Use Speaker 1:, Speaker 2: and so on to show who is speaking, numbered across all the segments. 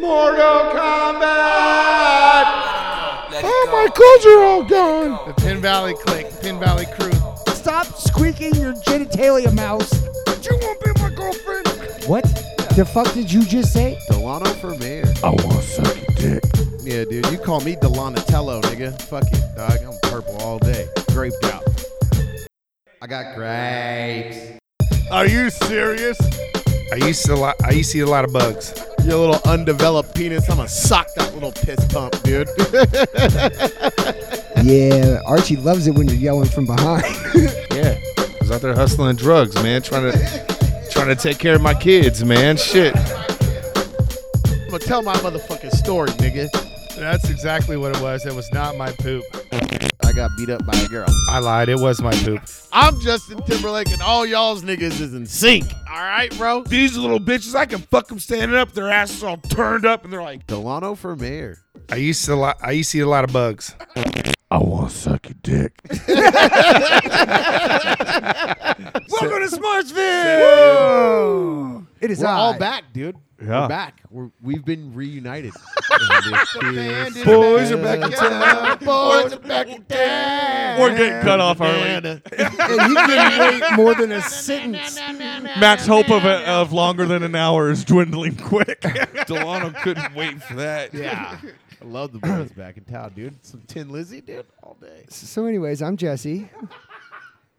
Speaker 1: Mortal Kombat!
Speaker 2: Let
Speaker 1: Oh,
Speaker 2: it
Speaker 1: my
Speaker 2: go.
Speaker 1: clothes are all gone.
Speaker 3: The Pin Valley clique, Pin Valley crew.
Speaker 4: Stop squeaking your genitalia, mouse.
Speaker 1: But you won't be my girlfriend.
Speaker 4: What the fuck did you just say?
Speaker 3: Delano for mayor.
Speaker 1: I want to suck your dick.
Speaker 3: Yeah, dude, you call me Delonatello, nigga. Fuck it, dog. I'm purple all day. Graped out. I got grapes.
Speaker 1: Are you serious? I used to lot. I used to eat a lot of bugs.
Speaker 3: Your little undeveloped penis. I'ma sock that little piss pump, dude.
Speaker 4: Yeah, Archie loves it when you're yelling from behind.
Speaker 1: Yeah, I was out there hustling drugs, man, trying to trying to take care of my kids, man. Shit.
Speaker 3: I'ma tell my motherfucking story, nigga.
Speaker 5: That's exactly what it was. It was not my poop.
Speaker 3: I got beat up by a girl.
Speaker 5: I lied. It was my poop.
Speaker 3: I'm Justin Timberlake, and all y'all's niggas is in sync. All right, bro.
Speaker 1: These little bitches, I can fuck them standing up. Their asses all turned up, and they're like,
Speaker 3: Delano for mayor.
Speaker 5: I used to lot. I used to eat a lot of bugs.
Speaker 1: "I want to suck your dick." Welcome to Smartsville.
Speaker 4: It is
Speaker 3: We're
Speaker 4: I.
Speaker 3: all back, dude.
Speaker 1: Yeah.
Speaker 3: We're back. We're, we've been reunited.
Speaker 1: Boys are back in town.
Speaker 3: Boys are back in town.
Speaker 6: We're getting cut off early.
Speaker 4: And you can wait more than a sentence.
Speaker 6: Max hope of, a, of longer than an hour is dwindling quick. Delano couldn't wait for that.
Speaker 3: Yeah. I love the boys back in town, dude. Some Tin Lizzy, dude, all day.
Speaker 4: So, anyways, I'm Jesse.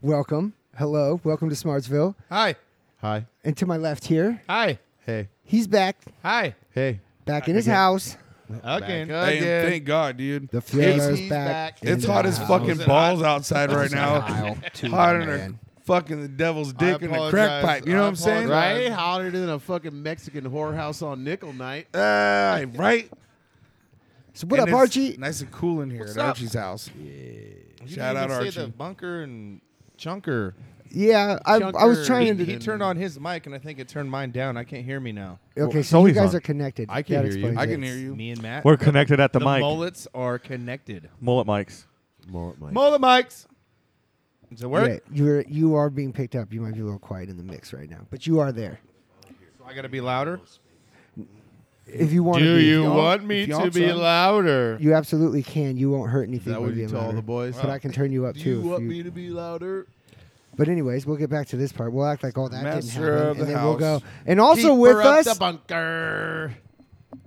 Speaker 4: Welcome. Hello. Welcome to Smartsville.
Speaker 3: Hi. Hi.
Speaker 4: And to my left here,
Speaker 5: Hi.
Speaker 3: Hey.
Speaker 4: he's back,
Speaker 5: Hi.
Speaker 3: Hey.
Speaker 4: back in his house.
Speaker 5: Again.
Speaker 3: Back
Speaker 6: Hey,
Speaker 3: again.
Speaker 6: and thank God, dude.
Speaker 4: The Fielder's
Speaker 3: he's
Speaker 4: back.
Speaker 3: back.
Speaker 4: in
Speaker 6: It's
Speaker 4: the
Speaker 6: hot as
Speaker 4: house.
Speaker 6: fucking balls outside right now.
Speaker 4: Aisle two,
Speaker 6: Hotter than
Speaker 4: man.
Speaker 6: fucking the devil's dick in the
Speaker 5: apologize.
Speaker 6: crack pipe. You know
Speaker 5: I
Speaker 6: what I'm saying?
Speaker 3: Right? Hotter than a fucking Mexican whorehouse on nickel night.
Speaker 6: Uh, right.
Speaker 4: So what up,
Speaker 6: And it's
Speaker 4: Archie?
Speaker 6: Nice and cool in here at
Speaker 5: up?
Speaker 6: Archie's house.
Speaker 5: You
Speaker 6: Shout
Speaker 5: didn't
Speaker 6: out
Speaker 5: even
Speaker 6: Archie.
Speaker 5: Say the bunker and chunker.
Speaker 4: Yeah, I, I was
Speaker 3: Chunker.
Speaker 4: trying
Speaker 5: He,
Speaker 4: to.
Speaker 5: he turned on his mic, and I think it turned mine down. I can't hear me now.
Speaker 4: Okay,
Speaker 6: It's
Speaker 4: so you
Speaker 6: always
Speaker 4: guys
Speaker 6: on.
Speaker 4: are connected.
Speaker 3: I can
Speaker 4: That
Speaker 3: hear you.
Speaker 4: explains
Speaker 6: I
Speaker 4: it.
Speaker 6: can hear you.
Speaker 5: Me and Matt.
Speaker 7: We're connected at the,
Speaker 5: the
Speaker 7: mic.
Speaker 5: mullets are connected.
Speaker 7: Mullet mics.
Speaker 3: Mullet Mike.
Speaker 5: Mullet mics. Does it work?
Speaker 4: Yeah, you're you are being picked up. You might be a little quiet in the mix right now, but you are there.
Speaker 5: So I gotta be louder.
Speaker 4: If you want to, be, Oh,
Speaker 5: me
Speaker 6: if y'all to be try-
Speaker 5: louder?
Speaker 4: you absolutely can. You won't hurt anything.
Speaker 3: that
Speaker 4: by
Speaker 3: what you
Speaker 4: being
Speaker 3: tell
Speaker 4: louder.
Speaker 3: the boys?
Speaker 4: But I can turn you up
Speaker 3: Do
Speaker 4: too.
Speaker 3: you
Speaker 4: if
Speaker 3: want
Speaker 4: you-
Speaker 3: me to be louder?
Speaker 4: but anyways, we'll get back to this part. We'll act like all that didn't
Speaker 6: Master
Speaker 4: happen,
Speaker 6: of
Speaker 4: and
Speaker 6: the
Speaker 4: then we'll go.
Speaker 6: house.
Speaker 4: And also
Speaker 3: Keep
Speaker 4: with
Speaker 3: her up
Speaker 4: us,
Speaker 3: the bunker.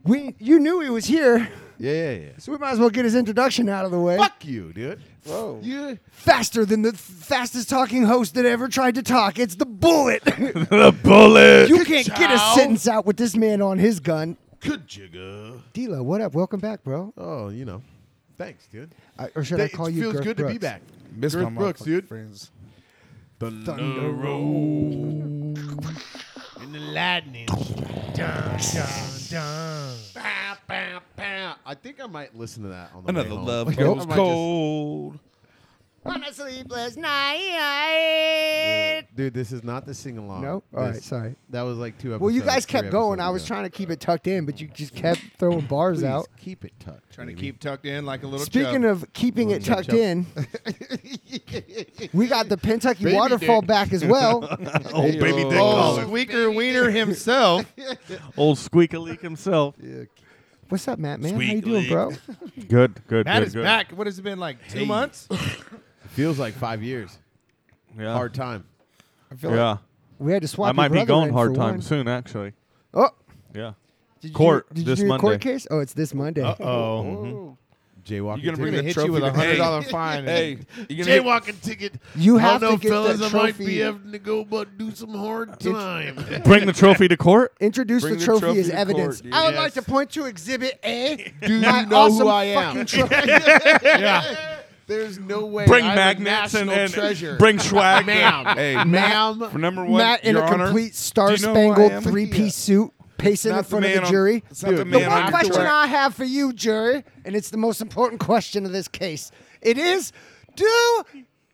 Speaker 4: we you knew he was here,
Speaker 3: Yeah, yeah, yeah.
Speaker 4: so we might as well get his introduction out of the way.
Speaker 3: Fuck you, dude. Whoa. You,
Speaker 4: Faster than the f- fastest talking host that ever tried to talk. It's the bullet.
Speaker 7: the bullet.
Speaker 4: you can't get a sentence out with this man on his gun.
Speaker 3: good jigger.
Speaker 4: Dilo, what up? Welcome back, bro.
Speaker 3: Oh, you know. Thanks, dude.
Speaker 4: I, or should I
Speaker 3: Th-
Speaker 4: call
Speaker 3: it
Speaker 4: you?
Speaker 3: feels
Speaker 4: Girth
Speaker 3: good to be
Speaker 4: Brooks?
Speaker 3: back.
Speaker 6: Miss
Speaker 3: Garth
Speaker 6: my
Speaker 3: Brooks,
Speaker 6: motherfucking
Speaker 3: dude.
Speaker 6: Friends.
Speaker 3: Thunder roll and the lightning. Dun, dun, dun. Bow, bow, bow. I think I might listen to that on the
Speaker 6: Another
Speaker 3: way home.
Speaker 6: love
Speaker 3: Like,
Speaker 4: Oh,
Speaker 3: I
Speaker 6: goes
Speaker 3: might just-
Speaker 6: cold.
Speaker 3: dude, this is not the sing along.
Speaker 4: No? All right, sorry.
Speaker 3: That was like two episodes.
Speaker 4: Well, you guys
Speaker 3: uh, three
Speaker 4: kept going.
Speaker 3: episodes
Speaker 4: I was
Speaker 3: ago.
Speaker 4: trying to keep it tucked in, but you just kept throwing bars
Speaker 3: Please
Speaker 4: out.
Speaker 3: Keep it tucked.
Speaker 5: Trying to
Speaker 3: baby.
Speaker 5: keep tucked in like a little.
Speaker 4: Speaking
Speaker 5: chub.
Speaker 4: of keeping it tucked
Speaker 3: chub.
Speaker 4: in, we got the Pentucky
Speaker 3: Baby
Speaker 4: waterfall
Speaker 3: dick.
Speaker 4: back as well.
Speaker 7: Oh, baby Dick
Speaker 5: Oh,
Speaker 7: Collins.
Speaker 5: Squeaker Wiener himself.
Speaker 7: Old squeak a leak himself.
Speaker 4: What's up, Matt? Man, how you doing,
Speaker 6: Sweetly.
Speaker 4: bro?
Speaker 7: Good, good,
Speaker 5: Matt
Speaker 7: good,
Speaker 5: is
Speaker 7: good.
Speaker 5: back. What has it been like? Two months?
Speaker 3: Feels like five years.
Speaker 6: Uh-huh.
Speaker 7: Yeah,
Speaker 3: Hard time.
Speaker 5: I feel
Speaker 7: yeah.
Speaker 4: We had to swap.
Speaker 7: I
Speaker 4: your
Speaker 7: might be
Speaker 4: brother
Speaker 7: going
Speaker 4: in
Speaker 7: hard
Speaker 4: for
Speaker 7: time
Speaker 4: one.
Speaker 7: soon, actually.
Speaker 4: Oh,
Speaker 7: Yeah.
Speaker 4: did you-
Speaker 7: Court
Speaker 4: Did you
Speaker 7: this
Speaker 4: do your court
Speaker 7: Monday.
Speaker 4: case? Oh, it's this Monday.
Speaker 3: Uh,
Speaker 5: Oh,
Speaker 3: Jaywalking.
Speaker 6: You're gonna
Speaker 5: we're
Speaker 6: bring
Speaker 5: gonna
Speaker 6: the
Speaker 5: hit
Speaker 6: trophy
Speaker 5: you with a
Speaker 6: to-
Speaker 5: hundred
Speaker 6: Hey.
Speaker 5: dollar fine.
Speaker 6: Hey, you gonna be-
Speaker 3: Jaywalking ticket.
Speaker 4: You
Speaker 3: I
Speaker 4: have
Speaker 3: don't know,
Speaker 4: to get
Speaker 3: fellas,
Speaker 4: the
Speaker 3: I might
Speaker 4: trophy.
Speaker 3: be having to go, but do some hard time.
Speaker 7: Bring the trophy to court.
Speaker 4: Introduce
Speaker 6: Bring
Speaker 4: the
Speaker 6: the
Speaker 4: trophy,
Speaker 6: trophy
Speaker 4: as
Speaker 6: to
Speaker 4: evidence.
Speaker 6: court, dude.
Speaker 4: I would
Speaker 3: Yes.
Speaker 4: like to point to Exhibit A.
Speaker 3: do you
Speaker 4: my
Speaker 3: know
Speaker 4: awesome
Speaker 3: who I am?
Speaker 4: fucking trophy.
Speaker 3: There's no way.
Speaker 7: Bring
Speaker 3: I'm
Speaker 7: magnets
Speaker 3: a
Speaker 7: and,
Speaker 3: national
Speaker 7: and
Speaker 3: treasure.
Speaker 7: bring swag.
Speaker 3: ma'am,
Speaker 6: Hey,
Speaker 3: ma'am.
Speaker 6: For number one,
Speaker 4: Matt in
Speaker 6: Your
Speaker 4: a
Speaker 6: Honor,
Speaker 4: complete
Speaker 6: do
Speaker 4: star
Speaker 6: you know who I am?
Speaker 4: spangled three piece suit, pacing
Speaker 6: Not
Speaker 4: in
Speaker 6: the
Speaker 4: front of
Speaker 6: man
Speaker 4: the
Speaker 6: on-
Speaker 4: jury.
Speaker 6: it's not the
Speaker 4: the
Speaker 6: man
Speaker 4: one
Speaker 6: on
Speaker 4: question
Speaker 6: court.
Speaker 4: I have for you, jury, and it's the most important question of this case. It is, do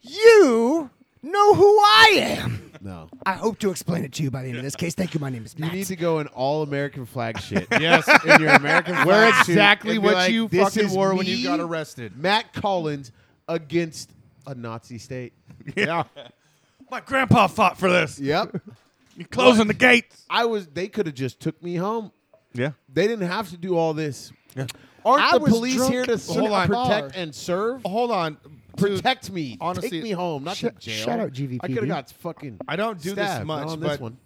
Speaker 4: you know who I am?
Speaker 3: No,
Speaker 4: I hope to explain it to you by the end of this case. Thank you. My name is
Speaker 3: you
Speaker 4: Matt.
Speaker 3: need to go in all American flag shit.
Speaker 5: Yes.
Speaker 3: in your American flag
Speaker 5: Wear
Speaker 3: suit
Speaker 5: exactly
Speaker 3: and be
Speaker 5: what
Speaker 3: like,
Speaker 5: you
Speaker 3: this
Speaker 5: fucking
Speaker 3: is
Speaker 5: wore when you
Speaker 3: me,
Speaker 5: got arrested.
Speaker 3: Matt Collins against a Nazi state.
Speaker 5: Yeah.
Speaker 7: My grandpa fought for this.
Speaker 3: Yep.
Speaker 7: You're closing the gates.
Speaker 3: I was. They could have just took me home.
Speaker 6: Yeah.
Speaker 3: They didn't have to do all this.
Speaker 4: Aren't
Speaker 3: Aren't the police here to
Speaker 4: hold
Speaker 3: hold
Speaker 4: on.
Speaker 3: protect and serve?
Speaker 5: Oh, Hold on. Dude,
Speaker 3: Protect me.
Speaker 5: honestly-
Speaker 3: Take me home, not to
Speaker 4: Shut-
Speaker 3: jail.
Speaker 4: shout out
Speaker 3: I
Speaker 4: GVPD.
Speaker 3: could have got fucking.
Speaker 5: I don't do this
Speaker 3: stabbed. Not
Speaker 5: much,
Speaker 3: on this
Speaker 5: but-
Speaker 3: one.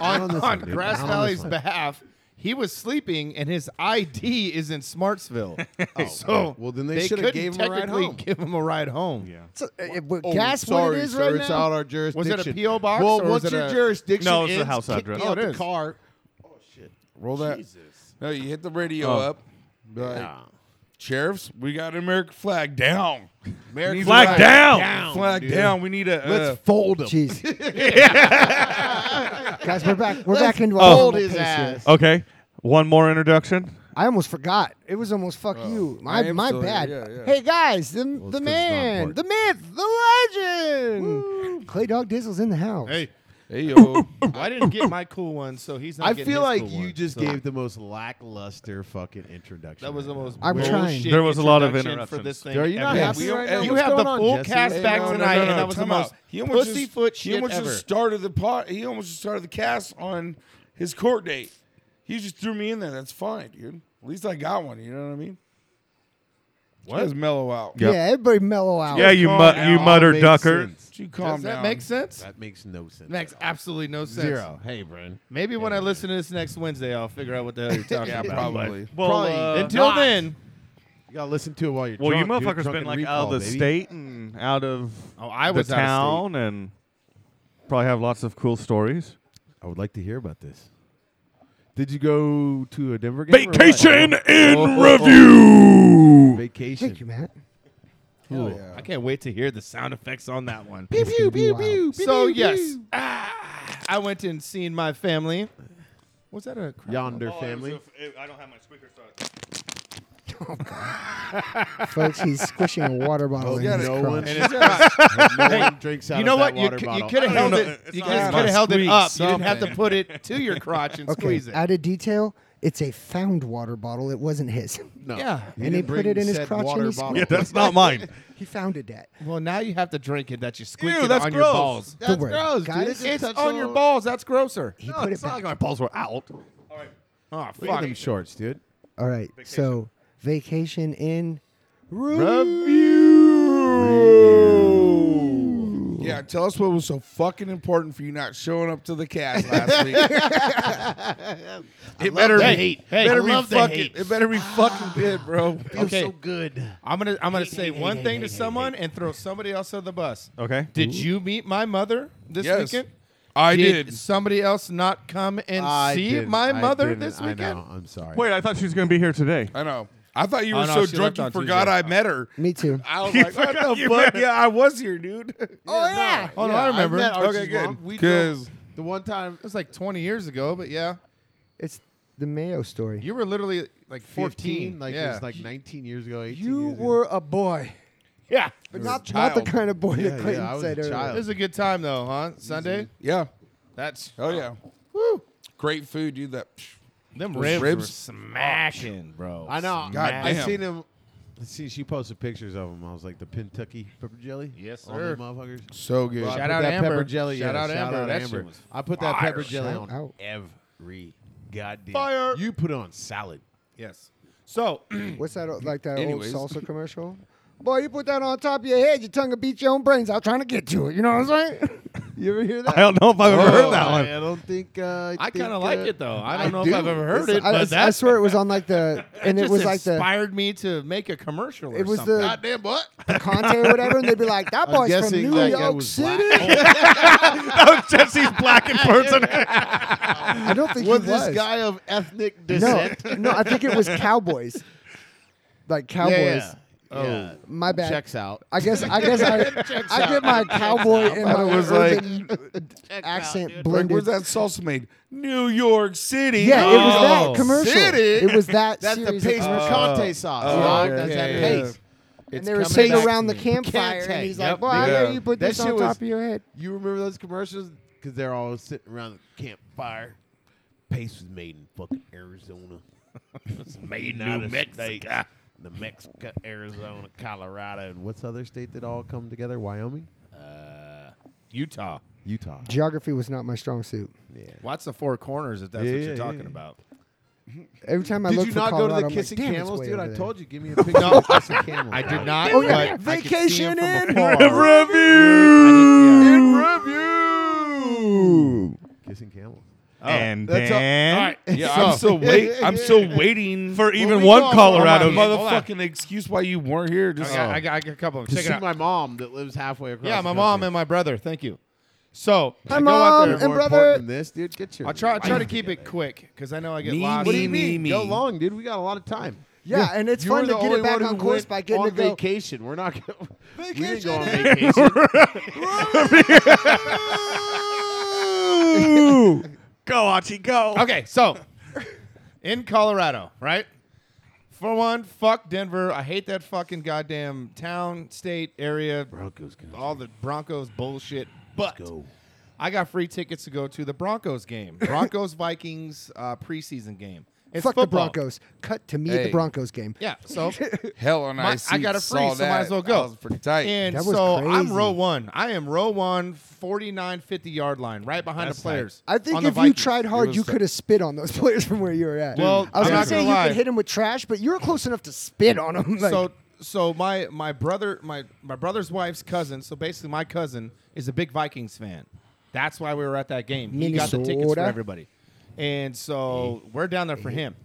Speaker 5: on,
Speaker 3: on this
Speaker 5: on
Speaker 3: one, dude.
Speaker 5: Grass
Speaker 3: Not on this
Speaker 5: Valley's
Speaker 3: one.
Speaker 5: behalf, he was sleeping and his ID is in Smartsville. so
Speaker 3: well, then they
Speaker 5: they
Speaker 3: shoulda
Speaker 5: couldn't
Speaker 3: gave him a ride
Speaker 5: technically
Speaker 3: home.
Speaker 5: give him a ride home. Yeah.
Speaker 4: It's a- it- but
Speaker 3: Oh,
Speaker 4: guess what
Speaker 3: sorry,
Speaker 4: it is
Speaker 3: sir,
Speaker 4: right
Speaker 3: it's
Speaker 4: now.
Speaker 3: out our jurisdiction.
Speaker 5: P.O. box
Speaker 3: Well,
Speaker 5: or was
Speaker 3: once
Speaker 5: it
Speaker 3: your
Speaker 5: a-
Speaker 3: jurisdiction
Speaker 6: No, it's a
Speaker 3: ends,
Speaker 6: house
Speaker 3: kick
Speaker 6: address.
Speaker 3: Me
Speaker 5: Oh,
Speaker 3: out
Speaker 5: it
Speaker 3: the
Speaker 5: is.
Speaker 3: car.
Speaker 2: Roll that.
Speaker 3: Jesus.
Speaker 2: No, you hit the radio
Speaker 7: Oh.
Speaker 2: up. Be like,
Speaker 3: Yeah.
Speaker 2: Sheriffs, we got an American flag down. American
Speaker 6: Flag down.
Speaker 2: Flag down. We need a.
Speaker 3: Let's
Speaker 2: uh,
Speaker 3: fold him.
Speaker 4: Jeez. Guys, we're back. We're back into
Speaker 6: Oh.
Speaker 4: our
Speaker 3: Fold
Speaker 4: normal
Speaker 3: his
Speaker 4: pace here.
Speaker 3: ass.
Speaker 6: Okay. One more introduction.
Speaker 4: I almost forgot. It was almost fuck
Speaker 3: Oh,
Speaker 4: you.
Speaker 2: I
Speaker 4: My
Speaker 2: am
Speaker 4: my
Speaker 2: still here.
Speaker 4: bad.
Speaker 2: Yeah, yeah.
Speaker 4: Hey guys, the, the
Speaker 3: it's 'cause it's not
Speaker 4: man,
Speaker 3: important.
Speaker 4: the myth, the legend. Clay Dog Dizzle's in the house.
Speaker 5: Hey,
Speaker 2: Hey, yo.
Speaker 5: I didn't get my cool one, so he's not
Speaker 3: I
Speaker 5: getting
Speaker 3: feel
Speaker 5: his
Speaker 3: like
Speaker 5: cool
Speaker 3: you
Speaker 5: one,
Speaker 3: just
Speaker 5: so
Speaker 3: gave the most lackluster fucking introduction.
Speaker 5: That was the
Speaker 3: right
Speaker 5: most.
Speaker 3: now.
Speaker 4: I'm
Speaker 5: bullshit
Speaker 4: trying.
Speaker 6: There was a lot of
Speaker 5: for
Speaker 6: interruptions.
Speaker 5: this thing.
Speaker 3: Are you not
Speaker 5: ever.
Speaker 3: happy
Speaker 5: We-
Speaker 3: right now?
Speaker 5: You
Speaker 3: What's
Speaker 5: have the
Speaker 3: going on,
Speaker 5: full
Speaker 3: Jesse?
Speaker 5: cast
Speaker 3: Hey,
Speaker 5: back
Speaker 3: no, no,
Speaker 5: tonight,
Speaker 2: no,
Speaker 5: and
Speaker 2: no,
Speaker 5: that was the
Speaker 2: time
Speaker 5: most
Speaker 2: out. He almost just-
Speaker 5: pussyfoot
Speaker 2: He
Speaker 5: shit
Speaker 2: almost
Speaker 5: ever.
Speaker 2: just started the pot. He almost just started the cast on his court date. He just threw me in there. That's fine, dude. At least I got one. You know what I mean? What? Just mellow out.
Speaker 4: Yeah, everybody mellow out.
Speaker 6: Yeah, you
Speaker 2: come
Speaker 6: mu-
Speaker 2: on
Speaker 6: you
Speaker 2: now.
Speaker 6: mutter
Speaker 3: Makes
Speaker 6: ducker.
Speaker 3: sense.
Speaker 2: Did you calm
Speaker 5: Does that
Speaker 2: down?
Speaker 5: make sense?
Speaker 3: That makes no sense.
Speaker 5: Makes absolutely no sense.
Speaker 3: Zero. Hey, Bren.
Speaker 5: Maybe when I listen to this next Wednesday, I'll figure out what the hell you're talking
Speaker 2: Yeah,
Speaker 5: about.
Speaker 2: probably.
Speaker 6: Well,
Speaker 3: Probably.
Speaker 6: uh,
Speaker 5: Until then,
Speaker 3: You gotta listen to it while you're.
Speaker 6: well, you
Speaker 3: drunk, dude.
Speaker 6: motherfuckers
Speaker 3: Drunk
Speaker 6: been
Speaker 3: and
Speaker 6: like
Speaker 3: recall,
Speaker 6: out of the
Speaker 3: baby.
Speaker 6: state and out of
Speaker 5: oh, I was
Speaker 6: the
Speaker 5: out of
Speaker 6: town and probably have lots of cool stories.
Speaker 3: I would like to hear about this. Did you go to a Denver game? or what?
Speaker 6: Vacation in
Speaker 3: Oh,
Speaker 6: review.
Speaker 3: Vacation.
Speaker 4: Thank you, Matt.
Speaker 5: state. Ooh, I can't wait to hear the sound effects on that one.
Speaker 4: It's gonna be wild.
Speaker 5: So yes, Ah. I went and seen my family. Was that a crowd?
Speaker 6: Oh,
Speaker 3: Yonder family.
Speaker 6: I don't have my speaker.
Speaker 4: Folks, he's squishing a water bottle in his
Speaker 3: no
Speaker 4: crotch.
Speaker 3: one, no one drinks out
Speaker 5: You know
Speaker 3: of
Speaker 5: what?
Speaker 3: That
Speaker 5: You,
Speaker 3: water
Speaker 5: c- you
Speaker 3: bottle.
Speaker 5: could have
Speaker 6: I
Speaker 5: held
Speaker 6: don't know.
Speaker 5: it.
Speaker 6: It's
Speaker 5: You
Speaker 6: not
Speaker 5: just
Speaker 6: like
Speaker 5: could have held it
Speaker 2: squeak
Speaker 5: up. You didn't have to
Speaker 2: something.
Speaker 5: put it to your crotch and
Speaker 4: Okay,
Speaker 5: squeeze it.
Speaker 4: out of detail, it's a found water bottle. It wasn't his.
Speaker 3: No.
Speaker 5: Yeah.
Speaker 3: He
Speaker 4: And he
Speaker 3: didn't
Speaker 4: put
Speaker 3: bring
Speaker 4: it in his
Speaker 3: said
Speaker 4: crotch and
Speaker 3: water
Speaker 4: he
Speaker 3: bottle.
Speaker 6: Yeah, that's not mine.
Speaker 4: He found it at.
Speaker 5: Well, now you have to drink it that you squeak
Speaker 2: Ew,
Speaker 5: it
Speaker 2: that's
Speaker 5: on your
Speaker 2: gross.
Speaker 5: balls.
Speaker 4: Don't worry. Guys,
Speaker 5: It's
Speaker 3: touch
Speaker 5: on
Speaker 3: the-
Speaker 5: your balls. That's grosser.
Speaker 4: he put it back.
Speaker 5: my balls were out. All right. Oh,
Speaker 3: Look at
Speaker 5: fuck.
Speaker 3: them shorts, dude.
Speaker 4: All right, so vacation in
Speaker 2: Yeah, tell us what was so fucking important for you not showing up to the cast last week.
Speaker 5: It better
Speaker 3: the
Speaker 5: be.
Speaker 3: hate.
Speaker 5: Hey,
Speaker 2: better
Speaker 5: I
Speaker 2: be
Speaker 5: love the
Speaker 2: fucking.
Speaker 5: hate.
Speaker 2: It better be fucking good, bro.
Speaker 5: Okay,
Speaker 3: good.
Speaker 5: I'm gonna I'm gonna say one thing to someone and throw somebody else under the bus.
Speaker 6: Okay.
Speaker 5: Did you meet my mother this
Speaker 2: Yes,
Speaker 5: weekend?
Speaker 2: I did.
Speaker 5: somebody else not come and see my mother this weekend?
Speaker 3: I know. I'm sorry.
Speaker 6: Wait, I thought she was going to be here today.
Speaker 2: I know. I thought you were
Speaker 5: Oh, no,
Speaker 2: so
Speaker 5: she
Speaker 2: drunk
Speaker 5: left
Speaker 2: you
Speaker 5: on
Speaker 2: forgot
Speaker 5: Tuesday.
Speaker 2: I met her.
Speaker 4: me too.
Speaker 2: I was like, what the fuck? Yeah, I was here, dude.
Speaker 4: Oh yeah.
Speaker 5: Oh no, I remember.
Speaker 3: met Archie's
Speaker 2: Okay, good.
Speaker 3: mom. We
Speaker 2: Because-
Speaker 5: drove the one time it was like 20 years ago, but yeah,
Speaker 4: It's the Mayo story.
Speaker 5: you were literally like 14.
Speaker 3: 14, like
Speaker 5: yeah.
Speaker 3: it was like 19 years ago. 18
Speaker 4: You
Speaker 3: years ago.
Speaker 4: were a boy,
Speaker 5: yeah.
Speaker 4: but not,
Speaker 2: a
Speaker 4: not the
Speaker 2: child.
Speaker 4: kind of boy
Speaker 3: Yeah,
Speaker 4: that
Speaker 3: yeah,
Speaker 4: Clayton
Speaker 3: I was
Speaker 4: said
Speaker 3: a
Speaker 4: earlier.
Speaker 5: It
Speaker 3: child.
Speaker 5: was a good time though, huh? Sunday.
Speaker 2: Yeah.
Speaker 5: That's
Speaker 2: Oh yeah. Woo. Great food, dude. That.
Speaker 5: them
Speaker 2: Those
Speaker 5: ribs, were
Speaker 2: ribs.
Speaker 5: smashing, bro.
Speaker 3: I know.
Speaker 2: God
Speaker 3: I
Speaker 2: damn.
Speaker 3: seen him. See, she posted pictures of him. I was like the Pentucky pepper jelly.
Speaker 5: Yes,
Speaker 3: All
Speaker 5: sir.
Speaker 3: them motherfuckers.
Speaker 2: So good.
Speaker 3: Bro, I
Speaker 5: Shout
Speaker 3: put
Speaker 5: out
Speaker 3: that
Speaker 5: Amber.
Speaker 3: Pepper jelly.
Speaker 5: Shout
Speaker 3: yeah,
Speaker 5: out
Speaker 3: shout
Speaker 5: Amber.
Speaker 3: Out
Speaker 5: That
Speaker 3: Amber.
Speaker 5: shit was
Speaker 3: I put that pepper jelly
Speaker 4: Shout
Speaker 3: on
Speaker 4: out.
Speaker 3: every goddamn
Speaker 5: Fire.
Speaker 3: You put it on salad.
Speaker 5: Yes. So
Speaker 4: What's that o- like that
Speaker 2: Anyways.
Speaker 4: old salsa commercial? Boy, you put that on top of your head, your tongue will beat your own brains out trying to get to it. You know what I'm saying? you ever hear that?
Speaker 6: I don't know if I've ever heard that
Speaker 3: I-
Speaker 6: one.
Speaker 3: Oh, I don't think. Uh, I,
Speaker 5: I kind
Speaker 3: think,
Speaker 5: of like
Speaker 3: uh,
Speaker 5: it though. I don't
Speaker 3: I
Speaker 5: know
Speaker 3: do.
Speaker 5: if I've ever heard
Speaker 4: It's-
Speaker 5: it,
Speaker 4: I,
Speaker 5: but
Speaker 4: I
Speaker 5: that
Speaker 4: swear it was on like the, and it
Speaker 5: just
Speaker 4: was like the
Speaker 5: inspired me to make a commercial. Or
Speaker 4: It was
Speaker 5: something.
Speaker 4: the-
Speaker 5: goddamn what?
Speaker 4: Conte or whatever, and they'd be like, "That boy's from
Speaker 3: guessing
Speaker 4: New
Speaker 3: that guy
Speaker 4: York
Speaker 3: was black.
Speaker 4: City."
Speaker 6: That was Jesse's black in person.
Speaker 4: I don't think
Speaker 3: Was
Speaker 4: he was
Speaker 3: this guy of ethnic
Speaker 4: No,
Speaker 3: descent?
Speaker 4: no, I think it was Cowboys, like Cowboys.
Speaker 3: Yeah. yeah.
Speaker 4: My
Speaker 5: Oh,
Speaker 4: bad.
Speaker 3: Checks out.
Speaker 4: I guess I guess I, I get my cowboy and my
Speaker 2: was like-
Speaker 4: urban accent
Speaker 2: Like,
Speaker 4: blended.
Speaker 2: where's that salsa made? New York City.
Speaker 4: Yeah, it was
Speaker 5: Oh.
Speaker 4: that commercial.
Speaker 2: City?
Speaker 4: It was that
Speaker 3: That's the
Speaker 4: series.
Speaker 3: pace
Speaker 4: of
Speaker 3: for
Speaker 4: commercials.
Speaker 5: Uh,
Speaker 3: Conte sauce.
Speaker 2: oh,
Speaker 3: dog.
Speaker 2: okay,
Speaker 3: That's that
Speaker 2: yeah.
Speaker 3: pace.
Speaker 4: and they were
Speaker 3: coming
Speaker 4: sitting
Speaker 3: back
Speaker 4: around
Speaker 3: to
Speaker 4: the
Speaker 3: me.
Speaker 4: campfire,
Speaker 3: Conte,
Speaker 4: and he's
Speaker 3: yep,
Speaker 4: like, "Boy, I
Speaker 2: yeah.
Speaker 4: know you put
Speaker 3: That
Speaker 4: this
Speaker 3: shit
Speaker 4: on
Speaker 3: was-
Speaker 4: top of your head."
Speaker 3: You remember those commercials? Because they're all sitting around the campfire. Pace was made in fucking Arizona. it's made in New Mexico. The Mexico, Arizona, Colorado, and what's the other state that all come together? Wyoming?
Speaker 5: Utah.
Speaker 3: Utah.
Speaker 4: Geography was not my strong suit.
Speaker 5: What's the four corners if that's
Speaker 3: Yeah,
Speaker 5: what
Speaker 3: yeah,
Speaker 5: you're talking
Speaker 3: yeah.
Speaker 5: about?
Speaker 4: Every time I
Speaker 3: Did
Speaker 4: look
Speaker 3: you
Speaker 4: for
Speaker 3: not go to
Speaker 4: Colorado,
Speaker 3: the
Speaker 4: I'm like,
Speaker 3: Kissing
Speaker 4: "Damn, it's
Speaker 3: Camels,
Speaker 4: way
Speaker 3: dude?
Speaker 4: over
Speaker 3: I
Speaker 4: there."
Speaker 3: told you, give me a picture of the Kissing Camels.
Speaker 1: I did not.
Speaker 4: Oh yeah,
Speaker 1: but I could see
Speaker 4: vacation
Speaker 1: 'em from
Speaker 4: in.
Speaker 1: afar.
Speaker 6: review.
Speaker 3: Kissing Camels.
Speaker 6: and
Speaker 3: that's all-
Speaker 6: then
Speaker 2: Yeah, I'm still wait. I'm still waiting
Speaker 6: for even
Speaker 3: we
Speaker 6: one
Speaker 3: call-
Speaker 6: Colorado.
Speaker 2: a motherfucking excuse why you weren't here.
Speaker 5: I
Speaker 2: Just
Speaker 5: got, I, got, I got a couple of them.
Speaker 3: To
Speaker 5: Check
Speaker 3: see
Speaker 5: it out.
Speaker 3: my mom that lives halfway across.
Speaker 5: Yeah,
Speaker 3: the
Speaker 5: my mom
Speaker 3: country.
Speaker 5: and my brother. Thank you. So
Speaker 4: Hi,
Speaker 3: I go
Speaker 4: mom
Speaker 3: out there
Speaker 4: and
Speaker 3: more
Speaker 4: brother.
Speaker 3: important than This dude, get your.
Speaker 5: I try I try
Speaker 3: life
Speaker 5: to keep it
Speaker 3: together.
Speaker 5: quick because I know I get
Speaker 2: Me,
Speaker 5: lost.
Speaker 3: What do you
Speaker 2: Me,
Speaker 3: mean?
Speaker 2: me,
Speaker 3: Go
Speaker 2: me.
Speaker 3: long, dude. We got a lot of time.
Speaker 4: Yeah, and it's
Speaker 3: You were
Speaker 4: fun to
Speaker 3: the
Speaker 4: get
Speaker 3: only
Speaker 4: it back
Speaker 3: one who
Speaker 4: on course
Speaker 3: went
Speaker 4: by getting
Speaker 3: on
Speaker 4: a go.
Speaker 3: vacation. We're not going. we didn't go on
Speaker 4: Vacationing.
Speaker 3: vacation.
Speaker 6: Go, Archie, go.
Speaker 5: Okay, so in Colorado, right? For one, fuck Denver. I hate that fucking goddamn town, state, area,
Speaker 3: Broncos country.
Speaker 5: all the Broncos bullshit. But I got free tickets to go to the Broncos game, Broncos Vikings uh, preseason game. It's
Speaker 4: Fuck the
Speaker 5: football.
Speaker 4: Broncos. Cut to me at the
Speaker 2: Hey.
Speaker 4: Broncos game.
Speaker 5: Yeah, so
Speaker 2: Oh, hell on
Speaker 5: my-
Speaker 2: ice.
Speaker 5: I got a free,
Speaker 2: saw
Speaker 5: so might as
Speaker 2: that.
Speaker 5: well go.
Speaker 2: I was pretty tight.
Speaker 5: And
Speaker 4: That was
Speaker 5: so I'm
Speaker 4: crazy.
Speaker 5: row one. I am row one, 49, 50 yard line, right behind the players.
Speaker 4: I think
Speaker 5: on the
Speaker 4: if you
Speaker 5: Vikings.
Speaker 4: tried hard, you could have spit on those players from where you were at.
Speaker 5: Well,
Speaker 4: I
Speaker 5: I'm
Speaker 4: was gonna
Speaker 5: not
Speaker 4: say
Speaker 5: gonna
Speaker 4: you
Speaker 5: lie.
Speaker 4: could hit them with trash, but you were close enough to spit on them.
Speaker 5: so so my my brother my my brother's wife's cousin so basically my cousin is a big Vikings fan. That's why we were at that game. He got the tickets for
Speaker 4: Minnesota.
Speaker 5: everybody, and so we're down there for him.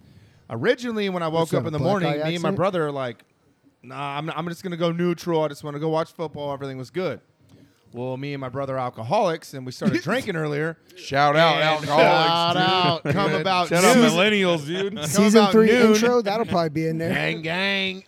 Speaker 5: Originally, when I woke
Speaker 4: What's
Speaker 5: up
Speaker 4: that,
Speaker 5: in the
Speaker 4: a black
Speaker 5: morning,
Speaker 4: guy
Speaker 5: me and my
Speaker 4: accent?
Speaker 5: brother are like, "Nah, I'm, I'm just gonna go neutral. I just want to go watch football. Everything was good." Well, me and my brother are alcoholics, and we started drinking earlier.
Speaker 2: Shout out,
Speaker 5: And-
Speaker 2: alcoholics.
Speaker 5: Shout out. Come about
Speaker 2: Shout out,
Speaker 5: noon-
Speaker 2: millennials, dude.
Speaker 5: come
Speaker 4: season
Speaker 5: about
Speaker 4: three
Speaker 5: noon-
Speaker 4: intro, that'll probably be in there.
Speaker 3: Gang, gang.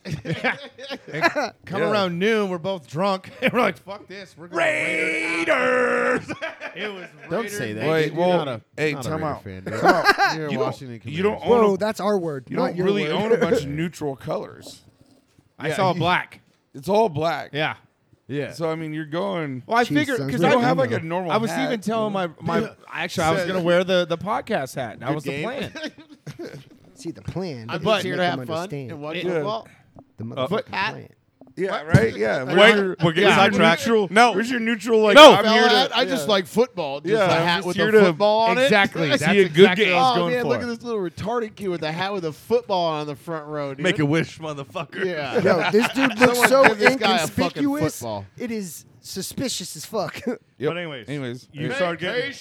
Speaker 5: Come
Speaker 2: Yeah.
Speaker 5: around noon, we're both drunk, and we're like, "Fuck this, we're going Raiders." it was
Speaker 3: Don't say that.
Speaker 2: Wait,
Speaker 3: dude.
Speaker 2: well,
Speaker 3: you're not a,
Speaker 2: hey,
Speaker 3: not a
Speaker 2: time
Speaker 3: Raider
Speaker 2: out.
Speaker 3: Fan, right? You're a Washington.
Speaker 2: you don't
Speaker 3: Commanders.
Speaker 2: own
Speaker 4: Whoa,
Speaker 2: a-
Speaker 4: that's our word.
Speaker 2: You
Speaker 4: not
Speaker 2: don't
Speaker 4: your
Speaker 2: really
Speaker 4: word.
Speaker 2: own a bunch of neutral colors.
Speaker 5: I saw black.
Speaker 2: It's all black.
Speaker 5: Yeah.
Speaker 3: Yeah.
Speaker 2: So I mean, you're going.
Speaker 5: Well, I
Speaker 4: Jeez,
Speaker 5: figured
Speaker 4: sounds
Speaker 5: because
Speaker 2: You
Speaker 5: I
Speaker 4: really
Speaker 2: don't
Speaker 4: I
Speaker 2: have like
Speaker 4: know.
Speaker 2: a normal.
Speaker 5: I was
Speaker 2: hat.
Speaker 5: even telling my my actually I was gonna wear the the podcast hat. and That was the
Speaker 3: game.
Speaker 5: plan.
Speaker 4: See the plan.
Speaker 3: I'm
Speaker 4: but
Speaker 3: just here to have fun and watch football.
Speaker 4: The motherfucking plan.
Speaker 2: Yeah. Right. Yeah.
Speaker 6: Wait,
Speaker 2: where's your-
Speaker 6: we're getting
Speaker 2: where's your
Speaker 6: sidetracked.
Speaker 2: Neutral.
Speaker 6: No.
Speaker 2: Where's your neutral? Like
Speaker 6: No.
Speaker 2: I'm
Speaker 3: Fell
Speaker 2: here to.
Speaker 3: at, I just like football. Just
Speaker 2: Yeah,
Speaker 3: a
Speaker 2: I'm
Speaker 3: hat
Speaker 2: just
Speaker 3: with
Speaker 2: here
Speaker 3: a
Speaker 2: to-
Speaker 3: football on
Speaker 5: exactly.
Speaker 3: it.
Speaker 5: That's
Speaker 2: See a good
Speaker 5: exactly
Speaker 2: game.
Speaker 5: what I was
Speaker 3: Oh
Speaker 5: going
Speaker 3: man,
Speaker 5: for.
Speaker 3: look at this little retarded kid with a hat with a football on the front row. Dude.
Speaker 6: Make a wish, motherfucker.
Speaker 3: Yeah.
Speaker 4: Yo, this dude looks
Speaker 3: Someone
Speaker 4: so
Speaker 3: give this guy a fucking
Speaker 4: inconspicuous.
Speaker 3: football.
Speaker 4: It is suspicious as fuck.
Speaker 6: But anyways,
Speaker 2: Anyways.
Speaker 6: you start getting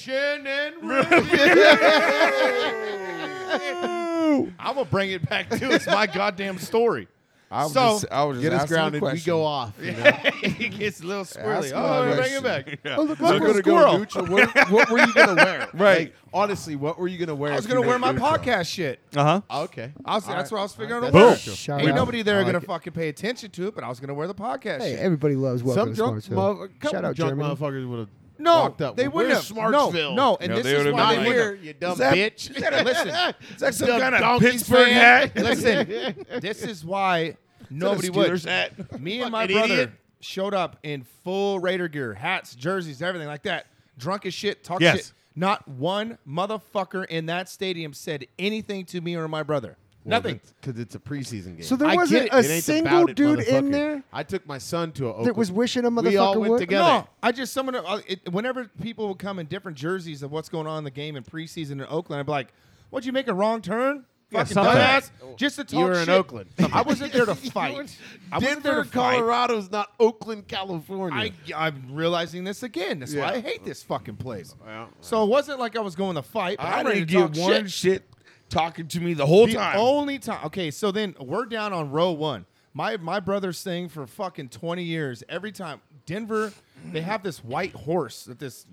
Speaker 5: I'm gonna bring it back to it's my goddamn story.
Speaker 2: I was
Speaker 5: So,
Speaker 2: just, I was just
Speaker 3: Get us
Speaker 2: asking a
Speaker 3: grounded. We
Speaker 2: question.
Speaker 3: go off. you know?
Speaker 5: it gets a little squirrely.
Speaker 2: Ask
Speaker 5: Oh,
Speaker 2: my
Speaker 5: bring it
Speaker 2: question.
Speaker 5: back.
Speaker 4: oh, look,
Speaker 3: We're
Speaker 4: look,
Speaker 3: gonna
Speaker 4: look.
Speaker 3: go neutral. What, what were you gonna wear?
Speaker 2: Right.
Speaker 3: Like, honestly, what were you gonna wear?
Speaker 5: I was gonna wear my podcast shit.
Speaker 6: uh huh.
Speaker 3: Okay.
Speaker 5: I was, that's what I was figuring out.
Speaker 3: That's
Speaker 5: Boom.
Speaker 3: neutral.
Speaker 4: Shout
Speaker 5: Ain't
Speaker 4: out.
Speaker 5: nobody there
Speaker 3: I
Speaker 5: gonna
Speaker 3: like it.
Speaker 5: fucking pay attention to it, but I was gonna wear the podcast
Speaker 4: Hey,
Speaker 5: shit.
Speaker 4: everybody loves
Speaker 3: Some
Speaker 4: welcome
Speaker 3: drunk, mother- couple
Speaker 4: Shout out
Speaker 3: drunk
Speaker 4: Germany.
Speaker 3: motherfuckers would have.
Speaker 5: No,
Speaker 3: walked up.
Speaker 5: they
Speaker 3: We're
Speaker 5: wouldn't have. No,
Speaker 3: Smartsville.
Speaker 5: no, and
Speaker 2: No,
Speaker 5: this
Speaker 2: they
Speaker 5: is
Speaker 2: would've
Speaker 5: why
Speaker 2: been
Speaker 5: they
Speaker 2: like-
Speaker 5: here.
Speaker 3: you dumb
Speaker 2: that-
Speaker 3: bitch.
Speaker 5: Listen,
Speaker 2: Is that some
Speaker 3: Dumb
Speaker 2: kind of
Speaker 3: Donkeys
Speaker 2: Pittsburgh
Speaker 3: fan.
Speaker 2: hat?
Speaker 5: listen. This is why nobody would.
Speaker 2: Steelers hat.
Speaker 5: Me and my
Speaker 3: Fucking
Speaker 5: brother
Speaker 3: idiot.
Speaker 5: showed up in full Raider gear, hats, jerseys, everything like that. Drunk as shit, talk
Speaker 6: Yes.
Speaker 5: shit. Not one motherfucker in that stadium said anything to me or my brother. Nothing.
Speaker 3: Because it's a preseason game.
Speaker 4: So there
Speaker 5: I
Speaker 4: wasn't
Speaker 5: get it.
Speaker 4: a
Speaker 3: It ain't
Speaker 4: single
Speaker 3: about it,
Speaker 4: dude in
Speaker 3: motherfucker.
Speaker 4: there
Speaker 3: I took my son to a Oakland.
Speaker 4: that was wishing a motherfucker
Speaker 3: We all went
Speaker 4: would.
Speaker 3: together.
Speaker 5: No, I just someone. uh, It, whenever people would come in different jerseys of what's going on in the game in preseason in Oakland, I'd be like, "What'd you make a wrong turn? Fucking
Speaker 6: something.
Speaker 5: dumbass!" Just to talk
Speaker 3: You were in
Speaker 5: shit.
Speaker 3: Oakland.
Speaker 5: I wasn't there to fight. I wasn't there
Speaker 3: Denver,
Speaker 5: to fight.
Speaker 3: Colorado's not Oakland, California.
Speaker 5: I, I'm realizing this again. That's why
Speaker 3: Yeah.
Speaker 5: I hate this fucking place. So it wasn't like I was going to fight. But
Speaker 2: I
Speaker 5: I'm ready to
Speaker 2: didn't get
Speaker 5: talk
Speaker 2: one
Speaker 5: shit.
Speaker 2: shit talking to me the whole
Speaker 5: The
Speaker 2: time.
Speaker 5: only time. Okay, so then we're down on row one. My my brother sang for fucking 20 years. Every time Denver, they have this white horse that this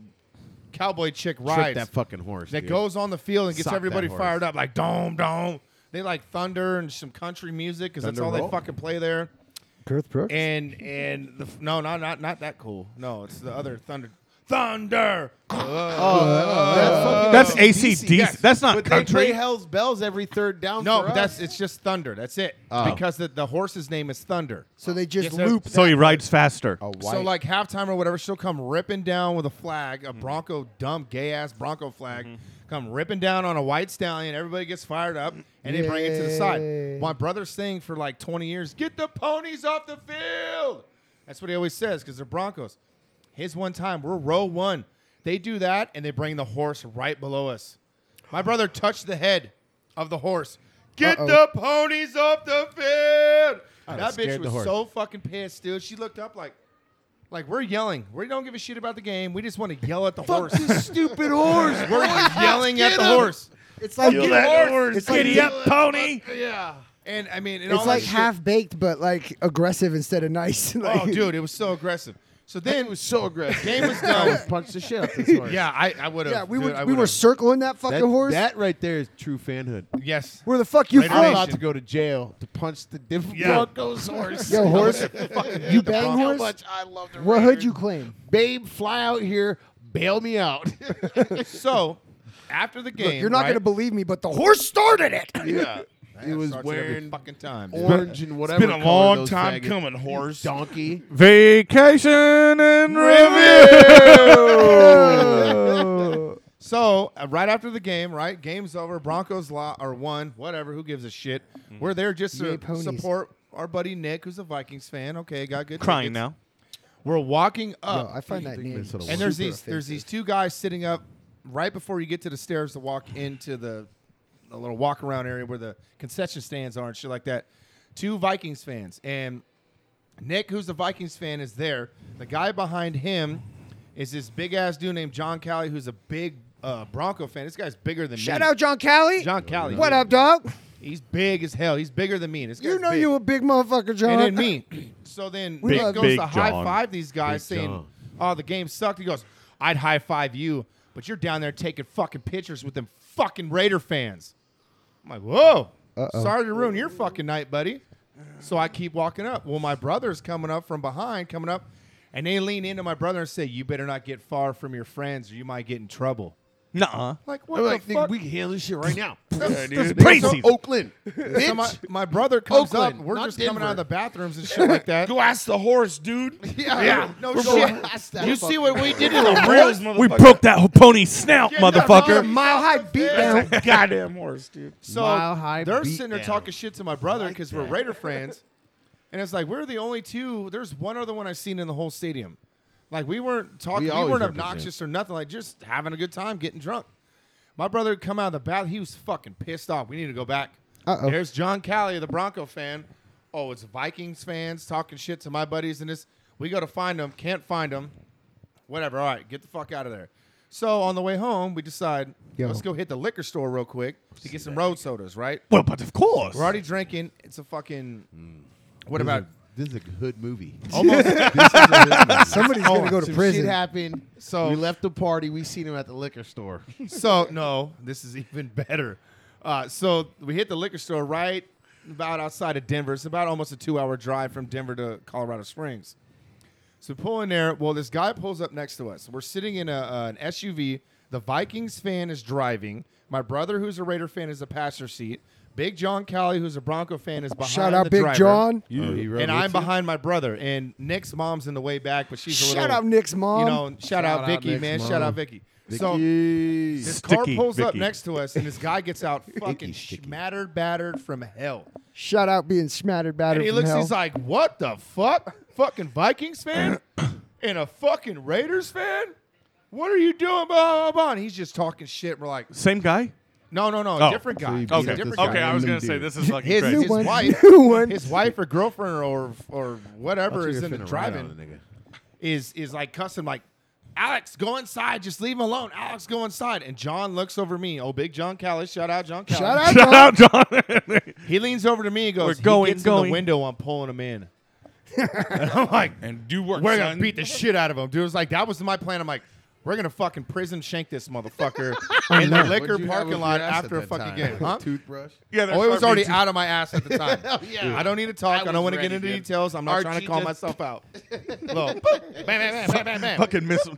Speaker 5: cowboy chick
Speaker 3: Trick
Speaker 5: rides
Speaker 3: that fucking horse.
Speaker 5: that
Speaker 3: dude.
Speaker 5: goes on the field and gets
Speaker 3: Sock that
Speaker 5: everybody
Speaker 3: horse.
Speaker 5: fired up like dome dome. They like thunder and some country music because that's
Speaker 3: Thunder
Speaker 5: all
Speaker 3: roll.
Speaker 5: they fucking play there.
Speaker 4: Girth Brooks?
Speaker 5: And and the, f- no, not not not that cool. No, it's the other thunder. Thunder.
Speaker 4: Uh,
Speaker 5: uh,
Speaker 3: Oh,
Speaker 6: That's ACDC.
Speaker 5: yes.
Speaker 6: That's not
Speaker 3: But they play
Speaker 6: country.
Speaker 3: Hell's Bells every third down.
Speaker 5: No,
Speaker 3: for
Speaker 5: but
Speaker 3: us.
Speaker 5: that's it's just thunder. That's it.
Speaker 3: Oh.
Speaker 5: Because the, the horse's name is Thunder.
Speaker 4: so they just
Speaker 5: Yes, sir.
Speaker 4: loop.
Speaker 6: so he rides faster.
Speaker 3: Oh,
Speaker 5: So like halftime or whatever, she'll come ripping down with a flag,
Speaker 3: Mm-hmm.
Speaker 5: a Bronco dumb gay ass Bronco flag, come ripping down on a white stallion. Everybody gets fired up and they bring it to the
Speaker 4: Yay.
Speaker 5: side. My brother's saying for like 20 years, get the ponies off the field. That's what he always says because they're Broncos. His one time, we're row one. They do that and they bring the horse right below us. My brother touched the head. of the horse. Get
Speaker 4: Uh-oh.
Speaker 5: the ponies off the field. that
Speaker 3: I'd've
Speaker 5: bitch
Speaker 3: Oh, scared the
Speaker 5: was
Speaker 3: horse.
Speaker 5: so fucking pissed, dude. She looked up like, like we're yelling. We don't give a shit about the game. We just want to yell at the horse.
Speaker 4: stupid horse.
Speaker 5: We're yelling at the horse.
Speaker 4: It's like It's like,
Speaker 7: Giddy up, pony.
Speaker 5: Yeah. And I mean, and all
Speaker 4: it's
Speaker 5: that
Speaker 4: like
Speaker 5: shit-
Speaker 4: half baked, but like aggressive instead of nice. like,
Speaker 5: Oh, dude, it was so aggressive. So then it was so aggressive. Game was
Speaker 3: I
Speaker 5: done.
Speaker 3: would've punched the shit out this horse.
Speaker 5: yeah, I, I would have.
Speaker 4: Yeah, we were we were circling that fucking
Speaker 3: that,
Speaker 4: horse.
Speaker 3: that right there is true fanhood.
Speaker 5: Yes.
Speaker 4: Where the fuck you
Speaker 5: Later
Speaker 3: I'm
Speaker 4: from?
Speaker 5: on.
Speaker 3: about to go to jail to punch the different Broncos horse.
Speaker 4: Yo, horse, you bang
Speaker 3: How
Speaker 4: horse.
Speaker 3: much I love the
Speaker 4: What hood
Speaker 3: Raiders.
Speaker 4: you claim?
Speaker 3: babe? Fly out here, bail me out.
Speaker 5: So after the game,
Speaker 4: Look, you're not
Speaker 5: right?
Speaker 4: gonna believe me, but the horse started it.
Speaker 3: yeah, it was
Speaker 5: Starts it every
Speaker 3: wearing
Speaker 5: fucking time.
Speaker 3: orange and whatever.
Speaker 2: It's been a
Speaker 3: color
Speaker 2: long
Speaker 3: those
Speaker 2: time
Speaker 3: faggots-
Speaker 2: coming, horse.
Speaker 3: Donkey.
Speaker 7: Vacation and review.
Speaker 5: So uh, right after the game, right? Game's over. Broncos law or won, whatever. Who gives a shit? We're there just
Speaker 4: Mm. Yay,
Speaker 5: to
Speaker 4: ponies.
Speaker 5: support our buddy Nick, who's a Vikings fan. Okay, got good.
Speaker 7: Crying
Speaker 5: tickets.
Speaker 7: now.
Speaker 5: We're walking up.
Speaker 4: Yo, I find that name.
Speaker 3: Minnesota
Speaker 5: and there's
Speaker 4: super
Speaker 5: these there's these two guys sitting up right before you get to the stairs to walk into the, the little walk around area where the concession stands are and shit like that. Two Vikings fans and Nick, who's the Vikings fan, is there. The guy behind him is this big ass dude named John Callie, who's a big uh, Bronco fan. This guy's bigger than
Speaker 4: Shout
Speaker 5: me.
Speaker 4: out John Callie.
Speaker 5: John Callie.
Speaker 4: What up, dog?
Speaker 5: He's big as hell. He's bigger than me. This
Speaker 4: You
Speaker 5: guy's
Speaker 4: know
Speaker 5: big.
Speaker 4: you a big motherfucker, John.
Speaker 5: And then me. So then
Speaker 4: We
Speaker 5: Nick
Speaker 4: love
Speaker 5: goes
Speaker 7: Big
Speaker 5: to
Speaker 7: John.
Speaker 5: high five these guys,
Speaker 3: Big
Speaker 5: saying,
Speaker 3: John.
Speaker 5: "Oh, the game sucked." He goes, "I'd high five you, but you're down there taking fucking pictures with them fucking Raider fans." I'm like, "Whoa, sorry to ruin your fucking night, buddy." So I keep walking up. Well, my brother's coming up from behind, coming up, and they lean into my brother and say, "You better not get far from your friends, or you might get in trouble."
Speaker 7: Nuh-uh.
Speaker 5: Like, what
Speaker 3: I'm
Speaker 5: the
Speaker 3: like, nigga,
Speaker 5: fuck?
Speaker 3: we can handle this shit right now.
Speaker 2: Yeah, dude.
Speaker 7: Crazy.
Speaker 3: Oakland,
Speaker 5: So my,
Speaker 3: bitch.
Speaker 5: my brother comes
Speaker 3: Oakland,
Speaker 5: up. We're
Speaker 3: not
Speaker 5: just coming out of
Speaker 3: Denver.
Speaker 5: the bathrooms and shit like that.
Speaker 2: Go ask the horse, dude.
Speaker 5: Yeah. No
Speaker 3: We're
Speaker 5: Oh, shit.
Speaker 3: going past that
Speaker 5: You see what we did to
Speaker 2: The
Speaker 5: the
Speaker 2: reals,
Speaker 7: We
Speaker 2: motherfucker.
Speaker 7: broke that pony snout, motherfucker.
Speaker 4: Mile high beat down.
Speaker 2: that goddamn horse, dude.
Speaker 5: So
Speaker 3: Mile high
Speaker 5: they're
Speaker 3: beat
Speaker 5: sitting there
Speaker 3: down.
Speaker 5: talking shit to my brother because we're Raider fans. And it's like, we're the only two. There's one other one I've seen in the whole stadium. Like, we weren't talking, we,
Speaker 3: We always
Speaker 5: weren't
Speaker 3: represent.
Speaker 5: obnoxious or nothing. Like, just having a good time, getting drunk. My brother would come out of the bath. He was fucking pissed off. We need to go back.
Speaker 4: Uh-oh.
Speaker 5: There's John Callie, the Bronco fan. Oh, it's Vikings fans talking shit to my buddies and this. We go to find them. Can't find them. Whatever. All right, get the fuck out of there. So on the way home, we decide
Speaker 4: Yo.
Speaker 5: let's go hit the liquor store real quick to get some road sodas, right?
Speaker 7: Well, but of course.
Speaker 5: We're already drinking. It's a fucking. What about?
Speaker 3: This is a hood movie.
Speaker 4: Somebody's gonna go to
Speaker 3: Some
Speaker 4: prison.
Speaker 3: Shit happened.
Speaker 5: So-
Speaker 3: So we left the party. We seen him at the liquor store.
Speaker 5: So no, this is even better. Uh, so we hit the liquor store right about outside of Denver. It's about almost a two-hour drive from Denver to Colorado Springs. So we pull in there. Well, this guy pulls up next to us. We're sitting in a, uh, an SUV. The Vikings fan is driving. My brother, who's a Raider fan, is the passenger seat. Big John Callie, who's a Bronco fan, is behind.
Speaker 4: Shout out
Speaker 5: the
Speaker 4: Big
Speaker 5: driver.
Speaker 4: John.
Speaker 3: Oh,
Speaker 5: And I'm behind my brother. And Nick's mom's in the way back, but she's a little.
Speaker 4: Shout out Nick's mom.
Speaker 5: You know, shout, out
Speaker 3: out
Speaker 5: Vicky,
Speaker 3: Nick's
Speaker 5: man.
Speaker 3: mom.
Speaker 5: Shout out Vicky. So
Speaker 3: Vicky.
Speaker 5: this car
Speaker 7: Sticky
Speaker 5: pulls up
Speaker 7: Vicky.
Speaker 5: next to us, and this guy gets out fucking
Speaker 3: sticky.
Speaker 5: smattered, battered from hell.
Speaker 4: Shout out being smattered battered
Speaker 5: And he
Speaker 4: from
Speaker 5: looks,
Speaker 4: hell.
Speaker 5: he's like, "What the fuck? Fucking Vikings fan and a fucking Raiders fan? What are you doing?" Blah blah blah. And he's just talking shit. We're like,
Speaker 7: Same guy?
Speaker 5: "No, no, no,
Speaker 7: Oh.
Speaker 5: different guy.
Speaker 3: So he
Speaker 5: He's a
Speaker 7: Okay.
Speaker 3: beat
Speaker 5: different
Speaker 3: this
Speaker 5: guy.
Speaker 7: Okay, I was
Speaker 3: Random
Speaker 7: going to say,
Speaker 3: dude.
Speaker 7: this is fucking
Speaker 5: His,
Speaker 7: crazy.
Speaker 5: his
Speaker 4: one,
Speaker 5: wife,
Speaker 4: new one.
Speaker 5: his wife or girlfriend or or whatever is in the driving.
Speaker 3: nigga.
Speaker 5: is is like cussing like Alex, go inside. Just leave him alone. Alex, go inside. And John looks over me. Oh, big John Callis. Shout out, John Callis.
Speaker 4: Shout
Speaker 7: Shout
Speaker 4: out, John.
Speaker 7: out, John.
Speaker 5: He leans over to me and goes,
Speaker 7: We're going,
Speaker 5: he gets in
Speaker 7: going.
Speaker 5: the window. I'm pulling him in. and I'm like,
Speaker 2: And do work,
Speaker 5: we're going
Speaker 2: son.
Speaker 5: to beat the shit out of him. Dude, it was like, that was my plan. I'm like, we're going to fucking prison shank this motherfucker in the liquor
Speaker 3: What'd you have with
Speaker 5: parking
Speaker 3: your
Speaker 5: lot
Speaker 3: ass at
Speaker 5: after a
Speaker 3: that
Speaker 5: fucking
Speaker 3: time?
Speaker 5: game. Huh?
Speaker 3: Toothbrush.
Speaker 7: yeah,
Speaker 5: Oh, it was already
Speaker 7: already
Speaker 5: out of my ass at the time.
Speaker 3: yeah.
Speaker 5: I don't need to talk. I,
Speaker 3: I
Speaker 5: don't
Speaker 3: was
Speaker 5: want to get
Speaker 3: ready,
Speaker 5: into
Speaker 3: dude.
Speaker 5: details. I'm not trying to
Speaker 3: RG
Speaker 5: call
Speaker 3: just-
Speaker 5: myself out. Little boop, bam, bam, bam, bam, bam, bam.
Speaker 7: fucking missile.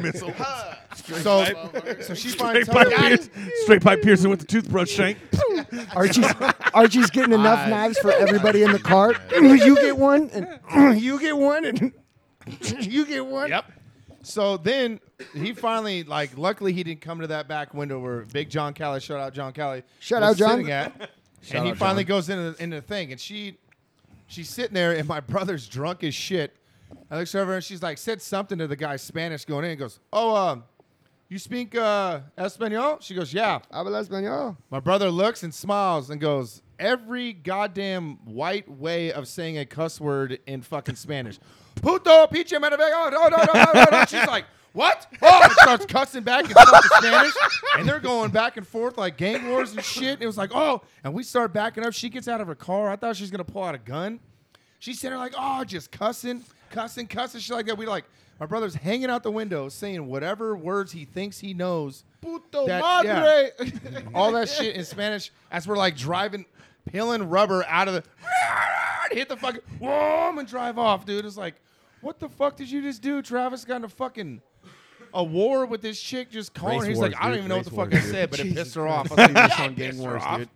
Speaker 7: missile.
Speaker 5: So, so she finally
Speaker 7: Straight
Speaker 5: tells
Speaker 7: pipe,
Speaker 5: me,
Speaker 7: pierce, straight pipe piercing with the toothbrush shank.
Speaker 4: Archie's Archie's getting enough
Speaker 3: I-
Speaker 4: knives for everybody in the cart. you get one, and you get one, and you get one.
Speaker 5: Yep. So then he finally, like, luckily he didn't come to that back window where Big John Callie, shout out John Callie,
Speaker 4: Shout
Speaker 5: was
Speaker 4: out, John.
Speaker 5: sitting at. and he finally goes into the, into the thing, and she, she's sitting there, and my brother's drunk as shit. I looks over and she's like, said something to the guy Spanish going in, and goes, "Oh, um, you speak uh, Espanol? She goes, yeah.
Speaker 4: Habla español.
Speaker 5: My brother looks and smiles and goes, every goddamn white way of saying a cuss word in fucking Spanish. Puto, piche, madre, oh, no, no, no, no, no, no. She's like, what? Oh, and starts cussing back in fucking Spanish. And they're going back and forth like gang wars and shit. It was like, oh, and we start backing up. She gets out of her car. I thought she was going to pull out a gun. She's sitting there like, oh, just cussing, cussing, cussing, shit like that. We like, my brother's hanging out the window saying whatever words he thinks he knows. Puto madre. all that shit in Spanish as we're like driving, peeling rubber out of the, hit the fucking, whoa, and drive off, dude. It's like, what the fuck did you just do? Travis got in a fucking. A war with this chick just calling. her.
Speaker 1: Race
Speaker 5: He's like,
Speaker 1: wars,
Speaker 5: I don't
Speaker 1: dude.
Speaker 5: even know
Speaker 1: Race
Speaker 5: what the fuck
Speaker 1: wars,
Speaker 5: I
Speaker 1: dude.
Speaker 5: said, but it pissed her off. I was like, this on gang wars, dude.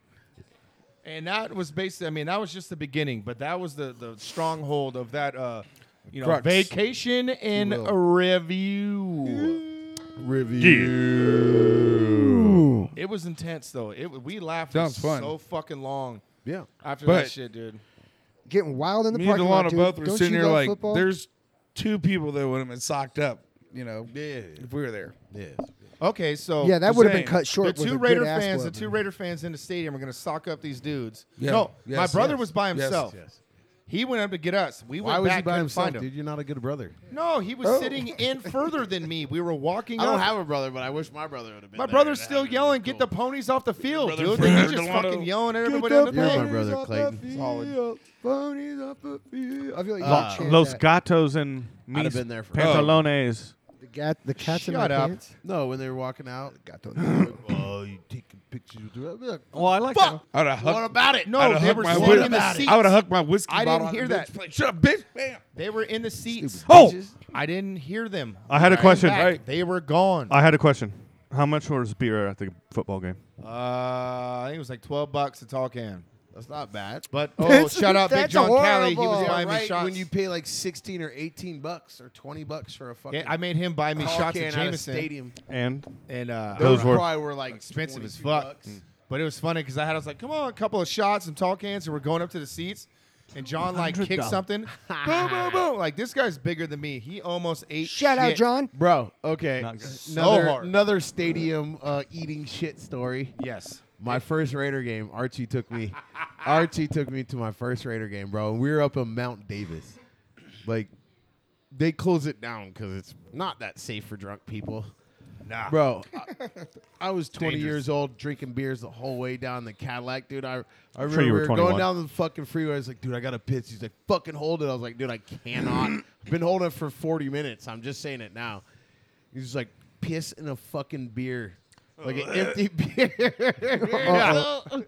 Speaker 5: And that was basically, I mean, that was just the beginning, but that was the, the stronghold of that, uh, you know,
Speaker 2: Crux.
Speaker 5: vacation and
Speaker 1: will.
Speaker 5: a review.
Speaker 1: Review.
Speaker 5: It was intense though. It w- we laughed
Speaker 2: Sounds fun.
Speaker 5: so fucking long
Speaker 1: Yeah.
Speaker 5: after that
Speaker 2: But-
Speaker 5: shit, dude.
Speaker 4: Getting wild in the
Speaker 2: Me and
Speaker 4: parking lot,
Speaker 2: Delano
Speaker 4: dude.
Speaker 2: both were
Speaker 4: Don't
Speaker 2: sitting
Speaker 4: you
Speaker 2: here
Speaker 4: love
Speaker 2: like,
Speaker 4: football?
Speaker 2: there's two people that would have been socked up, you know,
Speaker 3: Yeah.
Speaker 2: if we were there.
Speaker 3: Yeah.
Speaker 5: Okay, so
Speaker 4: yeah, that
Speaker 2: I'm
Speaker 4: would have been
Speaker 2: saying,
Speaker 4: cut
Speaker 5: Oh, the
Speaker 4: short. with
Speaker 5: two
Speaker 4: a
Speaker 5: Raider
Speaker 4: good ass
Speaker 5: fans, the
Speaker 4: whooping.
Speaker 5: two Raider fans in the stadium are gonna sock up these dudes.
Speaker 2: Yeah.
Speaker 5: No, my
Speaker 2: Yes,
Speaker 5: brother
Speaker 2: yes.
Speaker 5: was by
Speaker 2: Yes,
Speaker 5: himself.
Speaker 3: yes.
Speaker 5: He went up to get us. We
Speaker 1: Why
Speaker 5: went
Speaker 1: was
Speaker 5: back
Speaker 1: he by
Speaker 5: couldn't
Speaker 1: himself,
Speaker 5: find him.
Speaker 1: dude? You're not a good brother.
Speaker 5: No, he
Speaker 4: Oh.
Speaker 5: was sitting in further than me. We were walking.
Speaker 3: I don't
Speaker 5: up.
Speaker 3: have a brother, but I wish my brother would have been.
Speaker 5: My
Speaker 3: there.
Speaker 5: brother's
Speaker 3: That
Speaker 5: still
Speaker 3: would've been
Speaker 5: yelling,
Speaker 3: cool.
Speaker 5: "Get the ponies off the field,
Speaker 2: Brother
Speaker 5: dude!" He's just
Speaker 2: Delano.
Speaker 5: fuking yelling at
Speaker 4: Get
Speaker 5: everybody
Speaker 4: the
Speaker 5: on the
Speaker 3: You're my
Speaker 5: thing.
Speaker 4: ponies
Speaker 3: brother,
Speaker 4: off
Speaker 3: Clayton.
Speaker 4: the
Speaker 2: Solid.
Speaker 4: field, ponies off the field. I feel like you
Speaker 3: Uh,
Speaker 4: should chant
Speaker 6: Los
Speaker 4: that.
Speaker 6: Gatos and
Speaker 3: I'd have
Speaker 6: mis
Speaker 3: been there for.
Speaker 6: pantalones.
Speaker 4: The, gat, the cats in my
Speaker 5: Shut up.
Speaker 4: pants.
Speaker 3: No, when they were walking out. oh, you taking pictures with the like,
Speaker 6: Well, I like that.
Speaker 2: I would have
Speaker 5: What
Speaker 2: hugged,
Speaker 5: about it?
Speaker 2: I'd
Speaker 5: No,
Speaker 2: have
Speaker 5: they
Speaker 2: hugged
Speaker 5: were
Speaker 2: my
Speaker 5: sitting in
Speaker 2: whiskey.
Speaker 5: the seats.
Speaker 2: I would have hugged my whiskey
Speaker 5: I
Speaker 2: bottle
Speaker 5: didn't
Speaker 2: out
Speaker 5: hear
Speaker 2: of the
Speaker 5: that.
Speaker 2: bitch. Like, Shut up, bitch. Bam.
Speaker 5: They were in the seats.
Speaker 6: Oh! bitches.
Speaker 5: I didn't hear them.
Speaker 6: I had a
Speaker 5: Right
Speaker 6: question.
Speaker 5: back.
Speaker 6: Right.
Speaker 5: They were gone. Uh,
Speaker 6: I had a question. How much was beer at the football game?
Speaker 5: Uh, I think it was like twelve bucks a tall can.
Speaker 3: That's not bad.
Speaker 5: But oh,
Speaker 4: That's-
Speaker 5: shout out Big
Speaker 4: that's
Speaker 5: John Cali. He
Speaker 4: horrible.
Speaker 5: was
Speaker 4: Yeah,
Speaker 5: buying me
Speaker 3: right
Speaker 5: shots.
Speaker 3: when you pay like sixteen or eighteen bucks or twenty bucks for a fucking.
Speaker 5: Yeah, I made him buy me
Speaker 3: tall
Speaker 5: shots
Speaker 3: can
Speaker 5: at
Speaker 3: out of
Speaker 5: Jameson,
Speaker 3: stadium.
Speaker 6: And
Speaker 5: and uh,
Speaker 6: Those were
Speaker 3: probably were like
Speaker 5: expensive as
Speaker 3: 22
Speaker 5: fuck.
Speaker 3: bucks.
Speaker 5: But it was funny because I had I was like, come on, a couple of shots, some tall cans, and we're going up to the seats. And John like kicked something, boom, boom, boom. Like this guy's bigger than me. He almost ate.
Speaker 4: Shout out,
Speaker 5: shit.
Speaker 4: John.
Speaker 3: Bro, okay.
Speaker 6: Not good.
Speaker 5: So
Speaker 3: Another,
Speaker 5: hard.
Speaker 3: another stadium uh, eating shit story.
Speaker 5: Yes.
Speaker 3: My first Raider game, Archie took me. Archie took me to my first Raider game, bro. And we were up in Mount Davis. Like, they close it down because it's not that safe for drunk people. Nah. Bro, I, I was 20 years old drinking beers the whole way down the Cadillac, dude. I, I remember
Speaker 6: sure
Speaker 3: we
Speaker 6: you were
Speaker 3: were going
Speaker 6: 21.
Speaker 3: down the fucking freeway. I was like, dude, I got to piss. He's like, fucking hold it. I was like, dude, I cannot. I've been holding it for 40 minutes. I'm just saying it now. He's just like, piss in a fucking beer. Like an empty beer.
Speaker 4: Oh,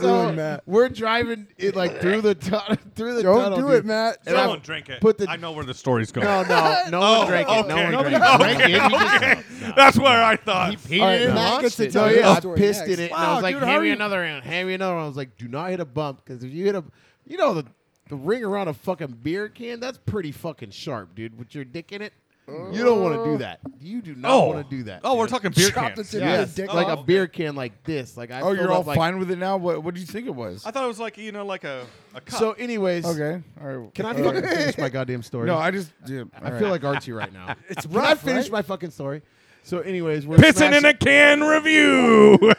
Speaker 3: So, We're driving it like through the tu- through the
Speaker 4: Don't
Speaker 3: tunnel,
Speaker 4: do
Speaker 3: dude.
Speaker 4: it, Matt.
Speaker 3: And I
Speaker 6: drink it.
Speaker 3: put the-
Speaker 6: I know where the story's going.
Speaker 3: No, no, no one drank it. No
Speaker 6: okay.
Speaker 3: one
Speaker 6: Nobody
Speaker 3: drank it.
Speaker 5: Right, dude? You just-
Speaker 6: That's where I thought.
Speaker 5: He
Speaker 4: All right,
Speaker 5: didn't
Speaker 4: Matt
Speaker 5: launch
Speaker 4: gets to
Speaker 5: it.
Speaker 4: tell
Speaker 3: So
Speaker 4: you
Speaker 3: yeah,
Speaker 4: the
Speaker 3: I
Speaker 4: story
Speaker 3: pissed
Speaker 4: next.
Speaker 3: in it, and
Speaker 5: Wow,
Speaker 3: I was like,
Speaker 5: dude, how
Speaker 3: "Hand
Speaker 5: are
Speaker 3: me
Speaker 5: you-
Speaker 3: another round. Hand me another round." I was like, "Do not hit a bump, because if you hit a, you know the the ring around a fucking beer can, that's pretty fucking sharp, dude. With your dick in it, you don't want to do that. You do not want to do that.
Speaker 6: Oh, we're
Speaker 3: dude.
Speaker 6: talking beer
Speaker 4: Drop the
Speaker 6: cans.
Speaker 4: tip of
Speaker 3: Yes,
Speaker 4: the dick
Speaker 3: like
Speaker 4: off.
Speaker 3: a beer can like this. Like I.
Speaker 2: Oh,
Speaker 3: filled
Speaker 2: you're all
Speaker 3: up, like-
Speaker 2: fine with it now? What What do you think it was?
Speaker 6: I thought it was like you know, like a, a cup.
Speaker 3: So, anyways,
Speaker 2: Okay. All right.
Speaker 3: can I
Speaker 2: All
Speaker 3: fucking
Speaker 2: right.
Speaker 3: finish my goddamn story?
Speaker 2: No, I just. Dude,
Speaker 3: I feel like Archie right now. it's Can I
Speaker 4: rough,
Speaker 3: finish
Speaker 4: right?
Speaker 3: my fucking story? So, anyways, we're
Speaker 7: Pissing
Speaker 3: smashing,
Speaker 7: in a can review.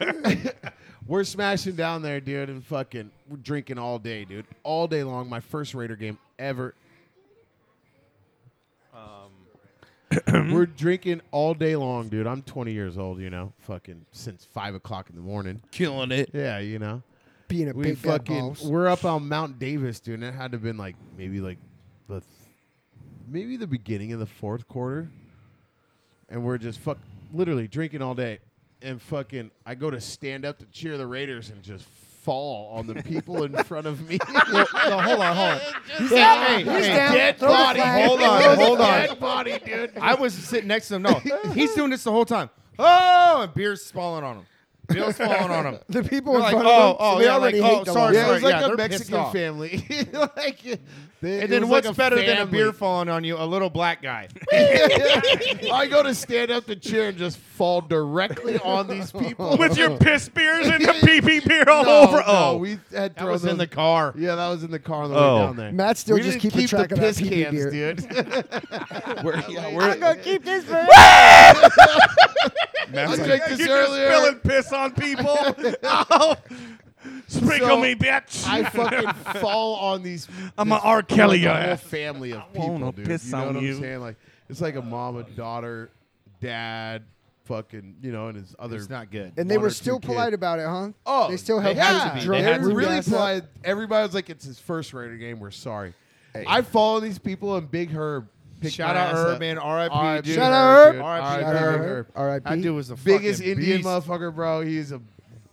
Speaker 3: we're smashing down there, dude, and fucking we're drinking all day, dude, all day long. My first Raider game ever. we're drinking all day long, dude. I'm 20 years old, you know, fucking since five o'clock in the morning.
Speaker 2: killing it.
Speaker 3: Yeah, you know,
Speaker 4: Being a
Speaker 3: we
Speaker 4: big guy
Speaker 3: fucking
Speaker 4: boss.
Speaker 3: we're up on Mount Davis, dude. And it had to have been like maybe like the th- maybe the beginning of the fourth quarter, and we're just fuck literally drinking all day, and fucking I go to stand up to cheer the Raiders and just fall on the people in front of me.
Speaker 5: No, hold on, hold on.
Speaker 3: He's
Speaker 5: down. He's down.
Speaker 3: Dead
Speaker 4: Throw the
Speaker 3: body.
Speaker 4: flag.
Speaker 5: Hold on, hold on.
Speaker 3: Dead body, dude.
Speaker 5: I was sitting next to him. No, he's doing this the whole time. Oh, and beer's falling on him. Bill's falling on him.
Speaker 4: The people
Speaker 5: They're
Speaker 4: in
Speaker 5: like,
Speaker 4: front
Speaker 5: oh,
Speaker 4: of them,
Speaker 5: oh,
Speaker 4: so they
Speaker 5: yeah,
Speaker 4: already
Speaker 5: like, oh,
Speaker 4: hate the
Speaker 5: sorry,
Speaker 4: law.
Speaker 3: Yeah, it
Speaker 5: sorry.
Speaker 3: was like
Speaker 5: Yeah,
Speaker 3: a
Speaker 5: they're pissed
Speaker 3: Mexican
Speaker 5: off.
Speaker 3: family. like, they- it
Speaker 5: And then
Speaker 3: was
Speaker 5: what's
Speaker 3: like a
Speaker 5: better than a
Speaker 3: family.
Speaker 5: beer falling on you? A little black guy.
Speaker 3: I go to stand up to cheer and just fall directly on these people.
Speaker 7: With your piss beers and the pee pee beer all
Speaker 3: no,
Speaker 7: over.
Speaker 3: no,
Speaker 7: Oh,
Speaker 3: we had
Speaker 5: That
Speaker 3: thrown
Speaker 5: was
Speaker 3: those-
Speaker 5: in the car.
Speaker 3: Yeah, that was in the car on the
Speaker 7: Oh.
Speaker 3: way down there.
Speaker 4: Matt still
Speaker 3: we
Speaker 4: just
Speaker 3: didn't
Speaker 4: keeping
Speaker 3: keep
Speaker 4: track
Speaker 3: the
Speaker 4: of that
Speaker 3: piss
Speaker 4: pee-pee
Speaker 3: cans,
Speaker 4: beer.
Speaker 3: dude.
Speaker 2: We're, yeah,
Speaker 4: I'm
Speaker 2: we're,
Speaker 4: gonna keep this.
Speaker 2: Matt's
Speaker 1: I
Speaker 2: like,
Speaker 1: drank this
Speaker 7: You're just
Speaker 1: earlier.
Speaker 7: spilling piss on people. oh, sprinkle
Speaker 3: So,
Speaker 7: me, bitch.
Speaker 3: I fucking fall on these.
Speaker 7: I'm
Speaker 3: this
Speaker 7: a R. Kelly
Speaker 3: fucking
Speaker 7: your
Speaker 3: whole
Speaker 7: ass.
Speaker 3: family of
Speaker 7: wanna
Speaker 3: people, dude.
Speaker 7: piss
Speaker 3: you know
Speaker 7: on
Speaker 3: what
Speaker 7: you.
Speaker 3: I'm saying? Like it's like a mom, a daughter, dad, fucking, you know, and his other.
Speaker 5: It's not good.
Speaker 4: And they
Speaker 3: one or
Speaker 4: were
Speaker 3: two
Speaker 4: still
Speaker 3: kids.
Speaker 4: polite about it, huh?
Speaker 3: Oh,
Speaker 4: they still
Speaker 3: have
Speaker 4: helped
Speaker 3: had
Speaker 4: you
Speaker 3: to be.
Speaker 4: drug
Speaker 3: They had
Speaker 4: your
Speaker 3: to be really
Speaker 4: ass up?
Speaker 3: polite. Everybody was like, "It's his first Raider game. We're sorry." I follow these people and Big Herb. picked
Speaker 5: Shout
Speaker 3: my
Speaker 5: out
Speaker 3: ass
Speaker 5: Herb,
Speaker 3: up.
Speaker 5: man. R.I.P.
Speaker 3: R.I.P.
Speaker 5: dude.
Speaker 4: Shout out Herb.
Speaker 3: dude.
Speaker 5: R.I.P.
Speaker 4: Shout out
Speaker 5: Big
Speaker 4: Herb.
Speaker 5: Herb.
Speaker 4: R.I.P.
Speaker 5: That dude was the
Speaker 3: biggest
Speaker 5: fucking
Speaker 3: Indian
Speaker 5: beast.
Speaker 3: motherfucker, bro. He's a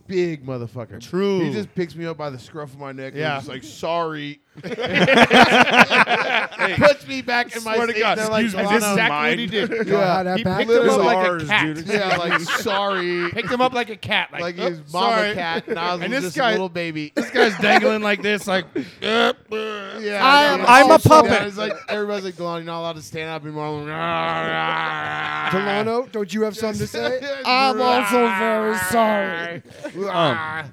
Speaker 3: big motherfucker.
Speaker 5: True.
Speaker 3: He just picks me up by the scruff of my neck.
Speaker 5: Yeah.
Speaker 3: Yeah. And he's like, sorry. Puts me back in my
Speaker 2: Swear to
Speaker 3: seat.
Speaker 2: God,
Speaker 3: They're like,
Speaker 2: excuse me,
Speaker 3: "Oh,
Speaker 2: this is
Speaker 3: no."
Speaker 2: exactly
Speaker 5: what he did.
Speaker 4: God, how that
Speaker 5: he
Speaker 4: back
Speaker 5: picked
Speaker 4: door
Speaker 5: him
Speaker 4: was
Speaker 5: up like
Speaker 2: ours,
Speaker 5: a cat.
Speaker 2: dude.
Speaker 3: Yeah, like sorry.
Speaker 5: Picked him up like a cat. Like,
Speaker 3: Like
Speaker 5: "Oops,
Speaker 3: his mama
Speaker 5: sorry."
Speaker 3: cat nozzles
Speaker 5: And
Speaker 3: this,
Speaker 5: this guy-
Speaker 3: little baby.
Speaker 5: This guy's dangling like this. Like
Speaker 3: Yeah,
Speaker 4: I am I'm a also- puppet.
Speaker 3: Yeah, it's like everybody's like, Delon, you're not allowed to stand up anymore. I'm "Ah, like,
Speaker 4: Delano, don't you have something to say?
Speaker 3: Ah. Yes.
Speaker 4: I'm also very sorry.
Speaker 3: ah,
Speaker 7: Um,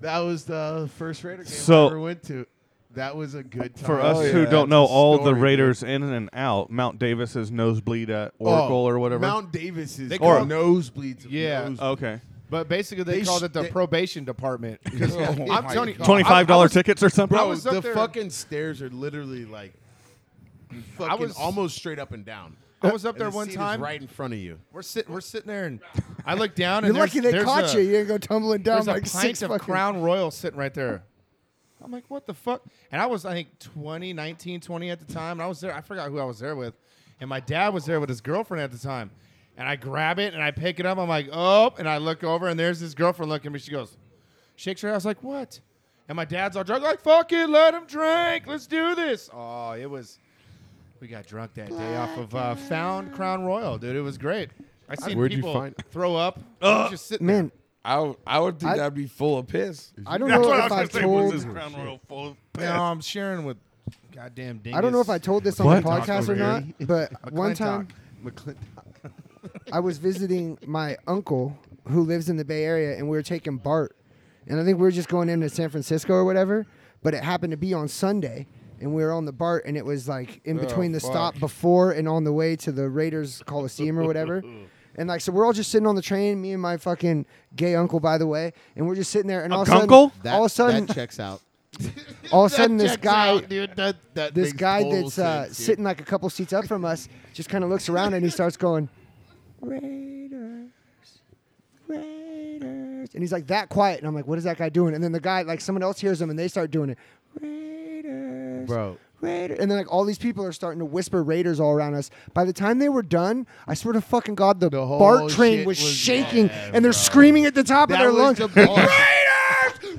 Speaker 3: that was the first Raider game
Speaker 7: So-
Speaker 3: I ever went to. That was a good time. Oh,
Speaker 7: For us
Speaker 2: Oh, yeah,
Speaker 7: who
Speaker 2: that's
Speaker 7: don't know
Speaker 3: a
Speaker 7: all the
Speaker 3: story,
Speaker 7: Raiders in and out, Mount Davis is nosebleed at Oracle
Speaker 3: Oh,
Speaker 7: or whatever.
Speaker 3: Mount Davis is
Speaker 5: call
Speaker 3: or
Speaker 5: it-
Speaker 3: nosebleeds. of
Speaker 5: Yeah.
Speaker 3: nose-
Speaker 7: okay.
Speaker 5: But basically, they,
Speaker 3: They
Speaker 5: called
Speaker 3: sh-
Speaker 5: it the
Speaker 3: they-
Speaker 5: probation department.
Speaker 2: Oh
Speaker 5: I'm
Speaker 2: my
Speaker 5: telling you,
Speaker 2: God.
Speaker 7: Twenty-five dollar tickets or something.
Speaker 3: bro,
Speaker 5: was up
Speaker 3: the
Speaker 5: there-
Speaker 3: fucking stairs are literally like fucking
Speaker 5: was-
Speaker 3: almost straight up and down.
Speaker 5: I was up
Speaker 3: And
Speaker 5: there
Speaker 3: the
Speaker 5: one
Speaker 3: seat is
Speaker 5: time.
Speaker 3: right in front of you.
Speaker 5: We're sitting. We're sitting there, and I look down.
Speaker 4: You're
Speaker 5: and there's-
Speaker 4: lucky they
Speaker 5: there's
Speaker 4: caught
Speaker 5: a-
Speaker 4: you. You didn't go tumbling down
Speaker 5: There's
Speaker 4: like
Speaker 5: a
Speaker 4: six
Speaker 5: pint of
Speaker 4: fucking.
Speaker 5: Crown Royal sitting right there. I'm like, what the fuck? And I was, I think, 20, 19, 20 at the time. And I was there. I forgot who I was there with. And my dad was there with his girlfriend at the time. And I grab it and I pick it up. I'm like, oh. And I look over and there's this girlfriend looking at me. She goes, shakes her head. I was like, what? And my dad's all drunk. Like, fuck it. Let him drink. Let's do this. Oh, it was. We got drunk that day off of uh, Found Crown Royal, dude. It was great. I seen
Speaker 3: Where'd you
Speaker 5: people
Speaker 3: find-
Speaker 5: throw up. just sitting there.
Speaker 4: Uh, Man,
Speaker 2: I would, I would think
Speaker 4: I-
Speaker 2: that'd be full of piss.
Speaker 4: I don't
Speaker 7: That's
Speaker 4: know
Speaker 7: what I
Speaker 4: if
Speaker 7: was
Speaker 4: I
Speaker 7: gonna say. Was this
Speaker 4: told.
Speaker 7: Crown Royal full of piss?
Speaker 5: No, I'm um, sharing with goddamn dingus.
Speaker 4: I don't know if I told this on
Speaker 7: What?
Speaker 4: the podcast or not,
Speaker 3: Talk
Speaker 4: but one time
Speaker 3: McClintock.
Speaker 4: I was visiting my uncle who lives in the Bay Area, and we were taking BART, and I think we were just going into San Francisco or whatever. But it happened to be on Sunday, and we were on the BART, and it was like in between the
Speaker 2: fuck.
Speaker 4: stop before and on the way to the Raiders Coliseum or whatever. And like, so we're all just sitting on the train, me and my fucking gay uncle, by the way, and we're just sitting there, and all of a sudden,
Speaker 7: gunkle?
Speaker 4: all of a sudden,
Speaker 3: that checks out.
Speaker 4: all of a sudden, this
Speaker 3: Checks
Speaker 4: guy,
Speaker 3: out, dude. That, that
Speaker 4: this
Speaker 3: makes
Speaker 4: guy
Speaker 3: total
Speaker 4: that's uh,
Speaker 3: sense, dude.
Speaker 4: sitting like a couple seats up from us just kind of looks around and he starts going, Raiders, Raiders. And he's like that quiet. And I'm like, what is that guy doing? And then the guy, like someone else hears him and they start doing it. Raiders.
Speaker 3: Bro.
Speaker 4: Raiders. And then like all these people are starting to whisper Raiders all around us. By the time they were done, I swear to fucking God, the,
Speaker 3: whole
Speaker 4: BART train
Speaker 3: shit
Speaker 4: was,
Speaker 3: was-
Speaker 4: shaking
Speaker 3: Yeah,
Speaker 4: and they're screaming at the top of
Speaker 3: That
Speaker 4: their lungs.
Speaker 3: was the ball.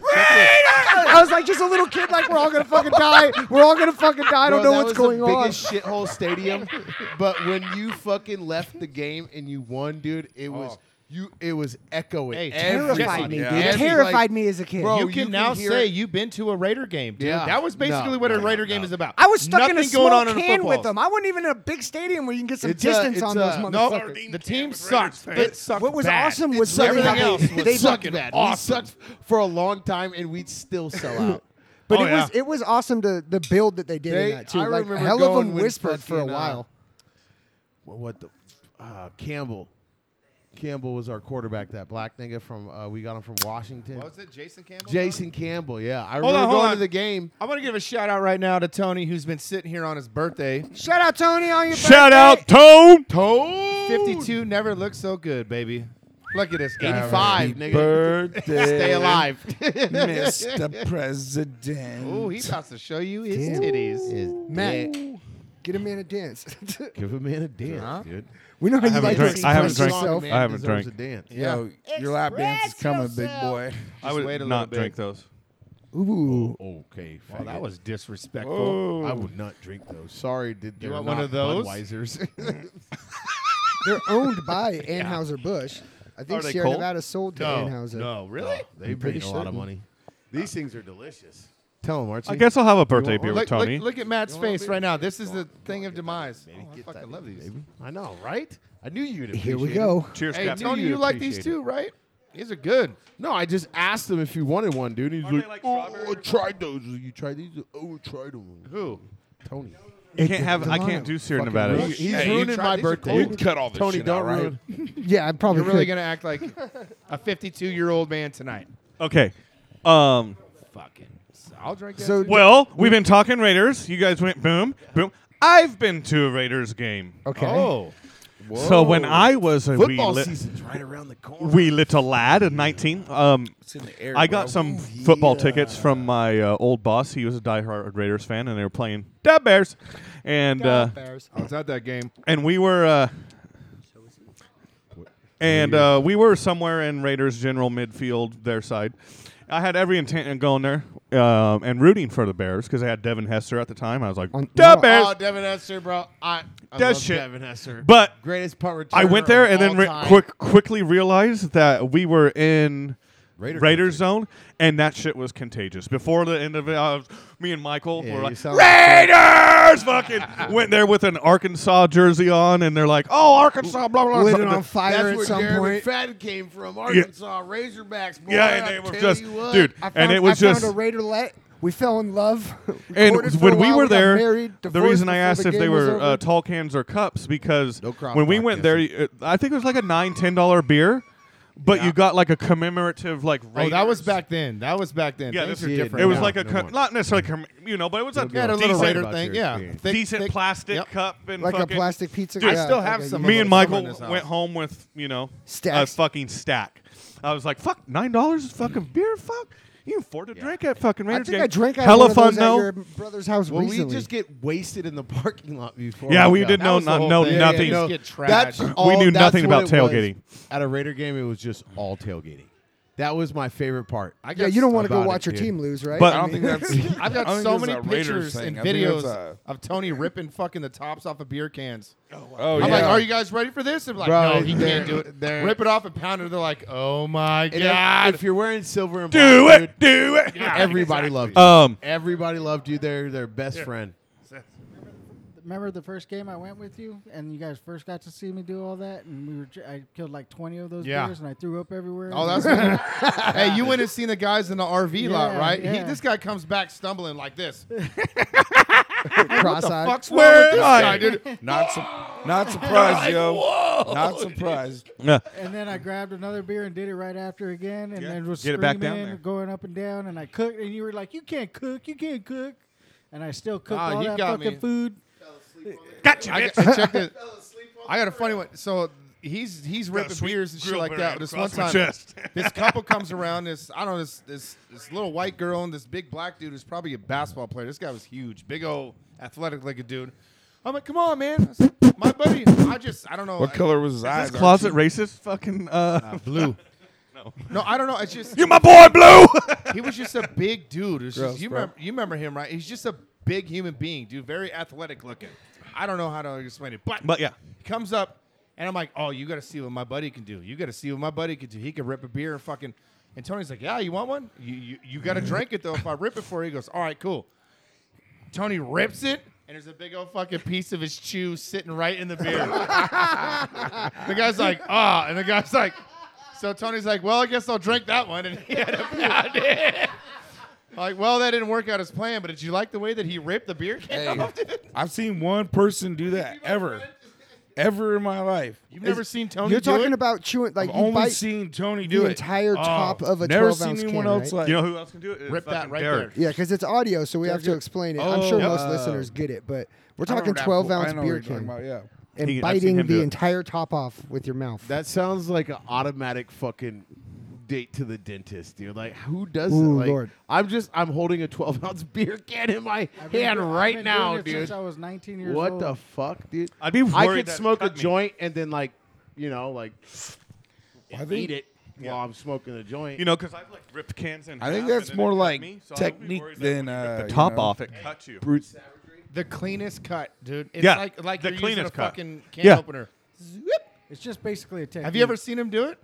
Speaker 4: I was like, just a little kid, like we're all gonna fucking die. We're all gonna fucking die. I don't
Speaker 3: Bro,
Speaker 4: know
Speaker 3: that
Speaker 4: what's
Speaker 3: was
Speaker 4: going
Speaker 3: the
Speaker 4: on.
Speaker 3: Biggest shithole stadium. but when you fucking left the game and you won, dude, it was you. It was
Speaker 5: Oh.
Speaker 3: echoing.
Speaker 5: Hey,
Speaker 3: everybody.
Speaker 4: terrified me,
Speaker 2: Yeah.
Speaker 4: dude.
Speaker 2: Every,
Speaker 4: Terrified me as a kid.
Speaker 3: Bro,
Speaker 5: Oh, you
Speaker 3: you
Speaker 5: can
Speaker 3: can
Speaker 5: now
Speaker 3: hear
Speaker 5: say
Speaker 3: it.
Speaker 5: you've been to a Raider game, dude.
Speaker 3: Yeah.
Speaker 5: That was basically
Speaker 3: No,
Speaker 5: what a
Speaker 3: no,
Speaker 5: Raider
Speaker 3: no.
Speaker 5: game is about.
Speaker 4: I was stuck in a
Speaker 5: Nothing
Speaker 4: small
Speaker 5: going on in a
Speaker 4: can
Speaker 5: football.
Speaker 4: with them. I wasn't even in a big stadium where you can get some
Speaker 3: It's a-
Speaker 4: distance
Speaker 3: it's
Speaker 4: on
Speaker 3: a-
Speaker 4: those
Speaker 3: no,
Speaker 4: motherfuckers.
Speaker 5: The team sucks.
Speaker 7: Raiders
Speaker 5: It
Speaker 7: fans.
Speaker 5: sucked
Speaker 4: What was
Speaker 5: bad.
Speaker 4: awesome
Speaker 3: It
Speaker 4: was
Speaker 3: sucked
Speaker 4: really how
Speaker 3: everything
Speaker 4: they,
Speaker 3: else was
Speaker 4: they
Speaker 3: sucking bad. We sucked for a long time and we'd still sell out.
Speaker 4: But
Speaker 5: Oh,
Speaker 4: it
Speaker 5: yeah.
Speaker 4: was it was awesome to the build that they did
Speaker 3: They-
Speaker 4: in that too.
Speaker 3: I
Speaker 4: like
Speaker 3: remember
Speaker 4: hell of
Speaker 3: going
Speaker 4: them
Speaker 3: when
Speaker 4: whispered for a
Speaker 3: fucking, uh,
Speaker 4: while.
Speaker 3: Well, what the uh, Campbell? Campbell was our quarterback. That black nigga from uh, we got him from Washington.
Speaker 5: What was it, Jason Campbell?
Speaker 3: Jason Campbell. Yeah, I
Speaker 5: on,
Speaker 3: remember
Speaker 5: hold
Speaker 3: going
Speaker 5: on.
Speaker 3: to the game.
Speaker 5: I want to give a shout out right now to Tony, who's been sitting here on his birthday.
Speaker 4: Shout out Tony on your
Speaker 7: Shout
Speaker 4: birthday.
Speaker 7: out Tone.
Speaker 3: Toe
Speaker 5: 52 never looked so good, baby. Look at this guy. over here.
Speaker 3: eighty-five, nigga.
Speaker 2: Birthday,
Speaker 3: Stay alive.
Speaker 2: Mr. President.
Speaker 5: Ooh, he's about to show you his
Speaker 4: Damn.
Speaker 5: titties.
Speaker 4: Matt. Get a man a dance.
Speaker 3: Give a man a dance, dude.
Speaker 4: we know how you
Speaker 7: haven't
Speaker 4: like
Speaker 7: drank-
Speaker 4: to
Speaker 7: I haven't
Speaker 4: express
Speaker 7: drank-
Speaker 4: yourself.
Speaker 7: I haven't
Speaker 3: deserves
Speaker 7: drank.
Speaker 3: a dance.
Speaker 2: Yo, your lap dance is coming, big boy.
Speaker 7: I would
Speaker 5: wait a little
Speaker 7: not
Speaker 5: bit.
Speaker 7: drink those.
Speaker 4: Ooh.
Speaker 3: Okay,
Speaker 5: Oh, that was disrespectful.
Speaker 2: Oh,
Speaker 3: I would not drink those. Sorry, did
Speaker 5: You
Speaker 3: they're
Speaker 5: want one
Speaker 3: not
Speaker 5: of those?
Speaker 3: Budweisers.
Speaker 4: They're owned by Anheuser Busch. I think
Speaker 7: Are they
Speaker 4: Sierra
Speaker 7: cold?
Speaker 4: Nevada sold to Anheuser.
Speaker 5: really?
Speaker 3: they bring a lot of money. These things are delicious. Tell them, Archie.
Speaker 7: I guess I'll have a birthday
Speaker 3: want
Speaker 7: beer
Speaker 3: one?
Speaker 7: with
Speaker 5: Look,
Speaker 7: Tony.
Speaker 5: look, look at Matt's
Speaker 3: want a
Speaker 5: face
Speaker 3: beer?
Speaker 5: right now. This is the thing of
Speaker 3: get that,
Speaker 5: demise.
Speaker 3: baby.
Speaker 5: Oh, I
Speaker 3: Get
Speaker 5: fucking
Speaker 3: that,
Speaker 5: love these.
Speaker 3: Baby. I know, right? I knew you'd.
Speaker 4: Here we
Speaker 3: appreciate
Speaker 4: go.
Speaker 3: It.
Speaker 7: Cheers,
Speaker 5: Hey,
Speaker 7: Captain.
Speaker 5: Tony, you like these
Speaker 3: appreciate it.
Speaker 5: too, right? These are good.
Speaker 3: No, I just asked him if he wanted one, dude. He's
Speaker 7: Aren't
Speaker 3: like,
Speaker 7: they like
Speaker 3: "Oh,
Speaker 7: strawberry
Speaker 3: I
Speaker 7: or
Speaker 3: tried those. You tried these? Oh, I tried them."
Speaker 5: Who?
Speaker 3: Tony.
Speaker 6: You can't have. I can't do Sierra Nevada.
Speaker 5: Rush.
Speaker 3: He's
Speaker 2: Hey, you
Speaker 3: ruining
Speaker 5: tried-
Speaker 3: my
Speaker 5: these are
Speaker 3: birthday.
Speaker 2: We can cut all this
Speaker 5: Tony,
Speaker 2: shit
Speaker 5: don't
Speaker 2: out, right?
Speaker 5: ruin.
Speaker 4: Yeah, I probably
Speaker 5: You're really
Speaker 4: could.
Speaker 5: gonna act like a 52 year old man tonight.
Speaker 6: Okay. Um.
Speaker 5: Fucking. I'll drink that.
Speaker 4: So-
Speaker 5: too.
Speaker 6: Well, we've been talking Raiders. You guys went boom, boom. I've been to a Raiders game.
Speaker 4: Okay.
Speaker 5: oh,
Speaker 6: So when I was a wee,
Speaker 5: football
Speaker 6: li-
Speaker 5: season's right around the corner.
Speaker 6: wee little lad at 19, um,
Speaker 2: It's in the air.
Speaker 6: I got
Speaker 2: bro.
Speaker 6: some football tickets from my uh, old boss. He was a diehard Raiders fan, and they were playing Da Bears, and uh,
Speaker 5: I was at that game.
Speaker 6: and we were. Uh, and uh, we were somewhere in Raiders general midfield, their side. I had every intent in going there um, and rooting for the Bears because I had Devin Hester at the time. I was like,
Speaker 4: On-
Speaker 6: "Da
Speaker 4: no,
Speaker 6: Bears!"
Speaker 3: Oh, Devin Hester, bro. I, I
Speaker 6: That
Speaker 3: love
Speaker 6: shit.
Speaker 3: Devin Hester.
Speaker 6: but
Speaker 3: greatest punt returner.
Speaker 6: I went there
Speaker 3: of
Speaker 6: and then
Speaker 3: all
Speaker 6: re-
Speaker 3: time.
Speaker 6: quick quickly realized that we were in Raider, zone, and that shit was contagious. Before the end of it, I was, me and Michael
Speaker 4: Yeah,
Speaker 6: were
Speaker 4: you
Speaker 6: like,
Speaker 4: sound
Speaker 6: Raiders! Fucking went there with an Arkansas jersey on, and they're like, oh, Arkansas, blah, blah,
Speaker 4: Lit it
Speaker 6: blah.
Speaker 4: on fire
Speaker 3: That's
Speaker 4: at
Speaker 3: where
Speaker 4: some
Speaker 3: Jeremy
Speaker 4: point.
Speaker 3: Fadden came from, Arkansas Razorbacks. Boy,
Speaker 6: yeah, and
Speaker 3: I
Speaker 6: they were
Speaker 3: tell
Speaker 6: just,
Speaker 3: you what.
Speaker 6: dude,
Speaker 4: I found,
Speaker 6: and it was
Speaker 4: I
Speaker 6: just.
Speaker 4: found a Raiderlet. We fell in love. We courted
Speaker 6: And
Speaker 4: for a
Speaker 6: when we
Speaker 4: while,
Speaker 6: were
Speaker 4: got
Speaker 6: there,
Speaker 4: married,
Speaker 6: the
Speaker 4: divorced
Speaker 6: reason I
Speaker 4: before
Speaker 6: asked
Speaker 4: the
Speaker 6: if they
Speaker 4: game was
Speaker 6: were
Speaker 4: over.
Speaker 6: uh, tall cans or cups because
Speaker 3: No crop
Speaker 6: when we
Speaker 3: rock
Speaker 6: went there, uh, I think it was like a nine ten dollar beer, but you got like a commemorative like.
Speaker 5: Oh, that was
Speaker 6: Raiders.
Speaker 5: back then. That was back then.
Speaker 6: Yeah,
Speaker 5: Things
Speaker 6: this
Speaker 5: are
Speaker 6: is
Speaker 5: different.
Speaker 6: It was
Speaker 5: now.
Speaker 6: like a
Speaker 5: No
Speaker 6: co-
Speaker 5: more.
Speaker 6: not necessarily comm- you know, but it was a,
Speaker 5: yeah, a little
Speaker 6: decent,
Speaker 5: Raider thing. Yeah, Thick-
Speaker 6: decent
Speaker 5: thick-
Speaker 6: plastic
Speaker 5: yep.
Speaker 6: cup and
Speaker 4: like a
Speaker 6: fucking-
Speaker 4: plastic pizza.
Speaker 5: I
Speaker 4: yeah,
Speaker 5: still have
Speaker 4: okay,
Speaker 5: some of
Speaker 4: you-
Speaker 6: Me and
Speaker 5: Someone
Speaker 6: Michael
Speaker 5: in this house.
Speaker 6: went home with you know
Speaker 4: Stacks.
Speaker 6: a fucking stack. I was like, fuck, nine dollars is fucking beer. Fuck, you can afford to drink at fucking
Speaker 4: I
Speaker 6: Raiders
Speaker 4: think
Speaker 6: game.
Speaker 4: I drank out
Speaker 6: Hella
Speaker 4: of one
Speaker 6: fun
Speaker 4: of those
Speaker 6: though.
Speaker 4: at your brother's house
Speaker 3: Well,
Speaker 4: recently.
Speaker 3: we just get wasted in the parking lot before.
Speaker 6: Yeah, we
Speaker 3: got-
Speaker 6: did
Speaker 5: That
Speaker 6: no-
Speaker 5: was the
Speaker 6: no-
Speaker 5: whole
Speaker 6: no-
Speaker 5: thing. Yeah,
Speaker 6: nothing.
Speaker 5: yeah,
Speaker 3: No,
Speaker 5: just get
Speaker 3: that's
Speaker 5: trashed.
Speaker 3: all-
Speaker 6: knew
Speaker 3: that's
Speaker 6: nothing
Speaker 3: what
Speaker 6: about
Speaker 3: it was.
Speaker 6: tailgating.
Speaker 3: At a Raider game, it was just all tailgating. That was my favorite part. I
Speaker 4: yeah,
Speaker 3: got
Speaker 4: you don't want to go
Speaker 3: about
Speaker 4: watch
Speaker 3: it,
Speaker 4: your
Speaker 3: dude.
Speaker 4: team lose, right?
Speaker 6: But-
Speaker 2: I don't think that's.
Speaker 5: I've
Speaker 2: I
Speaker 5: got
Speaker 2: don't
Speaker 5: so
Speaker 2: think
Speaker 5: many
Speaker 2: that's a Raiders
Speaker 5: pictures
Speaker 2: thing.
Speaker 5: and
Speaker 2: I think
Speaker 5: videos
Speaker 2: that's a-
Speaker 5: of Tony ripping fucking the tops off of beer cans.
Speaker 2: Oh yeah.
Speaker 5: I'm like, are you guys ready for this? And like,
Speaker 3: Bro,
Speaker 5: no, he
Speaker 3: they're-
Speaker 5: can't do it.
Speaker 3: they're-
Speaker 5: Rip it off and pound it. They're like, oh my
Speaker 3: And if-
Speaker 5: god.
Speaker 3: If you're wearing silver and
Speaker 6: do
Speaker 3: black, dude,
Speaker 6: it, do it.
Speaker 3: everybody loved you.
Speaker 6: Um,
Speaker 3: everybody loved you. They're their best friend.
Speaker 8: Remember the first game I went with you, and you guys first got to see me do all that, and we were j- I killed like twenty of those
Speaker 5: Yeah.
Speaker 8: beers, and I threw up everywhere.
Speaker 5: Oh, that's hey, you went and seen the guys in the RV lot,
Speaker 8: Yeah,
Speaker 5: right? He,
Speaker 8: yeah.
Speaker 5: this guy comes back stumbling like this.
Speaker 4: cross-eyed.
Speaker 5: Fuck's wrong
Speaker 6: Where
Speaker 5: with this
Speaker 6: are
Speaker 5: guy,
Speaker 6: you?
Speaker 5: dude?
Speaker 2: Not su- not surprised, yo. Not surprised.
Speaker 6: yeah.
Speaker 8: And then I grabbed another beer and did it right after again, and
Speaker 6: Yeah.
Speaker 8: then was
Speaker 6: Get it back
Speaker 8: screaming,
Speaker 6: down there.
Speaker 8: going up and down, and I cooked, and you were like, "You can't cook, you can't cook," and I still cooked
Speaker 5: Ah,
Speaker 8: all
Speaker 5: you
Speaker 8: that
Speaker 5: got
Speaker 8: fucking
Speaker 5: me.
Speaker 8: food.
Speaker 6: Gotcha.
Speaker 5: I,
Speaker 6: bitch.
Speaker 5: I checked it. I got a funny one. So he's he's ripping
Speaker 6: sweet
Speaker 5: beers and shit
Speaker 6: grill
Speaker 5: like
Speaker 6: burn
Speaker 5: that. This one
Speaker 6: across my
Speaker 5: time,
Speaker 6: chest.
Speaker 5: this couple comes around. This I don't know this this this little white girl and this big black dude who's probably a basketball player. This guy was huge, big old athletic looking dude. I'm like, come on, man. I said, My buddy, I just I don't know.
Speaker 2: What
Speaker 5: I-
Speaker 2: color was his
Speaker 6: This
Speaker 2: eyes?
Speaker 6: closet racist fucking. Uh,
Speaker 5: Blue. No, I don't know. It's just
Speaker 6: You're my boy, Blue.
Speaker 5: he was just a big dude. It was just-
Speaker 2: Gross,
Speaker 5: you,
Speaker 2: bro.
Speaker 5: remember, you remember him, right? He's just a big human being, dude. Very athletic looking. I don't know how to explain it, but
Speaker 6: But, yeah.
Speaker 5: he comes up, and I'm like, oh, you got to see what my buddy can do. You got to see what my buddy can do. He can rip a beer and fucking. And Tony's like, yeah, you want one? You you, you got to drink it though. If I rip it for you, he goes, all right, cool. Tony rips it, and there's a big old fucking piece of his chew sitting right in the beer. the guy's like, ah, and the guy's like, so Tony's like, well, I guess I'll drink that one, and he had a pound it. Like, well, that didn't work out as planned, but did you like the way that he ripped the beer can off? dude?
Speaker 2: I've seen one person do that ever, ever in my life.
Speaker 5: You've never seen Tony
Speaker 4: You're
Speaker 5: do
Speaker 4: talking
Speaker 5: it?
Speaker 4: about chewing like
Speaker 2: I've
Speaker 4: you
Speaker 2: only
Speaker 4: bite
Speaker 2: seen Tony do
Speaker 4: the
Speaker 2: it. Oh,
Speaker 4: entire top of a
Speaker 2: Never
Speaker 4: 12
Speaker 2: seen
Speaker 4: ounce
Speaker 2: anyone
Speaker 4: can,
Speaker 2: else
Speaker 4: right?
Speaker 2: like.
Speaker 6: You know who else can do it?
Speaker 5: Rip that
Speaker 6: Fucking
Speaker 5: right
Speaker 6: Derek.
Speaker 5: there.
Speaker 4: Yeah, because it's audio, so we have to explain it. I'm sure
Speaker 5: Oh.
Speaker 4: most
Speaker 5: Uh,
Speaker 4: listeners get it, but we're talking
Speaker 5: that
Speaker 4: 12
Speaker 2: I
Speaker 4: ounce
Speaker 2: know what
Speaker 4: beer
Speaker 2: you're talking
Speaker 4: can
Speaker 2: about. Yeah.
Speaker 4: and
Speaker 6: He- I've seen
Speaker 4: biting
Speaker 6: him do
Speaker 4: the
Speaker 6: it.
Speaker 4: entire top off with your mouth.
Speaker 3: That sounds like an automatic fucking date to the dentist, dude. Like, who does it?
Speaker 4: Ooh,
Speaker 3: Like,
Speaker 4: Lord.
Speaker 3: I'm just, I'm holding a 12 ounce beer can in my
Speaker 8: I've been
Speaker 3: hand
Speaker 8: do- I've
Speaker 3: right
Speaker 8: been
Speaker 3: now,
Speaker 8: doing it
Speaker 3: dude.
Speaker 8: Since I was 19 years
Speaker 3: What
Speaker 8: old.
Speaker 3: the fuck, dude?
Speaker 6: I'd be
Speaker 3: I
Speaker 6: worried
Speaker 3: could
Speaker 6: that it
Speaker 3: smoke a
Speaker 6: cut me.
Speaker 3: joint and then, like, you know, like,
Speaker 2: I
Speaker 3: eat
Speaker 2: think
Speaker 3: it while I'm smoking the joint.
Speaker 6: You know, because I've like ripped cans in.
Speaker 2: I think
Speaker 6: half
Speaker 2: that's
Speaker 6: and then
Speaker 2: more
Speaker 6: it cut
Speaker 2: like
Speaker 6: me, so I wouldn't be
Speaker 2: technique
Speaker 6: worried that when
Speaker 2: than
Speaker 6: you
Speaker 2: uh,
Speaker 6: rip
Speaker 2: you
Speaker 6: the top
Speaker 2: know,
Speaker 6: off. It cut you.
Speaker 2: brute-
Speaker 5: The cleanest cut, dude. It's
Speaker 6: Yeah,
Speaker 5: like like
Speaker 6: the
Speaker 5: you're using a
Speaker 6: cleanest cut.
Speaker 5: fucking can
Speaker 6: Yeah.
Speaker 5: opener.
Speaker 8: It's just basically a technique.
Speaker 5: Have you ever seen him do it?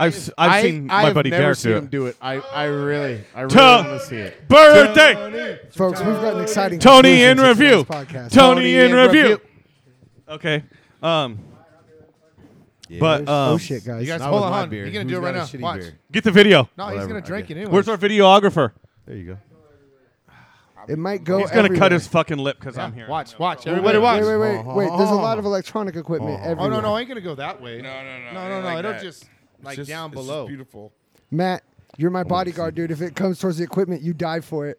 Speaker 6: I've s- I've
Speaker 3: I-
Speaker 6: seen
Speaker 3: I
Speaker 6: my
Speaker 3: have
Speaker 6: buddy
Speaker 3: never
Speaker 6: Derek
Speaker 3: seen
Speaker 6: do
Speaker 3: him
Speaker 6: it.
Speaker 3: do it. I, I really, I really
Speaker 6: Tell-
Speaker 3: want to see it.
Speaker 6: Birthday,
Speaker 4: Folks, we've got an exciting
Speaker 6: Tony
Speaker 4: conclusion
Speaker 6: in
Speaker 4: to
Speaker 6: review.
Speaker 4: today's podcast.
Speaker 6: Tony in review. Okay. Um. But
Speaker 4: oh
Speaker 6: um,
Speaker 4: shit, guys.
Speaker 5: You guys,
Speaker 3: Not
Speaker 5: hold
Speaker 3: with
Speaker 5: on.
Speaker 3: my
Speaker 5: hold on.
Speaker 3: beer.
Speaker 5: You're gonna
Speaker 3: Who's
Speaker 5: do it right
Speaker 3: got a
Speaker 5: now.
Speaker 3: shitty
Speaker 5: Watch.
Speaker 3: beer?
Speaker 6: get the video.
Speaker 5: No, he's
Speaker 3: Whatever,
Speaker 5: gonna
Speaker 3: I
Speaker 5: drink it
Speaker 3: get
Speaker 5: anyway.
Speaker 6: Where's our videographer?
Speaker 3: There you go.
Speaker 4: It might go.
Speaker 6: He's gonna cut
Speaker 4: everywhere.
Speaker 6: his fucking lip because I'm here.
Speaker 5: Watch, watch,
Speaker 4: Wait,
Speaker 5: everybody, watch.
Speaker 4: Wait, wait, wait, wait. There's a lot of electronic equipment everywhere.
Speaker 5: Oh no, no, I ain't gonna go that way.
Speaker 2: No, no, no.
Speaker 5: no,
Speaker 2: ain't
Speaker 5: no,
Speaker 2: like
Speaker 5: I don't
Speaker 2: that.
Speaker 5: just
Speaker 2: It's
Speaker 5: like
Speaker 2: just-
Speaker 5: down
Speaker 2: it's just
Speaker 5: below. Just,
Speaker 2: beautiful.
Speaker 4: Matt, you're my bodyguard, dude. If it comes towards the equipment, you die for it.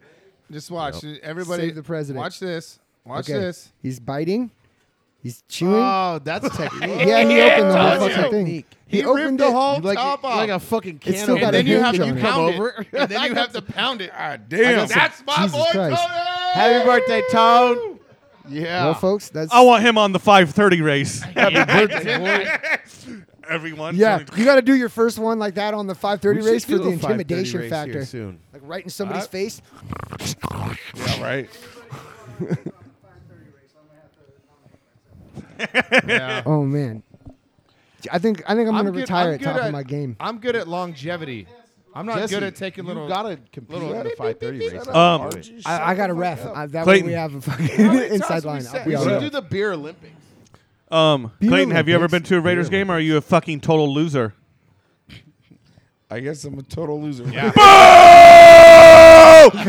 Speaker 5: watch, everybody.
Speaker 4: Save the president.
Speaker 5: Watch this. Watch
Speaker 4: okay.
Speaker 5: this.
Speaker 4: He's biting. He's chewing.
Speaker 3: Oh, that's technique.
Speaker 4: yeah, he opened the whole
Speaker 5: Told you.
Speaker 4: fucking thing.
Speaker 5: He,
Speaker 4: He
Speaker 5: ripped
Speaker 4: opened
Speaker 5: the
Speaker 4: it.
Speaker 5: whole
Speaker 3: You like,
Speaker 5: top off.
Speaker 3: like a fucking can.
Speaker 4: It's still
Speaker 3: opener.
Speaker 4: got
Speaker 5: and then
Speaker 4: a
Speaker 5: you
Speaker 4: hinge
Speaker 5: have to
Speaker 4: on it.
Speaker 5: pound
Speaker 3: Come
Speaker 5: it.
Speaker 3: over.
Speaker 5: and then you have to pound it.
Speaker 2: God Ah, damn.
Speaker 5: That's my
Speaker 4: Jesus
Speaker 5: boy,
Speaker 4: Christ.
Speaker 5: Tony.
Speaker 3: Happy birthday, Tone. Yeah.
Speaker 4: Well, folks, that's.
Speaker 6: I want him on the 5:30 race. Everyone.
Speaker 4: yeah,
Speaker 6: turn-
Speaker 4: you got to do your first one like that on the 5:30
Speaker 3: We
Speaker 4: race
Speaker 3: should
Speaker 4: for
Speaker 3: do
Speaker 4: the
Speaker 3: a 5:30
Speaker 4: intimidation
Speaker 3: race
Speaker 4: factor,
Speaker 3: here soon.
Speaker 4: like right in somebody's face.
Speaker 2: Yeah, right.
Speaker 4: Oh man, I think I think I'm, gonna
Speaker 5: good-
Speaker 4: retire
Speaker 5: I'm
Speaker 4: at
Speaker 5: good
Speaker 4: top
Speaker 5: at-
Speaker 4: of my game.
Speaker 5: I'm good at longevity. I'm not
Speaker 3: Jesse,
Speaker 5: good at taking little.
Speaker 3: You gotta compete
Speaker 5: little-
Speaker 3: in the 530 race.
Speaker 6: Um,
Speaker 4: I, I got a ref. I, that
Speaker 6: Clayton.
Speaker 4: way we have a fucking inside line. I'll be
Speaker 5: we
Speaker 4: all
Speaker 5: should
Speaker 4: right.
Speaker 5: do the beer Olympics.
Speaker 6: um,
Speaker 4: Beer
Speaker 6: Clayton, have you ever been
Speaker 4: Olympics.
Speaker 6: to a Raiders game? or Are you a fucking total loser?
Speaker 2: I guess I'm a total loser. Yeah.
Speaker 4: Can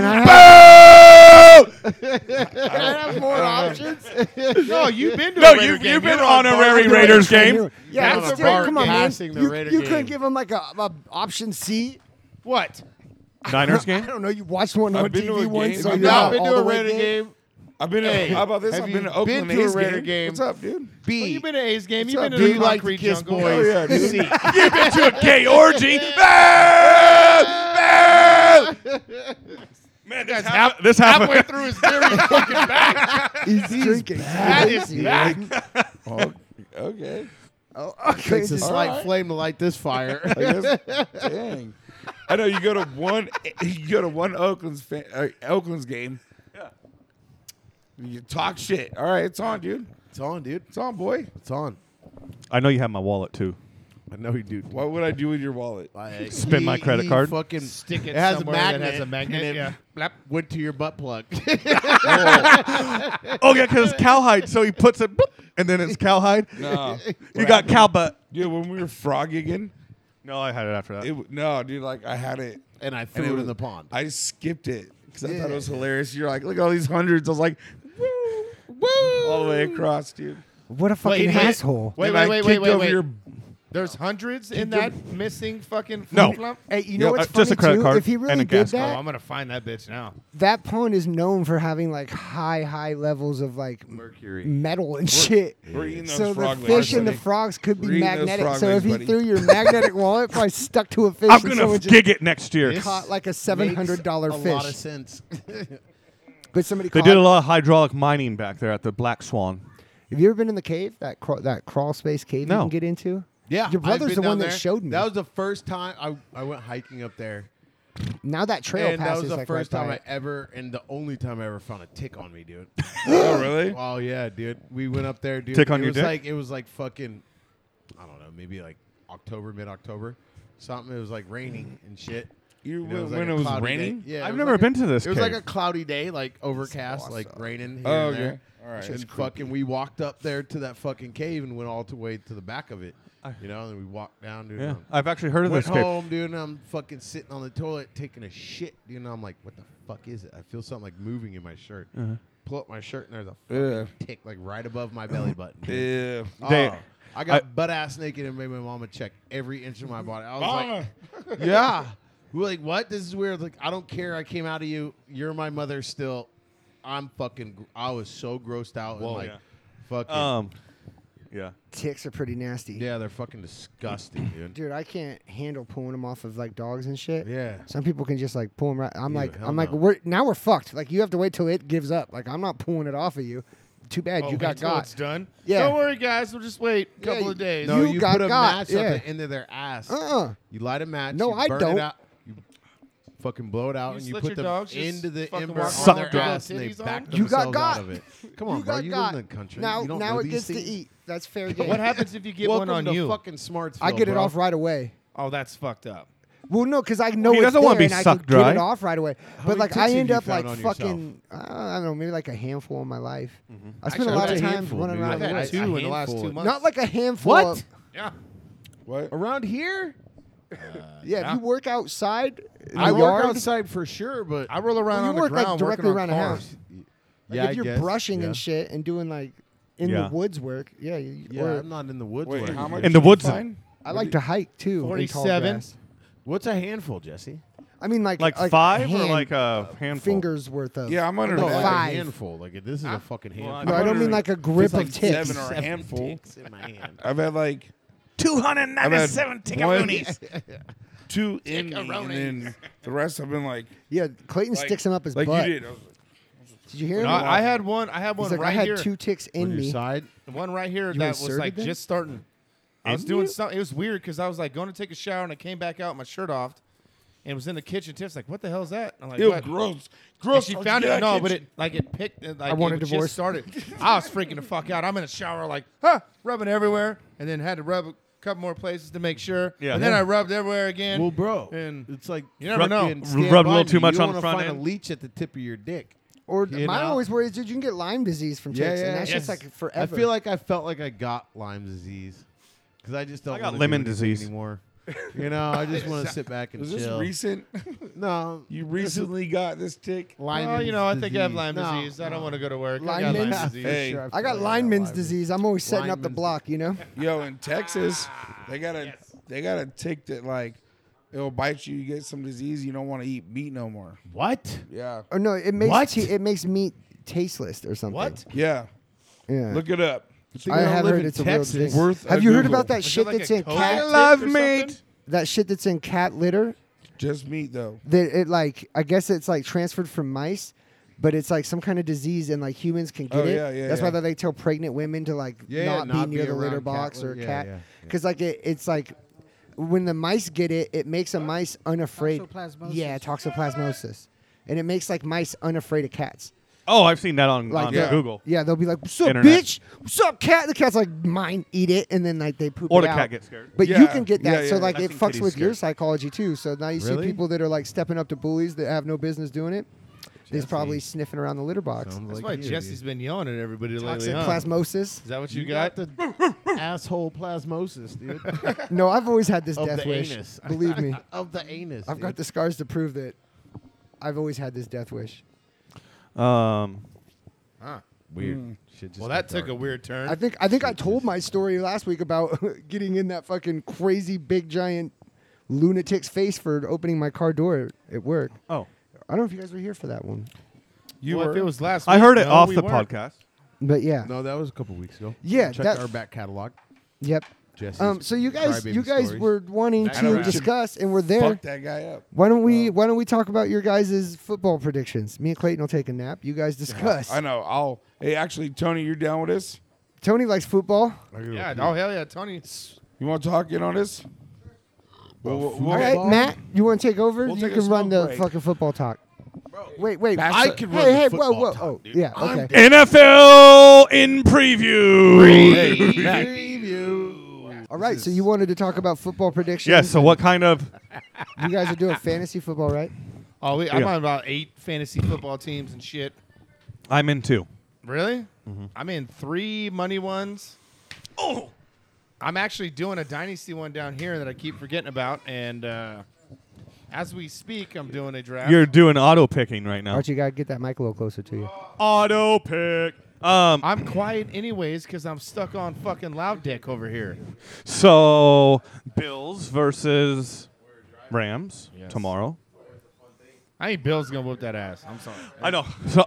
Speaker 4: I have,
Speaker 5: no, you've been to
Speaker 6: No,
Speaker 5: a Raider
Speaker 6: you've,
Speaker 5: game.
Speaker 6: you've been
Speaker 5: You're on bar-
Speaker 6: honorary Raiders game.
Speaker 5: That's
Speaker 4: Yeah, but
Speaker 5: the
Speaker 4: still,
Speaker 5: bar
Speaker 4: come on, man.
Speaker 5: passing the
Speaker 4: You,
Speaker 5: Raider
Speaker 4: you couldn't
Speaker 5: game.
Speaker 4: give him like a, a option C.
Speaker 5: What?
Speaker 6: Niners
Speaker 4: I
Speaker 6: game.
Speaker 4: don't know. You watched one
Speaker 2: I've
Speaker 4: on
Speaker 2: been to a
Speaker 4: TV once.
Speaker 2: game.
Speaker 4: So
Speaker 2: I've
Speaker 4: you're
Speaker 5: Not
Speaker 4: not
Speaker 5: been
Speaker 4: all
Speaker 5: to
Speaker 4: the
Speaker 5: a
Speaker 4: way
Speaker 5: Raider
Speaker 4: there.
Speaker 5: game.
Speaker 2: I've been.
Speaker 5: Hey,
Speaker 2: how about this?
Speaker 5: have
Speaker 2: I've
Speaker 5: you
Speaker 2: been to Oakland
Speaker 5: been to a
Speaker 2: A's
Speaker 5: Raider game?
Speaker 2: What's up, dude? Oh,
Speaker 5: Well,
Speaker 3: B.
Speaker 5: you've been to A's game. You've
Speaker 4: up,
Speaker 5: been to
Speaker 4: dude?
Speaker 5: the
Speaker 4: You like
Speaker 5: concrete
Speaker 3: Kiss
Speaker 5: jungle.
Speaker 3: boys.
Speaker 2: yeah, dude.
Speaker 3: C.
Speaker 6: You've been to a gay orgy. Boo! Boo! Man, this half, this half
Speaker 5: Halfway through his beer, he's fucking back.
Speaker 4: He's drinking.
Speaker 5: That is
Speaker 4: crazy.
Speaker 5: back.
Speaker 2: Okay.
Speaker 4: Oh, okay.
Speaker 3: Takes a
Speaker 4: Just-
Speaker 3: slight
Speaker 2: right.
Speaker 3: flame to light this fire.
Speaker 2: I guess, dang. I know you go to one. You go to one Oakland's fan, uh, Oakland's game. You talk shit. All right, it's on, dude.
Speaker 3: it's on, dude.
Speaker 2: It's on, boy.
Speaker 3: It's on.
Speaker 6: I know you have my wallet too.
Speaker 3: I know you do.
Speaker 2: What would I do with your wallet?
Speaker 3: I-
Speaker 6: Spin my
Speaker 3: he-
Speaker 6: credit
Speaker 3: he
Speaker 6: card.
Speaker 3: Fucking
Speaker 5: Stick it
Speaker 3: It has a
Speaker 5: somewhere that
Speaker 3: magnet.
Speaker 5: has a magnet,
Speaker 3: And it
Speaker 5: yeah.
Speaker 3: blap, went to your butt plug.
Speaker 6: Oh yeah, because cowhide. So he puts it, boop, and then it's cowhide.
Speaker 2: No,
Speaker 6: You got cow butt.
Speaker 2: dude. When we were frogging,
Speaker 6: No, I had it after that.
Speaker 2: it w- no, dude. Like I had it.
Speaker 3: and I
Speaker 2: And
Speaker 3: threw it, in the pond.
Speaker 2: I skipped it because I thought it was hilarious. You're like, look at all these hundreds. I was like, woo, woo, all the way across, dude.
Speaker 4: What a fucking
Speaker 5: he-
Speaker 4: asshole.
Speaker 5: Wait,
Speaker 2: And
Speaker 5: wait,
Speaker 2: I
Speaker 5: wait,
Speaker 2: kicked
Speaker 5: wait, wait,
Speaker 2: over
Speaker 5: wait.
Speaker 2: Your,
Speaker 5: There's hundreds in
Speaker 2: give-
Speaker 5: that missing fucking
Speaker 6: No.
Speaker 5: flip-flop?
Speaker 4: Hey, you know
Speaker 6: Yep.
Speaker 4: what's
Speaker 6: Uh,
Speaker 4: funny
Speaker 6: just a credit
Speaker 4: too?
Speaker 6: card
Speaker 4: if he
Speaker 6: and
Speaker 4: really
Speaker 6: a gas
Speaker 4: did
Speaker 6: card.
Speaker 5: Oh,
Speaker 4: that,
Speaker 5: I'm gonna find that bitch now.
Speaker 4: that pond is known for having like high, high levels of like mercury, metal, and shit.
Speaker 2: we're eating those
Speaker 4: So the
Speaker 2: frog
Speaker 4: fish
Speaker 2: legs.
Speaker 4: and the
Speaker 2: buddy.
Speaker 4: frogs could be
Speaker 2: We're eating those
Speaker 4: magnetic.
Speaker 2: frog
Speaker 4: So
Speaker 2: legs,
Speaker 4: if he
Speaker 2: buddy.
Speaker 4: through your magnetic wallet, it probably stuck to a fish.
Speaker 6: I'm
Speaker 4: and
Speaker 6: gonna
Speaker 4: someone just
Speaker 6: gig it next year.
Speaker 4: caught like a seven hundred dollar
Speaker 3: A lot of
Speaker 4: fish.
Speaker 3: sense.
Speaker 4: But somebody
Speaker 6: They
Speaker 4: caught.
Speaker 6: did a lot of hydraulic mining back there at the Black Swan.
Speaker 4: Have you ever been in the cave? That craw- that crawl space cave you
Speaker 6: No.
Speaker 4: can get into.
Speaker 3: Yeah,
Speaker 4: your
Speaker 3: I've
Speaker 4: brother's
Speaker 3: been
Speaker 4: the
Speaker 3: down
Speaker 4: one
Speaker 3: there.
Speaker 4: that showed me.
Speaker 3: That was the first time I, I went hiking up there,
Speaker 4: now that trail
Speaker 3: and that was
Speaker 4: passes
Speaker 3: the
Speaker 4: like
Speaker 3: first
Speaker 4: right
Speaker 3: time
Speaker 4: by
Speaker 3: I
Speaker 4: it.
Speaker 3: ever and the only time I ever found a tick on me, dude.
Speaker 2: Oh, really?
Speaker 3: oh yeah, dude. We went up there, dude.
Speaker 6: Tick on
Speaker 3: it
Speaker 6: your
Speaker 3: was
Speaker 6: dick?
Speaker 3: like it was like fucking, I don't know, maybe like October, mid October, something. It was like raining and shit.
Speaker 2: You
Speaker 3: And it
Speaker 2: went
Speaker 3: was like
Speaker 2: when
Speaker 3: a
Speaker 2: it was
Speaker 3: cloudy day.
Speaker 2: raining.
Speaker 3: Yeah, it
Speaker 6: I've
Speaker 3: was
Speaker 6: never
Speaker 3: like a-
Speaker 6: been to this.
Speaker 3: It was
Speaker 6: cave.
Speaker 3: like a cloudy day, like overcast, like raining. Here
Speaker 2: Oh,
Speaker 3: and
Speaker 2: okay.
Speaker 3: there.
Speaker 2: All right. That's
Speaker 3: And fucking, we walked up there to that fucking cave and went all the way to the back of it. You know, and we walked down, dude.
Speaker 6: yeah, Oh,
Speaker 3: and I'm-
Speaker 6: I've actually heard of
Speaker 3: Went
Speaker 6: this cave.
Speaker 3: home, dude, and I'm fucking sitting on the toilet taking a shit, dude. And I'm like, what the fuck is it? I feel something like moving in my shirt.
Speaker 6: Uh-huh.
Speaker 3: Pull up my shirt, and there's a
Speaker 2: Yeah.
Speaker 3: fucking tick like right above my belly button. dude.
Speaker 2: Yeah.
Speaker 6: They-
Speaker 3: Oh, I got
Speaker 6: I-
Speaker 3: butt ass naked and made my mama check every inch of my body. I was
Speaker 2: Mama.
Speaker 3: like, yeah.
Speaker 5: Ah.
Speaker 3: We We're like, what? This is weird. Like, I don't care. I came out of you. You're my mother still. I'm fucking. gr- I was so grossed out and like,
Speaker 6: yeah.
Speaker 3: fucking.
Speaker 5: Uh,
Speaker 6: Um, yeah.
Speaker 4: Ticks are pretty nasty.
Speaker 3: yeah, they're fucking disgusting, dude.
Speaker 4: Dude, I can't handle pulling them off of like dogs and shit.
Speaker 3: Yeah.
Speaker 4: Some people can just like pull them right. I'm like,
Speaker 3: hell
Speaker 4: I'm like,
Speaker 3: no.
Speaker 4: we're now we're fucked. Like you have to wait till it gives up. Like I'm not pulling it off of you. Too bad
Speaker 3: Oh,
Speaker 4: you got
Speaker 5: until
Speaker 4: got.
Speaker 5: It's done.
Speaker 4: Yeah.
Speaker 5: Don't worry, guys. We'll just wait a
Speaker 4: Yeah,
Speaker 5: couple of
Speaker 4: you-
Speaker 5: days.
Speaker 3: No,
Speaker 4: You
Speaker 3: you,
Speaker 4: got
Speaker 3: put a
Speaker 4: got,
Speaker 3: match
Speaker 4: yeah.
Speaker 3: up the end of their ass.
Speaker 4: Uh-uh.
Speaker 3: You light a match.
Speaker 4: No,
Speaker 3: you
Speaker 4: I
Speaker 3: burn
Speaker 4: don't.
Speaker 3: It out, you fucking blow it out, and
Speaker 5: just
Speaker 3: you
Speaker 5: let
Speaker 3: put
Speaker 5: your
Speaker 3: the
Speaker 5: dogs just
Speaker 3: end of the
Speaker 5: fucking
Speaker 3: ember
Speaker 5: walk
Speaker 3: on their
Speaker 6: around with
Speaker 3: ass, and they
Speaker 5: titties on?
Speaker 3: back
Speaker 4: You got
Speaker 3: themselves out
Speaker 4: got.
Speaker 3: of it. Come on,
Speaker 4: you
Speaker 3: bro.
Speaker 4: got
Speaker 3: You
Speaker 4: got.
Speaker 3: live in the country.
Speaker 4: Now
Speaker 3: you don't
Speaker 4: now
Speaker 3: know
Speaker 4: it
Speaker 3: these
Speaker 4: gets
Speaker 3: things.
Speaker 4: to eat. That's fair game.
Speaker 5: What happens if you get
Speaker 3: Welcome
Speaker 5: one on
Speaker 3: to
Speaker 5: you?
Speaker 3: fucking Smartsville,
Speaker 4: I get it
Speaker 3: bro.
Speaker 4: off right away.
Speaker 5: oh, that's fucked up.
Speaker 4: Well, no, because I know
Speaker 6: He
Speaker 4: it's
Speaker 6: doesn't
Speaker 4: there
Speaker 6: wanna be
Speaker 4: and I can
Speaker 6: sucked
Speaker 4: get
Speaker 6: dry.
Speaker 4: it off right away. but
Speaker 3: many
Speaker 4: like
Speaker 3: ticks
Speaker 4: I
Speaker 3: have
Speaker 4: end
Speaker 3: you
Speaker 4: up
Speaker 3: found
Speaker 4: like
Speaker 3: on yourself?
Speaker 4: fucking I don't know, maybe like a handful in my life. I spent
Speaker 3: Actually,
Speaker 4: a lot
Speaker 3: I've
Speaker 4: of
Speaker 3: had a
Speaker 4: time
Speaker 3: handful,
Speaker 4: running
Speaker 3: dude.
Speaker 4: around.
Speaker 3: I've
Speaker 4: the
Speaker 3: had
Speaker 4: woods.
Speaker 3: two in the last two
Speaker 4: Not like a handful.
Speaker 3: What?
Speaker 4: of-
Speaker 5: Yeah.
Speaker 2: What?
Speaker 3: Around here?
Speaker 2: What?
Speaker 4: Yeah, if you work outside, in
Speaker 3: I
Speaker 4: the
Speaker 3: work
Speaker 4: yard,
Speaker 3: outside for sure, but
Speaker 5: I roll around
Speaker 4: Well, you
Speaker 5: on the
Speaker 4: work, like,
Speaker 5: ground
Speaker 4: directly
Speaker 5: working on
Speaker 4: around the
Speaker 5: cars.
Speaker 4: house. like,
Speaker 3: yeah,
Speaker 4: if
Speaker 3: I
Speaker 4: you're
Speaker 3: guess,
Speaker 4: brushing
Speaker 3: yeah.
Speaker 4: and shit and doing like in
Speaker 6: Yeah.
Speaker 4: the woods work, yeah. You,
Speaker 3: Yeah,
Speaker 4: or-
Speaker 3: I'm not in the woods.
Speaker 2: Wait,
Speaker 3: working.
Speaker 2: how much?
Speaker 6: In the
Speaker 2: you
Speaker 6: woods.
Speaker 2: find?
Speaker 4: I like to hike too. in tall
Speaker 3: 47?
Speaker 4: grass.
Speaker 3: What's a handful, Jesse?
Speaker 4: I mean, like
Speaker 6: Like,
Speaker 4: like
Speaker 6: five or
Speaker 4: hand-
Speaker 6: like a handful?
Speaker 4: fingers worth of.
Speaker 2: Yeah, I'm under
Speaker 4: No,
Speaker 2: that.
Speaker 3: like
Speaker 4: five.
Speaker 3: a handful. Like this is a fucking handful.
Speaker 4: No, I don't mean like a grip of tips.
Speaker 2: seven or a handful.
Speaker 3: Dicks in my hand.
Speaker 2: I've had like I've had
Speaker 7: 297
Speaker 2: one-
Speaker 7: tickaroonies.
Speaker 2: two in me, and then the rest I've been like,
Speaker 4: yeah, Clayton
Speaker 2: like
Speaker 4: sticks him up his
Speaker 2: like
Speaker 4: butt.
Speaker 2: you did. I was like,
Speaker 4: Did you hear him?
Speaker 5: No, I I had one. I had one
Speaker 4: He's like,
Speaker 5: right
Speaker 4: I had
Speaker 5: here.
Speaker 4: two ticks in
Speaker 3: On your
Speaker 4: me.
Speaker 3: side.
Speaker 5: One right here
Speaker 4: You
Speaker 5: that was
Speaker 4: inserted
Speaker 5: like
Speaker 4: them?
Speaker 5: just starting. I was doing something. It was weird because I was like going to take a shower and I came back out, my shirt off, and it was in the kitchen. Tiff's like, "What the hell is that?" And I'm like,
Speaker 2: Ew,
Speaker 5: "What?"
Speaker 2: gross,
Speaker 5: And
Speaker 2: gross.
Speaker 5: she
Speaker 2: I'll
Speaker 5: found
Speaker 2: get
Speaker 5: it. No,
Speaker 2: you."
Speaker 5: but it like it picked. It, like,
Speaker 4: I want
Speaker 5: it
Speaker 4: a
Speaker 5: just
Speaker 4: divorce.
Speaker 5: started. I was freaking the fuck out. I'm in the shower, like, huh, rubbing everywhere, and then had to rub a couple more places to make sure.
Speaker 6: Yeah.
Speaker 5: And then I rubbed everywhere again.
Speaker 3: Well, bro,
Speaker 5: And-
Speaker 3: it's like
Speaker 5: You never know.
Speaker 3: fucking
Speaker 6: Rubbed
Speaker 3: Stan
Speaker 6: a little
Speaker 3: Biden.
Speaker 6: too much
Speaker 3: you
Speaker 6: on
Speaker 3: wanna
Speaker 6: the front
Speaker 3: find a
Speaker 6: end.
Speaker 3: leech at the tip of your dick.
Speaker 4: Or
Speaker 3: You
Speaker 4: my
Speaker 3: know?
Speaker 4: always worry is, dude, you can get Lyme disease from
Speaker 3: Yeah,
Speaker 4: ticks,
Speaker 3: yeah,
Speaker 4: and that's
Speaker 3: yes.
Speaker 4: just like forever.
Speaker 3: I feel like I felt like I got Lyme disease because I just don't.
Speaker 6: I got
Speaker 3: wanna do
Speaker 6: lemon
Speaker 3: anything
Speaker 6: disease.
Speaker 3: anymore. You know, I just want to sit back and
Speaker 2: was this
Speaker 3: chill.
Speaker 2: recent?
Speaker 3: no,
Speaker 2: You recently got this tick?
Speaker 3: Lyme.
Speaker 5: Well, you know, I think I have Lyme
Speaker 3: No,
Speaker 5: disease. I don't
Speaker 3: no.
Speaker 5: want to go to work. I got
Speaker 4: Lyme
Speaker 5: Lyme
Speaker 4: disease.
Speaker 5: disease.
Speaker 2: Hey.
Speaker 3: Sure,
Speaker 4: I
Speaker 3: feel
Speaker 4: got
Speaker 3: like
Speaker 4: Lymeman's
Speaker 3: Lyme
Speaker 4: disease. I'm always setting up the
Speaker 3: Lymeman's-
Speaker 4: block, you know.
Speaker 2: Yo, in Texas,
Speaker 3: Ah,
Speaker 2: they got a they got a tick that like it'll bite you. You get some disease. You don't want to eat meat no more.
Speaker 3: What?
Speaker 2: Yeah,
Speaker 4: Or no, it makes
Speaker 3: What?
Speaker 4: te- it makes meat tasteless or something.
Speaker 3: What?
Speaker 2: yeah.
Speaker 4: Yeah.
Speaker 2: Look it up.
Speaker 4: I
Speaker 3: I
Speaker 4: have
Speaker 3: live
Speaker 4: heard
Speaker 3: in
Speaker 4: it's a real
Speaker 3: Texas.
Speaker 4: thing.
Speaker 2: Worth
Speaker 4: have
Speaker 2: a
Speaker 4: you heard
Speaker 2: Google.
Speaker 4: about that
Speaker 5: Was it
Speaker 4: shit
Speaker 5: like
Speaker 4: that's
Speaker 5: a
Speaker 4: in
Speaker 5: coat?
Speaker 4: cat?
Speaker 5: I
Speaker 6: Love
Speaker 5: Or
Speaker 6: meat.
Speaker 5: something?
Speaker 4: That shit that's in cat litter.
Speaker 2: Just meat though.
Speaker 4: That it like I guess it's like transferred from mice, but it's like some kind of disease and like humans can get
Speaker 2: Oh,
Speaker 4: it.
Speaker 2: yeah, yeah,
Speaker 4: that's
Speaker 2: yeah.
Speaker 4: why they tell pregnant women to like
Speaker 3: Yeah,
Speaker 4: not,
Speaker 3: not
Speaker 4: be near
Speaker 3: be
Speaker 4: the litter
Speaker 3: around
Speaker 4: box
Speaker 3: cat
Speaker 4: or
Speaker 3: litter. Yeah,
Speaker 4: cat
Speaker 3: yeah, yeah.
Speaker 4: because like it, it's like when the mice get it, it makes a mice unafraid.
Speaker 8: Toxoplasmosis.
Speaker 4: Yeah, toxoplasmosis, and it makes like mice unafraid of cats.
Speaker 6: Oh, I've seen that on,
Speaker 4: Like
Speaker 6: on
Speaker 2: yeah.
Speaker 6: Google.
Speaker 4: Yeah, they'll be like, "What's up,
Speaker 6: Internet.
Speaker 4: bitch? What's up, cat?" The cat's like, "Mine, eat it," and then like they poop.
Speaker 6: Or
Speaker 4: it
Speaker 6: the
Speaker 4: out.
Speaker 6: cat gets scared.
Speaker 4: But you
Speaker 2: Yeah,
Speaker 4: can get that,
Speaker 2: yeah,
Speaker 4: so
Speaker 2: yeah.
Speaker 4: like
Speaker 6: I
Speaker 4: it
Speaker 6: think
Speaker 4: fucks
Speaker 6: kitties
Speaker 4: with your
Speaker 6: scared.
Speaker 4: psychology too. So now you
Speaker 3: Really?
Speaker 4: see people that are like stepping up to bullies that have no business doing it. They're probably sniffing around the litter box.
Speaker 3: Sounds
Speaker 5: That's
Speaker 3: like
Speaker 5: why
Speaker 3: you,
Speaker 5: Jesse's been yelling at everybody lately. huh?
Speaker 4: Toxoplasmosis.
Speaker 5: Is that what
Speaker 3: dude.
Speaker 5: you,
Speaker 3: You
Speaker 5: got?
Speaker 3: got the asshole plasmosis, dude.
Speaker 4: No, I've always had this
Speaker 3: Of
Speaker 4: death
Speaker 3: the
Speaker 4: wish.
Speaker 3: anus.
Speaker 4: Believe me,
Speaker 3: of the anus.
Speaker 4: I've got
Speaker 3: dude.
Speaker 4: the scars to prove that I've always had this death wish.
Speaker 6: Um,
Speaker 3: weird. Shit just
Speaker 5: well, that
Speaker 3: got
Speaker 5: took a
Speaker 3: dark.
Speaker 5: weird turn.
Speaker 4: I think I think I told my story last week about getting in that fucking crazy big giant lunatic's face for opening my car door at work.
Speaker 6: oh,
Speaker 4: I don't know if you guys were here for that one,
Speaker 5: you
Speaker 3: well,
Speaker 5: were.
Speaker 3: if it was last.
Speaker 6: I
Speaker 3: week,
Speaker 6: heard it
Speaker 3: no,
Speaker 6: off
Speaker 3: we
Speaker 6: the
Speaker 3: weren't.
Speaker 6: podcast.
Speaker 4: but yeah,
Speaker 3: No, that was a couple weeks ago.
Speaker 4: Yeah,
Speaker 3: check
Speaker 4: that-
Speaker 3: our back catalog.
Speaker 4: yep.
Speaker 3: Jesse's
Speaker 4: Um, so you guys,
Speaker 3: crybaby
Speaker 4: you guys
Speaker 3: stories.
Speaker 4: were wanting
Speaker 2: I don't know.
Speaker 4: to discuss, and we're there.
Speaker 2: Fuck that guy up.
Speaker 4: Why don't we? Why don't we talk about your guys' football predictions? Me and Clayton will take a nap. You guys discuss.
Speaker 2: I know. I'll. Hey, actually, Tony, you're down with this?
Speaker 4: Tony likes football.
Speaker 5: Yeah. Oh hell yeah, Tony.
Speaker 2: You want to talk in on this? Well, we'll- we'll-
Speaker 4: All right, Matt, you want to take over?
Speaker 2: We'll
Speaker 4: you
Speaker 2: take a
Speaker 4: can run
Speaker 2: smoke
Speaker 4: the
Speaker 2: break.
Speaker 4: fucking football talk. wait, wait.
Speaker 2: Pass
Speaker 4: I
Speaker 2: the-
Speaker 4: can
Speaker 3: run
Speaker 4: Hey,
Speaker 3: the
Speaker 4: hey,
Speaker 3: football
Speaker 4: whoa, whoa.
Speaker 3: talk,
Speaker 4: oh, yeah. Okay.
Speaker 6: NFL in preview.
Speaker 2: Hey, Matt.
Speaker 4: All right. So you wanted to talk about football predictions?
Speaker 6: Yeah. So what kind of?
Speaker 4: You guys are doing fantasy football, right?
Speaker 5: Oh, we, I'm
Speaker 6: Yeah.
Speaker 5: on about eight fantasy football teams and shit.
Speaker 6: I'm in two.
Speaker 5: Really?
Speaker 6: Mm-hmm.
Speaker 5: I'm in three money ones. Oh, I'm actually doing a dynasty one down here that I keep forgetting about, and uh, as we speak, I'm doing a draft.
Speaker 6: You're doing auto picking right now.
Speaker 4: Archie, you gotta get that mic a little closer to you.
Speaker 6: Auto pick. Um.
Speaker 5: I'm quiet anyways because I'm stuck on fucking loud dick over here.
Speaker 6: So Bills versus Rams tomorrow.
Speaker 5: I think Bill's gonna whoop that ass. I'm sorry.
Speaker 6: I know. So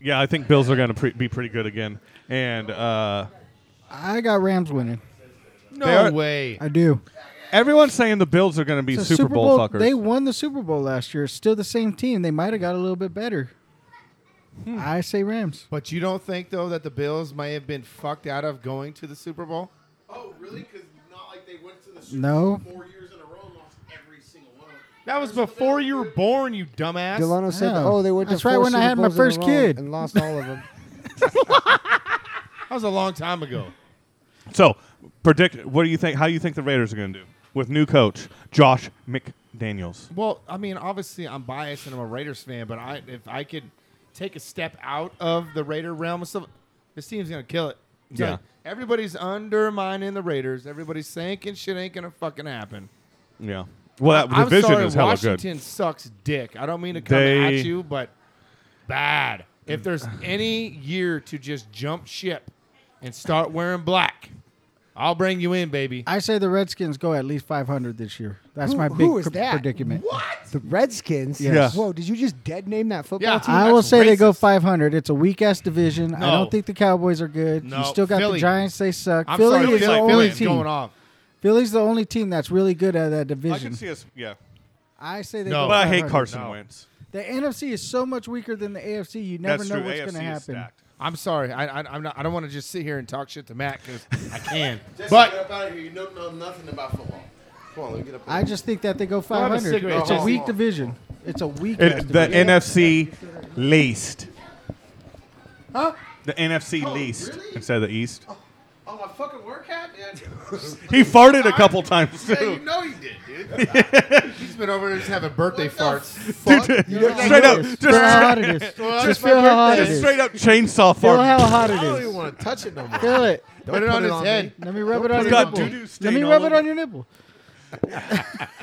Speaker 6: yeah, I think Bills are going to pre- be pretty good again. And uh,
Speaker 8: I got Rams winning.
Speaker 5: No
Speaker 6: They are-
Speaker 5: way.
Speaker 8: I do.
Speaker 6: everyone's saying the Bills are going to be
Speaker 8: It's a
Speaker 6: Super, Bowl, fuckers.
Speaker 8: They won the Super Bowl last year. It's still the same team. They might have got a little bit better.
Speaker 6: Hmm.
Speaker 8: I say Rams.
Speaker 5: But you don't think though that the Bills may have been fucked out of going to the Super Bowl?
Speaker 9: Oh, really? Because not like they went to the Super
Speaker 8: No.
Speaker 9: Bowl four years in a row and lost every single one of them.
Speaker 5: That was before you were born, you dumbass.
Speaker 4: Delano said,
Speaker 8: Yeah.
Speaker 4: "Oh, they went
Speaker 8: That's
Speaker 4: to
Speaker 8: right
Speaker 4: four
Speaker 8: when I
Speaker 4: Super
Speaker 8: had my
Speaker 4: Bowls in a
Speaker 8: first
Speaker 4: row
Speaker 8: kid.
Speaker 4: and lost all of them."
Speaker 5: That was a long time ago.
Speaker 6: so predict. What do you think? How you think the Raiders are going to do with new coach Josh McDaniels?
Speaker 5: Well, I mean, obviously I'm biased and I'm a Raiders fan, but I if I could take a step out of the Raider realm of stuff, this team's gonna kill it. I'm telling
Speaker 6: Yeah.
Speaker 5: you, everybody's undermining the Raiders. Everybody's saying shit ain't gonna fucking happen.
Speaker 6: Yeah. Well, that
Speaker 5: I'm
Speaker 6: division
Speaker 5: sorry,
Speaker 6: is hella
Speaker 5: Washington sucks dick. I don't mean to come
Speaker 6: They-
Speaker 5: at you, but bad. If there's any year to just jump ship and start wearing black, I'll bring you in, baby.
Speaker 8: I say the Redskins go at least 500 this year. That's
Speaker 4: Who-
Speaker 8: my
Speaker 4: who
Speaker 8: big
Speaker 4: is
Speaker 8: pr-
Speaker 4: that?
Speaker 8: predicament.
Speaker 4: The Redskins.
Speaker 6: Yes. Yeah.
Speaker 4: Whoa, did you just dead name that football
Speaker 5: Yeah,
Speaker 4: team?
Speaker 8: I will
Speaker 5: That's
Speaker 8: say they go
Speaker 5: racist.
Speaker 8: 500. It's a weak ass division. I
Speaker 5: No.
Speaker 8: don't think the Cowboys are good.
Speaker 5: No,
Speaker 8: You still got
Speaker 5: Philly.
Speaker 8: the Giants. They suck.
Speaker 5: I'm
Speaker 8: Philly
Speaker 5: sorry,
Speaker 8: is
Speaker 5: Philly's
Speaker 8: the
Speaker 5: like,
Speaker 8: only
Speaker 5: Philly's
Speaker 8: team.
Speaker 5: going off.
Speaker 8: Philly's the only team that's really good at that
Speaker 6: good. I
Speaker 8: division.
Speaker 6: can see us. Yeah,
Speaker 8: I say they.
Speaker 5: No.
Speaker 8: go
Speaker 6: Oh, but I hate
Speaker 8: 500.
Speaker 6: Carson Wentz.
Speaker 8: The NFC is so much weaker than the AFC. You never
Speaker 6: That's
Speaker 8: know
Speaker 6: true.
Speaker 8: what's
Speaker 6: AFC
Speaker 8: going to
Speaker 6: is
Speaker 8: happen.
Speaker 6: stacked.
Speaker 5: I'm sorry. I, I, I'm not, I don't want to just sit here and talk shit to Matt because I can.
Speaker 9: Jesse, get
Speaker 5: but
Speaker 9: up out of here. You don't know nothing about football. Come on, let me get up.
Speaker 8: I just think that they go
Speaker 5: have a
Speaker 8: 500.
Speaker 5: cigarette.
Speaker 8: It's a
Speaker 9: Just-
Speaker 8: weak division. It's a weak. ass
Speaker 6: It, the
Speaker 8: division.
Speaker 6: NFC least. The NFC least instead of the East.
Speaker 9: Oh, my fucking work hat, man.
Speaker 6: He farted a couple times
Speaker 9: yeah, you
Speaker 6: too.
Speaker 9: know you did, dude.
Speaker 5: he's been over there just having birthday farts.
Speaker 9: Fuck. You don't
Speaker 6: Straight up, just,
Speaker 8: Feel how hot
Speaker 6: straight,
Speaker 8: it is.
Speaker 6: just
Speaker 8: Just feel how hot it
Speaker 6: just
Speaker 8: is.
Speaker 6: straight up chainsaw
Speaker 8: Feel how
Speaker 6: fart.
Speaker 8: hot
Speaker 9: I don't
Speaker 8: it
Speaker 9: even
Speaker 8: is.
Speaker 9: want to touch it no more.
Speaker 8: Feel it.
Speaker 5: Put it on his head.
Speaker 8: Let me rub it on
Speaker 6: It's
Speaker 8: your
Speaker 6: got
Speaker 8: nipple.
Speaker 6: doo-doo
Speaker 8: Let
Speaker 6: stain
Speaker 8: me
Speaker 6: all
Speaker 8: rub it
Speaker 6: over.
Speaker 8: on your nipple.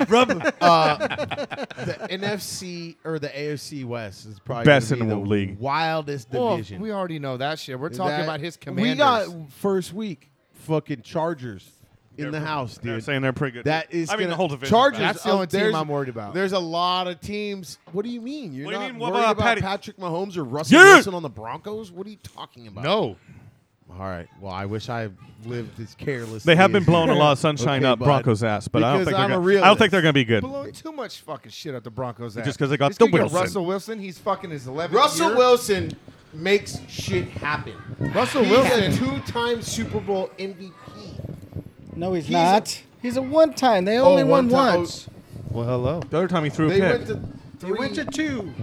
Speaker 6: Rub.
Speaker 3: The NFC or the AFC West is probably
Speaker 6: Best
Speaker 3: gonna
Speaker 6: in
Speaker 3: be
Speaker 6: the league.
Speaker 3: wildest
Speaker 5: Well,
Speaker 3: division.
Speaker 5: Oh, we already know that shit. We're talking
Speaker 3: That-
Speaker 5: about his commanders.
Speaker 3: We got first week fucking Chargers in the house,
Speaker 6: They're
Speaker 3: dude.
Speaker 6: saying they're pretty good.
Speaker 3: That is
Speaker 6: I mean,
Speaker 3: gonna-
Speaker 6: the whole division.
Speaker 3: Chargers.
Speaker 5: That's the only
Speaker 3: oh, there's-
Speaker 5: team I'm worried about.
Speaker 3: There's a lot of teams. What do you mean? You're
Speaker 6: What do you
Speaker 3: not
Speaker 6: mean? What
Speaker 3: worried
Speaker 6: about
Speaker 3: about,
Speaker 6: Patty-
Speaker 3: Patrick Mahomes or Russell
Speaker 6: Yeah.
Speaker 3: Wilson on the Broncos? What are you talking about?
Speaker 5: no.
Speaker 3: All right. Well, I wish I lived as careless.
Speaker 6: They have been
Speaker 3: as-
Speaker 6: blowing a lot of sunshine
Speaker 3: Okay,
Speaker 6: up
Speaker 3: bud.
Speaker 6: Broncos' ass, but I don't
Speaker 3: Because
Speaker 6: think they're
Speaker 3: I'm a
Speaker 6: gonna, I don't
Speaker 3: realist.
Speaker 6: think they're going to be good.
Speaker 5: Blowing too much fucking shit at the Broncos. Ass.
Speaker 6: Just 'cause they got
Speaker 5: This
Speaker 6: the
Speaker 5: kid
Speaker 6: Wilson.
Speaker 5: Russell Wilson, he's fucking his 11th
Speaker 3: Russell
Speaker 5: year.
Speaker 3: Wilson makes shit happen.
Speaker 5: Russell
Speaker 3: He's a
Speaker 5: Wilson.
Speaker 3: two-time Super Bowl MVP.
Speaker 8: No, he's,
Speaker 3: He's a-
Speaker 8: not. he's a one time. They only won
Speaker 3: one time.
Speaker 8: once.
Speaker 5: Well, hello.
Speaker 6: The other time he threw a
Speaker 3: They
Speaker 6: pick
Speaker 3: went to
Speaker 8: They went to two.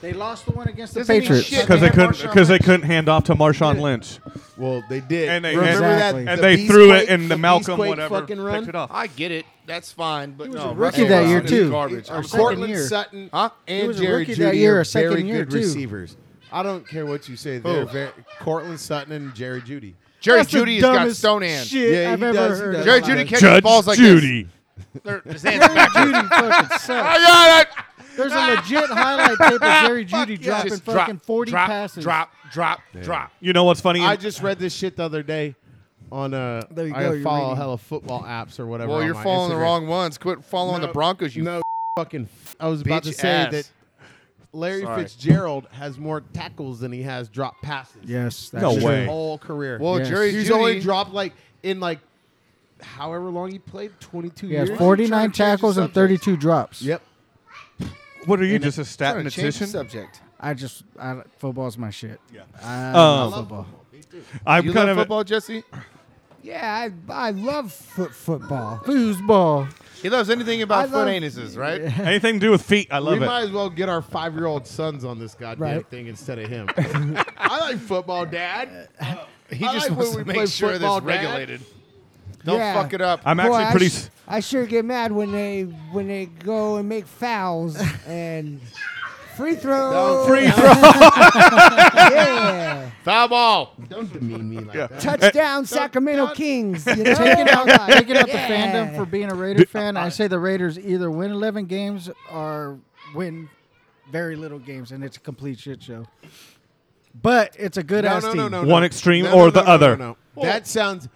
Speaker 8: They lost the one against the
Speaker 5: Doesn't mean
Speaker 8: Patriots.
Speaker 5: shit.
Speaker 6: because they
Speaker 5: had
Speaker 6: couldn't
Speaker 5: Marshawn
Speaker 6: because they
Speaker 5: Lynch.
Speaker 6: couldn't hand off to Marshawn Lynch.
Speaker 3: Well, they did.
Speaker 6: And they-
Speaker 3: Remember
Speaker 8: Exactly.
Speaker 3: that,
Speaker 6: and
Speaker 3: the
Speaker 6: they
Speaker 3: Beast
Speaker 6: threw it
Speaker 3: Quake-
Speaker 6: in the Malcolm
Speaker 3: Beast Quake
Speaker 6: whatever
Speaker 3: Fucking run.
Speaker 6: picked it off.
Speaker 5: I get it. That's fine. But no,
Speaker 8: rookie
Speaker 5: Russell
Speaker 8: that year,
Speaker 5: Wilson is
Speaker 8: too.
Speaker 5: Garbage.
Speaker 8: Our
Speaker 5: I'm
Speaker 8: second
Speaker 5: sorry.
Speaker 3: Cortland
Speaker 8: year.
Speaker 3: Sutton
Speaker 5: Huh?
Speaker 3: and
Speaker 8: was a
Speaker 3: Jared
Speaker 8: rookie
Speaker 3: Judy
Speaker 8: that year,
Speaker 3: are
Speaker 8: a second
Speaker 3: very
Speaker 8: year,
Speaker 3: good
Speaker 8: too. Oh.
Speaker 3: receivers. I don't care what you say.
Speaker 5: Who?
Speaker 3: They're very, Cortland Sutton and Jerry Judy.
Speaker 5: Jerry
Speaker 8: That's the
Speaker 5: Judy has got
Speaker 8: dumbest
Speaker 5: stone hands.
Speaker 8: Shit
Speaker 3: Yeah, he
Speaker 8: I've ever
Speaker 3: does, he
Speaker 8: heard.
Speaker 3: does.
Speaker 8: in
Speaker 5: Jerry
Speaker 8: my
Speaker 5: Judy
Speaker 8: life.
Speaker 5: catches
Speaker 6: Judge
Speaker 5: balls like
Speaker 6: Judy.
Speaker 5: this. They're- His hands back.
Speaker 8: Judy fucking sucks.
Speaker 5: I got it.
Speaker 8: There's a legit highlight tape of Jerry Judy
Speaker 5: Yeah.
Speaker 8: dropping
Speaker 5: Just
Speaker 8: fucking
Speaker 5: drop,
Speaker 8: 40
Speaker 5: drop,
Speaker 8: passes.
Speaker 5: Drop, drop, drop.
Speaker 6: You know what's funny?
Speaker 3: I just read this shit the other day on a.
Speaker 8: There you
Speaker 3: I
Speaker 8: go, you're
Speaker 3: follow
Speaker 8: reading.
Speaker 3: hella football apps or whatever.
Speaker 5: Well,
Speaker 3: on
Speaker 5: you're
Speaker 3: my
Speaker 5: following the
Speaker 3: Instagram.
Speaker 5: wrong ones. Quit following
Speaker 3: No,
Speaker 5: the Broncos. You
Speaker 3: no fucking. F- I was about
Speaker 5: bitch
Speaker 3: to say
Speaker 5: ass.
Speaker 3: that Larry
Speaker 5: Sorry.
Speaker 3: Fitzgerald has more tackles than he has drop passes.
Speaker 8: Yes. That's
Speaker 6: No
Speaker 8: true.
Speaker 6: way.
Speaker 3: His whole career.
Speaker 5: Well,
Speaker 8: Yes.
Speaker 5: Jerry
Speaker 3: he's
Speaker 5: Judy,
Speaker 3: only dropped like in like however long he played, 22
Speaker 8: He
Speaker 3: years.
Speaker 8: has 49 tackles and 32 drops.
Speaker 3: Yep.
Speaker 6: what are you? Just a
Speaker 5: trying to change the
Speaker 6: statistician?
Speaker 5: subject.
Speaker 8: I just, I, football's my shit. Yeah. I
Speaker 6: Um,
Speaker 8: love football.
Speaker 6: I'm
Speaker 5: You
Speaker 6: kind
Speaker 5: love
Speaker 6: of. a-
Speaker 5: football, Jesse?
Speaker 4: yeah, I, I love foot football.
Speaker 8: Foosball.
Speaker 5: He loves anything about
Speaker 4: I
Speaker 5: foot
Speaker 4: love-
Speaker 5: anuses, right?
Speaker 6: Anything to do with feet, I
Speaker 3: We
Speaker 6: love
Speaker 3: might
Speaker 6: it.
Speaker 3: as well get our five-year-old sons on this goddamn
Speaker 8: Right.
Speaker 3: thing instead of him. I like football, Dad.
Speaker 5: He
Speaker 3: I
Speaker 5: just
Speaker 3: like
Speaker 5: wants to
Speaker 3: when we
Speaker 5: make
Speaker 3: play
Speaker 5: sure this
Speaker 3: football, Dad.
Speaker 5: regulated. Don't
Speaker 4: Yeah.
Speaker 5: fuck it up.
Speaker 6: I'm
Speaker 4: Boy,
Speaker 6: actually
Speaker 4: I
Speaker 6: pretty.
Speaker 4: sh-
Speaker 6: s-
Speaker 4: I sure get mad when they when they go and make fouls and free throws.
Speaker 6: Free throw.
Speaker 4: yeah.
Speaker 5: Foul ball.
Speaker 3: Don't demean me like that.
Speaker 4: Touchdown, Sacramento Kings. You know?
Speaker 8: Taking out, taking out the
Speaker 4: Yeah.
Speaker 8: fandom for being a Raider fan, I say the Raiders either win 11 games or win very little games, and it's a complete shit show. But it's a good
Speaker 3: No,
Speaker 8: ass
Speaker 3: no,
Speaker 8: team.
Speaker 3: no, no, no.
Speaker 6: One extreme or the other.
Speaker 3: That sounds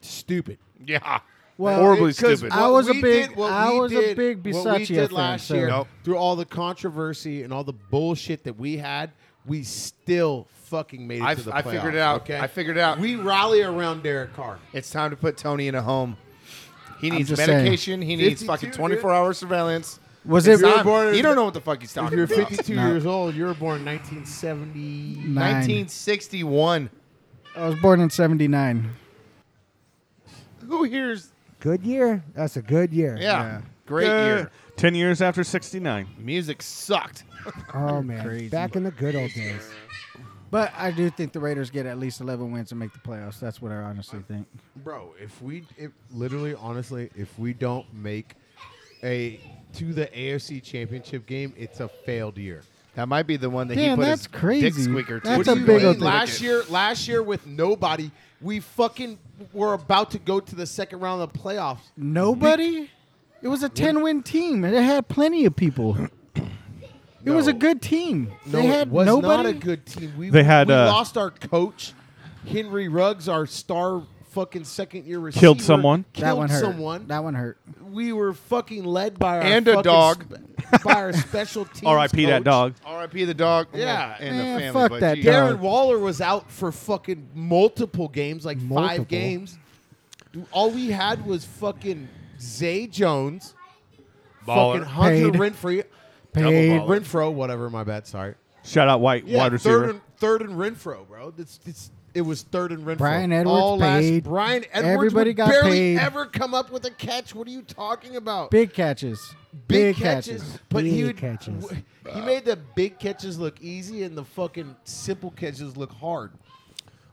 Speaker 3: stupid.
Speaker 5: Yeah.
Speaker 8: Well,
Speaker 6: Horribly
Speaker 3: It- 'cause
Speaker 6: stupid.
Speaker 8: I
Speaker 3: what
Speaker 8: was a
Speaker 3: we
Speaker 8: big-
Speaker 3: did- what
Speaker 8: I
Speaker 3: we
Speaker 8: was a
Speaker 3: did-
Speaker 8: big
Speaker 3: What we
Speaker 8: Bisaccia
Speaker 3: did
Speaker 8: fan,
Speaker 3: last
Speaker 8: so-
Speaker 3: year,
Speaker 8: Nope.
Speaker 3: through all the controversy and all the bullshit that we had, we still fucking made it
Speaker 5: I,
Speaker 3: to the
Speaker 5: I
Speaker 3: playoffs,
Speaker 5: figured it out.
Speaker 3: Okay,
Speaker 5: I figured it out.
Speaker 3: we rally around Derek Carr.
Speaker 5: it's time to put Tony in a home. He needs
Speaker 8: just saying.
Speaker 5: medication. He needs
Speaker 3: 52,
Speaker 5: fucking
Speaker 3: dude.
Speaker 5: 24 hour surveillance.
Speaker 8: was
Speaker 5: It's
Speaker 8: it
Speaker 5: time.
Speaker 3: born-
Speaker 5: He don't know what the fuck he's
Speaker 3: If
Speaker 5: talking
Speaker 3: you're
Speaker 5: about.
Speaker 3: 52
Speaker 8: No.
Speaker 3: years old, you were born 1970.
Speaker 8: Nine.
Speaker 5: 1961.
Speaker 8: I was born in 79.
Speaker 5: Who hears?
Speaker 4: Good year. That's a good year.
Speaker 5: Yeah. Great
Speaker 6: Uh,
Speaker 5: year.
Speaker 6: Ten years after '69.
Speaker 5: Music sucked.
Speaker 4: Oh man, back in the good old days.
Speaker 8: But I do think the Raiders get at least 11 wins and make the playoffs. That's what I honestly think.
Speaker 3: Bro, if we, if literally, honestly, if we don't make a to the AFC Championship game, it's a failed year.
Speaker 5: That might be the one that he
Speaker 8: Damn,
Speaker 5: put
Speaker 8: that's
Speaker 5: his dick
Speaker 8: crazy.
Speaker 5: squeaker to.
Speaker 8: That's
Speaker 5: What
Speaker 8: a
Speaker 5: do you
Speaker 8: big
Speaker 5: mean?
Speaker 8: old dick.
Speaker 3: last year, last year with nobody, we fucking were about to go to the second round of the playoffs.
Speaker 8: Nobody? It was a 10 win team, and it had plenty of people. It was a good team.
Speaker 3: No,
Speaker 8: they had
Speaker 3: it was
Speaker 8: nobody.
Speaker 3: not a good team. We,
Speaker 6: They had,
Speaker 3: we
Speaker 6: uh,
Speaker 3: lost our coach, Henry Ruggs, our star fucking second year receiver.
Speaker 6: Killed someone.
Speaker 3: Killed
Speaker 8: that one hurt.
Speaker 3: someone.
Speaker 8: That one hurt.
Speaker 3: We were fucking led by our
Speaker 5: And a
Speaker 3: fucking
Speaker 5: dog.
Speaker 3: sp- by our special team.
Speaker 6: R.I.P. that dog.
Speaker 5: R.I.P. the dog.
Speaker 3: Yeah.
Speaker 5: and
Speaker 8: Man,
Speaker 5: the family.
Speaker 8: Eh, fuck
Speaker 5: but
Speaker 8: that
Speaker 5: gee,
Speaker 8: dog.
Speaker 3: Darren Waller was out for fucking multiple games, like
Speaker 4: Multiple.
Speaker 3: five games. Dude, All we had was fucking Zay Jones, fucking Hunter
Speaker 8: Paid.
Speaker 3: Renfrey,
Speaker 8: Paid.
Speaker 3: Renfro, whatever. My bad. Sorry.
Speaker 6: Shout out White
Speaker 3: Yeah,
Speaker 6: wide receiver.
Speaker 3: Third and, third and Renfro, bro. It's, it's, it was third and Renfro.
Speaker 8: Brian Edwards
Speaker 3: All last-
Speaker 8: paid.
Speaker 3: Brian Edwards
Speaker 8: Everybody
Speaker 3: would
Speaker 8: got
Speaker 3: barely
Speaker 8: paid.
Speaker 3: ever come up with a catch. What are you talking about?
Speaker 8: Big catches.
Speaker 3: big,
Speaker 8: Big,
Speaker 3: catches, but he
Speaker 4: Big
Speaker 3: would,
Speaker 4: catches.
Speaker 3: w- he made the big catches look easy and the fucking simple catches look hard.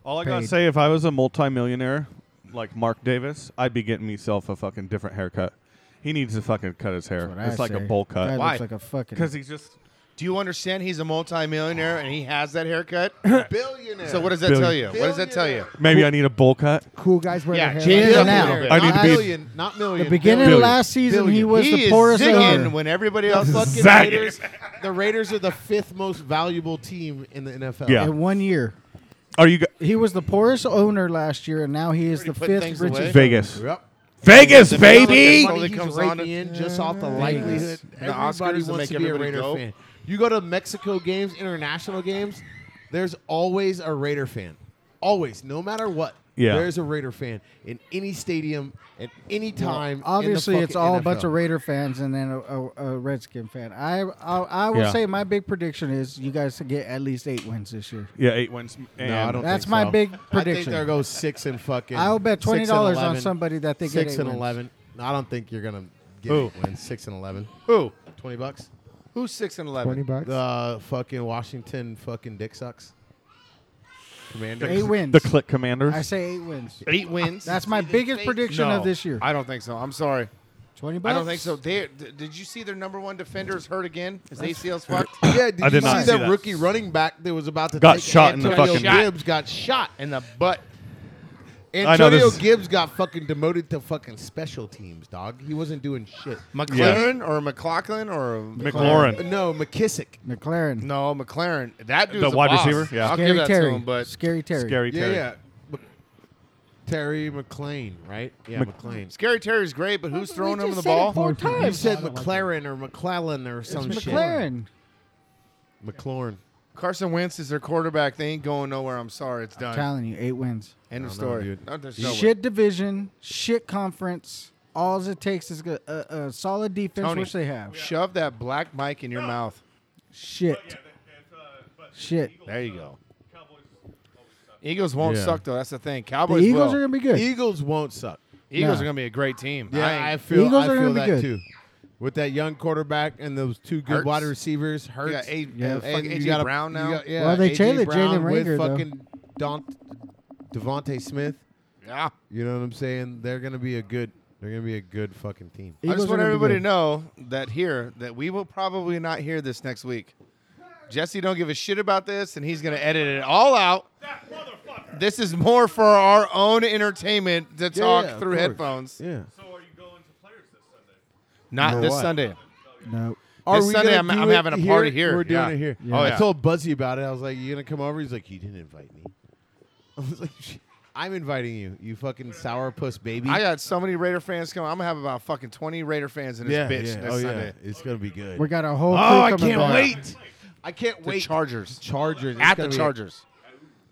Speaker 6: All I gotta
Speaker 8: paid.
Speaker 6: say, if I was a multimillionaire like Mark Davis, I'd be getting myself a fucking different haircut. He needs to fucking cut his hair.
Speaker 8: That's what I
Speaker 6: It's like a
Speaker 8: say.
Speaker 6: bowl
Speaker 8: That
Speaker 6: cut.
Speaker 8: looks like a fucking.
Speaker 6: Because he's just
Speaker 5: Do you understand he's a multimillionaire and he has that haircut?
Speaker 3: Billionaire.
Speaker 5: so what does that
Speaker 6: Billion.
Speaker 5: tell you? What does that tell you?
Speaker 6: maybe I need a bowl cut.
Speaker 8: Uh,
Speaker 4: Cool guys wear
Speaker 5: Yeah,
Speaker 4: their hair.
Speaker 5: Jim.
Speaker 4: like
Speaker 8: Billion.
Speaker 4: that.
Speaker 8: now.
Speaker 6: I need
Speaker 3: not
Speaker 6: to be-
Speaker 3: million, not million.
Speaker 8: the beginning
Speaker 6: Billion.
Speaker 8: of last season, he was
Speaker 5: he
Speaker 8: the
Speaker 5: is
Speaker 8: poorest
Speaker 5: zigging
Speaker 8: owner.
Speaker 5: when everybody else
Speaker 3: fucking
Speaker 5: fucking
Speaker 6: Zagging.
Speaker 3: Raiders. The Raiders are the fifth most valuable team in the NFL.
Speaker 6: Yeah.
Speaker 8: in one year.
Speaker 6: Are you go-
Speaker 8: He was the poorest owner last year, and now he is the
Speaker 5: put
Speaker 8: fifth
Speaker 5: things
Speaker 8: richest.
Speaker 5: away.
Speaker 6: Vegas?
Speaker 3: Yep.
Speaker 6: Vegas,
Speaker 5: The
Speaker 6: baby.
Speaker 5: Money
Speaker 3: Money
Speaker 5: that
Speaker 3: he's
Speaker 5: comes on
Speaker 3: raking
Speaker 5: it-
Speaker 3: in just off the likelihood.
Speaker 5: The Oscars
Speaker 3: Everybody
Speaker 5: that
Speaker 3: wants
Speaker 5: make
Speaker 3: to be a
Speaker 5: everybody
Speaker 3: Raider
Speaker 5: go.
Speaker 3: fan. You go to Mexico games, international games. There's always a Raider fan. Always, no matter what.
Speaker 6: Yeah.
Speaker 3: There's a Raider fan in any stadium at any time. in the
Speaker 8: Obviously, it's
Speaker 3: fucking
Speaker 8: all a
Speaker 3: NFL.
Speaker 8: bunch of Raider fans and then a, a, a Redskin fan. I I, I will
Speaker 6: Yeah.
Speaker 8: say my big prediction is you guys to get at least eight wins this year.
Speaker 6: Yeah, eight wins. And
Speaker 3: No, I don't.
Speaker 8: That's
Speaker 3: think
Speaker 8: my
Speaker 3: so.
Speaker 8: big
Speaker 3: I think
Speaker 8: prediction.
Speaker 3: they'll go six and fucking.
Speaker 8: I'll bet
Speaker 3: six and
Speaker 8: twenty dollars on
Speaker 3: 11,
Speaker 8: somebody that they get
Speaker 3: Six
Speaker 8: eight
Speaker 3: and
Speaker 8: wins.
Speaker 3: eleven. No, I don't think you're gonna get
Speaker 5: Who?
Speaker 3: eight wins. Six and eleven.
Speaker 5: Who?
Speaker 3: Twenty bucks.
Speaker 5: Who's six and
Speaker 4: Twenty
Speaker 5: eleven?
Speaker 4: bucks.
Speaker 3: The fucking Washington fucking dick sucks. Commander.
Speaker 8: Eight wins.
Speaker 6: The Click Commanders.
Speaker 8: I say eight wins.
Speaker 5: Eight wins.
Speaker 8: That's my biggest prediction
Speaker 5: No,
Speaker 8: of this year.
Speaker 5: I don't think so. I'm sorry.
Speaker 8: Twenty bucks.
Speaker 5: I don't think so. They th- did you see their number one defender is hurt again? His ACL's fucked.
Speaker 3: Yeah, did,
Speaker 6: I
Speaker 3: you
Speaker 6: did not
Speaker 3: see,
Speaker 6: see
Speaker 3: that,
Speaker 6: that.
Speaker 3: rookie running back that was about to
Speaker 6: Got
Speaker 3: take
Speaker 6: shot in the
Speaker 3: Antonio
Speaker 6: fucking-
Speaker 3: Gibbs got shot in the butt.
Speaker 6: I know this
Speaker 3: Antonio
Speaker 6: is-
Speaker 3: Gibbs got fucking demoted to fucking special teams, dog. He wasn't doing shit.
Speaker 5: McLaren or McLaughlin or
Speaker 6: McLaurin.
Speaker 3: No, McKissick.
Speaker 8: McLaren.
Speaker 5: No, McLaren. That dude's
Speaker 6: The
Speaker 5: a
Speaker 6: wide
Speaker 5: boss.
Speaker 6: receiver? Yeah.
Speaker 5: I'll
Speaker 8: Scary
Speaker 5: give that
Speaker 8: Terry.
Speaker 5: to him. But
Speaker 8: Scary Terry.
Speaker 6: Scary
Speaker 3: Yeah,
Speaker 6: Terry.
Speaker 3: yeah. Mc- Terry McLean, right? Yeah, McLean.
Speaker 5: Scary Terry's great. But who's throwing him the ball?
Speaker 8: four
Speaker 3: You
Speaker 8: times.
Speaker 3: said McLaren or McClellan or some
Speaker 8: It's
Speaker 3: shit.
Speaker 8: McLaren.
Speaker 3: McLaurin.
Speaker 5: Carson Wentz is their quarterback. They ain't going nowhere. I'm sorry. It's done.
Speaker 8: telling you, eight wins.
Speaker 5: End of
Speaker 3: I don't know,
Speaker 5: story.
Speaker 3: dude.
Speaker 5: No, there's no way.
Speaker 8: shit division. Shit conference. All it takes is a, a, a solid defense,
Speaker 5: Tony.
Speaker 8: which they have.
Speaker 5: Shove that black mic in your mouth.
Speaker 8: Shit. Shit.
Speaker 5: There you go. Eagles won't
Speaker 3: Yeah.
Speaker 5: suck though. That's the thing.
Speaker 8: The
Speaker 5: Cowboys.
Speaker 8: Eagles
Speaker 5: will.
Speaker 8: are gonna be good.
Speaker 3: Eagles won't suck.
Speaker 5: Eagles
Speaker 8: Nah.
Speaker 5: are gonna be a great team.
Speaker 3: Yeah,
Speaker 5: I
Speaker 3: I
Speaker 5: ain't-
Speaker 3: feel,
Speaker 8: Eagles
Speaker 3: I
Speaker 8: are
Speaker 3: feel
Speaker 8: gonna be
Speaker 3: that
Speaker 8: good.
Speaker 3: too. With that young quarterback and those two good
Speaker 5: Hurts.
Speaker 3: wide receivers,
Speaker 5: you
Speaker 3: Hurts.
Speaker 5: got A-
Speaker 8: Yeah.
Speaker 5: and fucking
Speaker 3: you
Speaker 5: AJ
Speaker 3: got a-
Speaker 5: Brown
Speaker 3: you
Speaker 5: now.
Speaker 3: got- yeah,
Speaker 8: Well, they
Speaker 3: AJ
Speaker 8: traded
Speaker 3: Brown
Speaker 8: Jalen
Speaker 3: with
Speaker 8: Rager, though.
Speaker 3: fucking Daunt, Devontae Smith.
Speaker 5: yeah.
Speaker 3: You know what I'm saying? They're gonna be a good. They're gonna be a good fucking team.
Speaker 5: I just
Speaker 8: Eagles
Speaker 5: want
Speaker 8: are gonna be
Speaker 5: everybody to
Speaker 8: good.
Speaker 5: know that here that we will probably not hear this next week. Jesse don't give a shit about this, and he's gonna edit it all out. This is more for our own entertainment to talk
Speaker 3: yeah, of
Speaker 5: through
Speaker 3: course.
Speaker 5: headphones.
Speaker 3: Yeah.
Speaker 5: Not
Speaker 3: For
Speaker 5: this
Speaker 3: what?
Speaker 5: Sunday.
Speaker 8: No.
Speaker 3: Are
Speaker 5: This
Speaker 3: we
Speaker 5: Sunday,
Speaker 3: gonna
Speaker 5: I'm-
Speaker 3: do
Speaker 5: I'm
Speaker 3: it
Speaker 5: having a party here.
Speaker 3: We're doing
Speaker 5: Yeah.
Speaker 3: it here.
Speaker 5: Yeah.
Speaker 3: Oh, I
Speaker 5: Yeah.
Speaker 3: told Buzzy about it. I was like, "You gonna come over?" He's like, "You didn't invite me." I was like, "Shit, "I'm inviting you, you fucking sourpuss baby."
Speaker 5: I got so many Raider fans coming. I'm gonna have about fucking 20 Raider fans in this
Speaker 3: yeah,
Speaker 5: bitch
Speaker 3: yeah.
Speaker 5: next
Speaker 3: oh,
Speaker 5: Sunday.
Speaker 3: yeah. It's gonna be good.
Speaker 8: We got a whole.
Speaker 3: oh, I
Speaker 8: crew coming
Speaker 3: can't
Speaker 8: back.
Speaker 3: wait. I can't
Speaker 5: The
Speaker 3: wait.
Speaker 5: Chargers.
Speaker 3: Chargers It's
Speaker 5: at
Speaker 3: gonna
Speaker 5: the
Speaker 3: be-
Speaker 5: Chargers.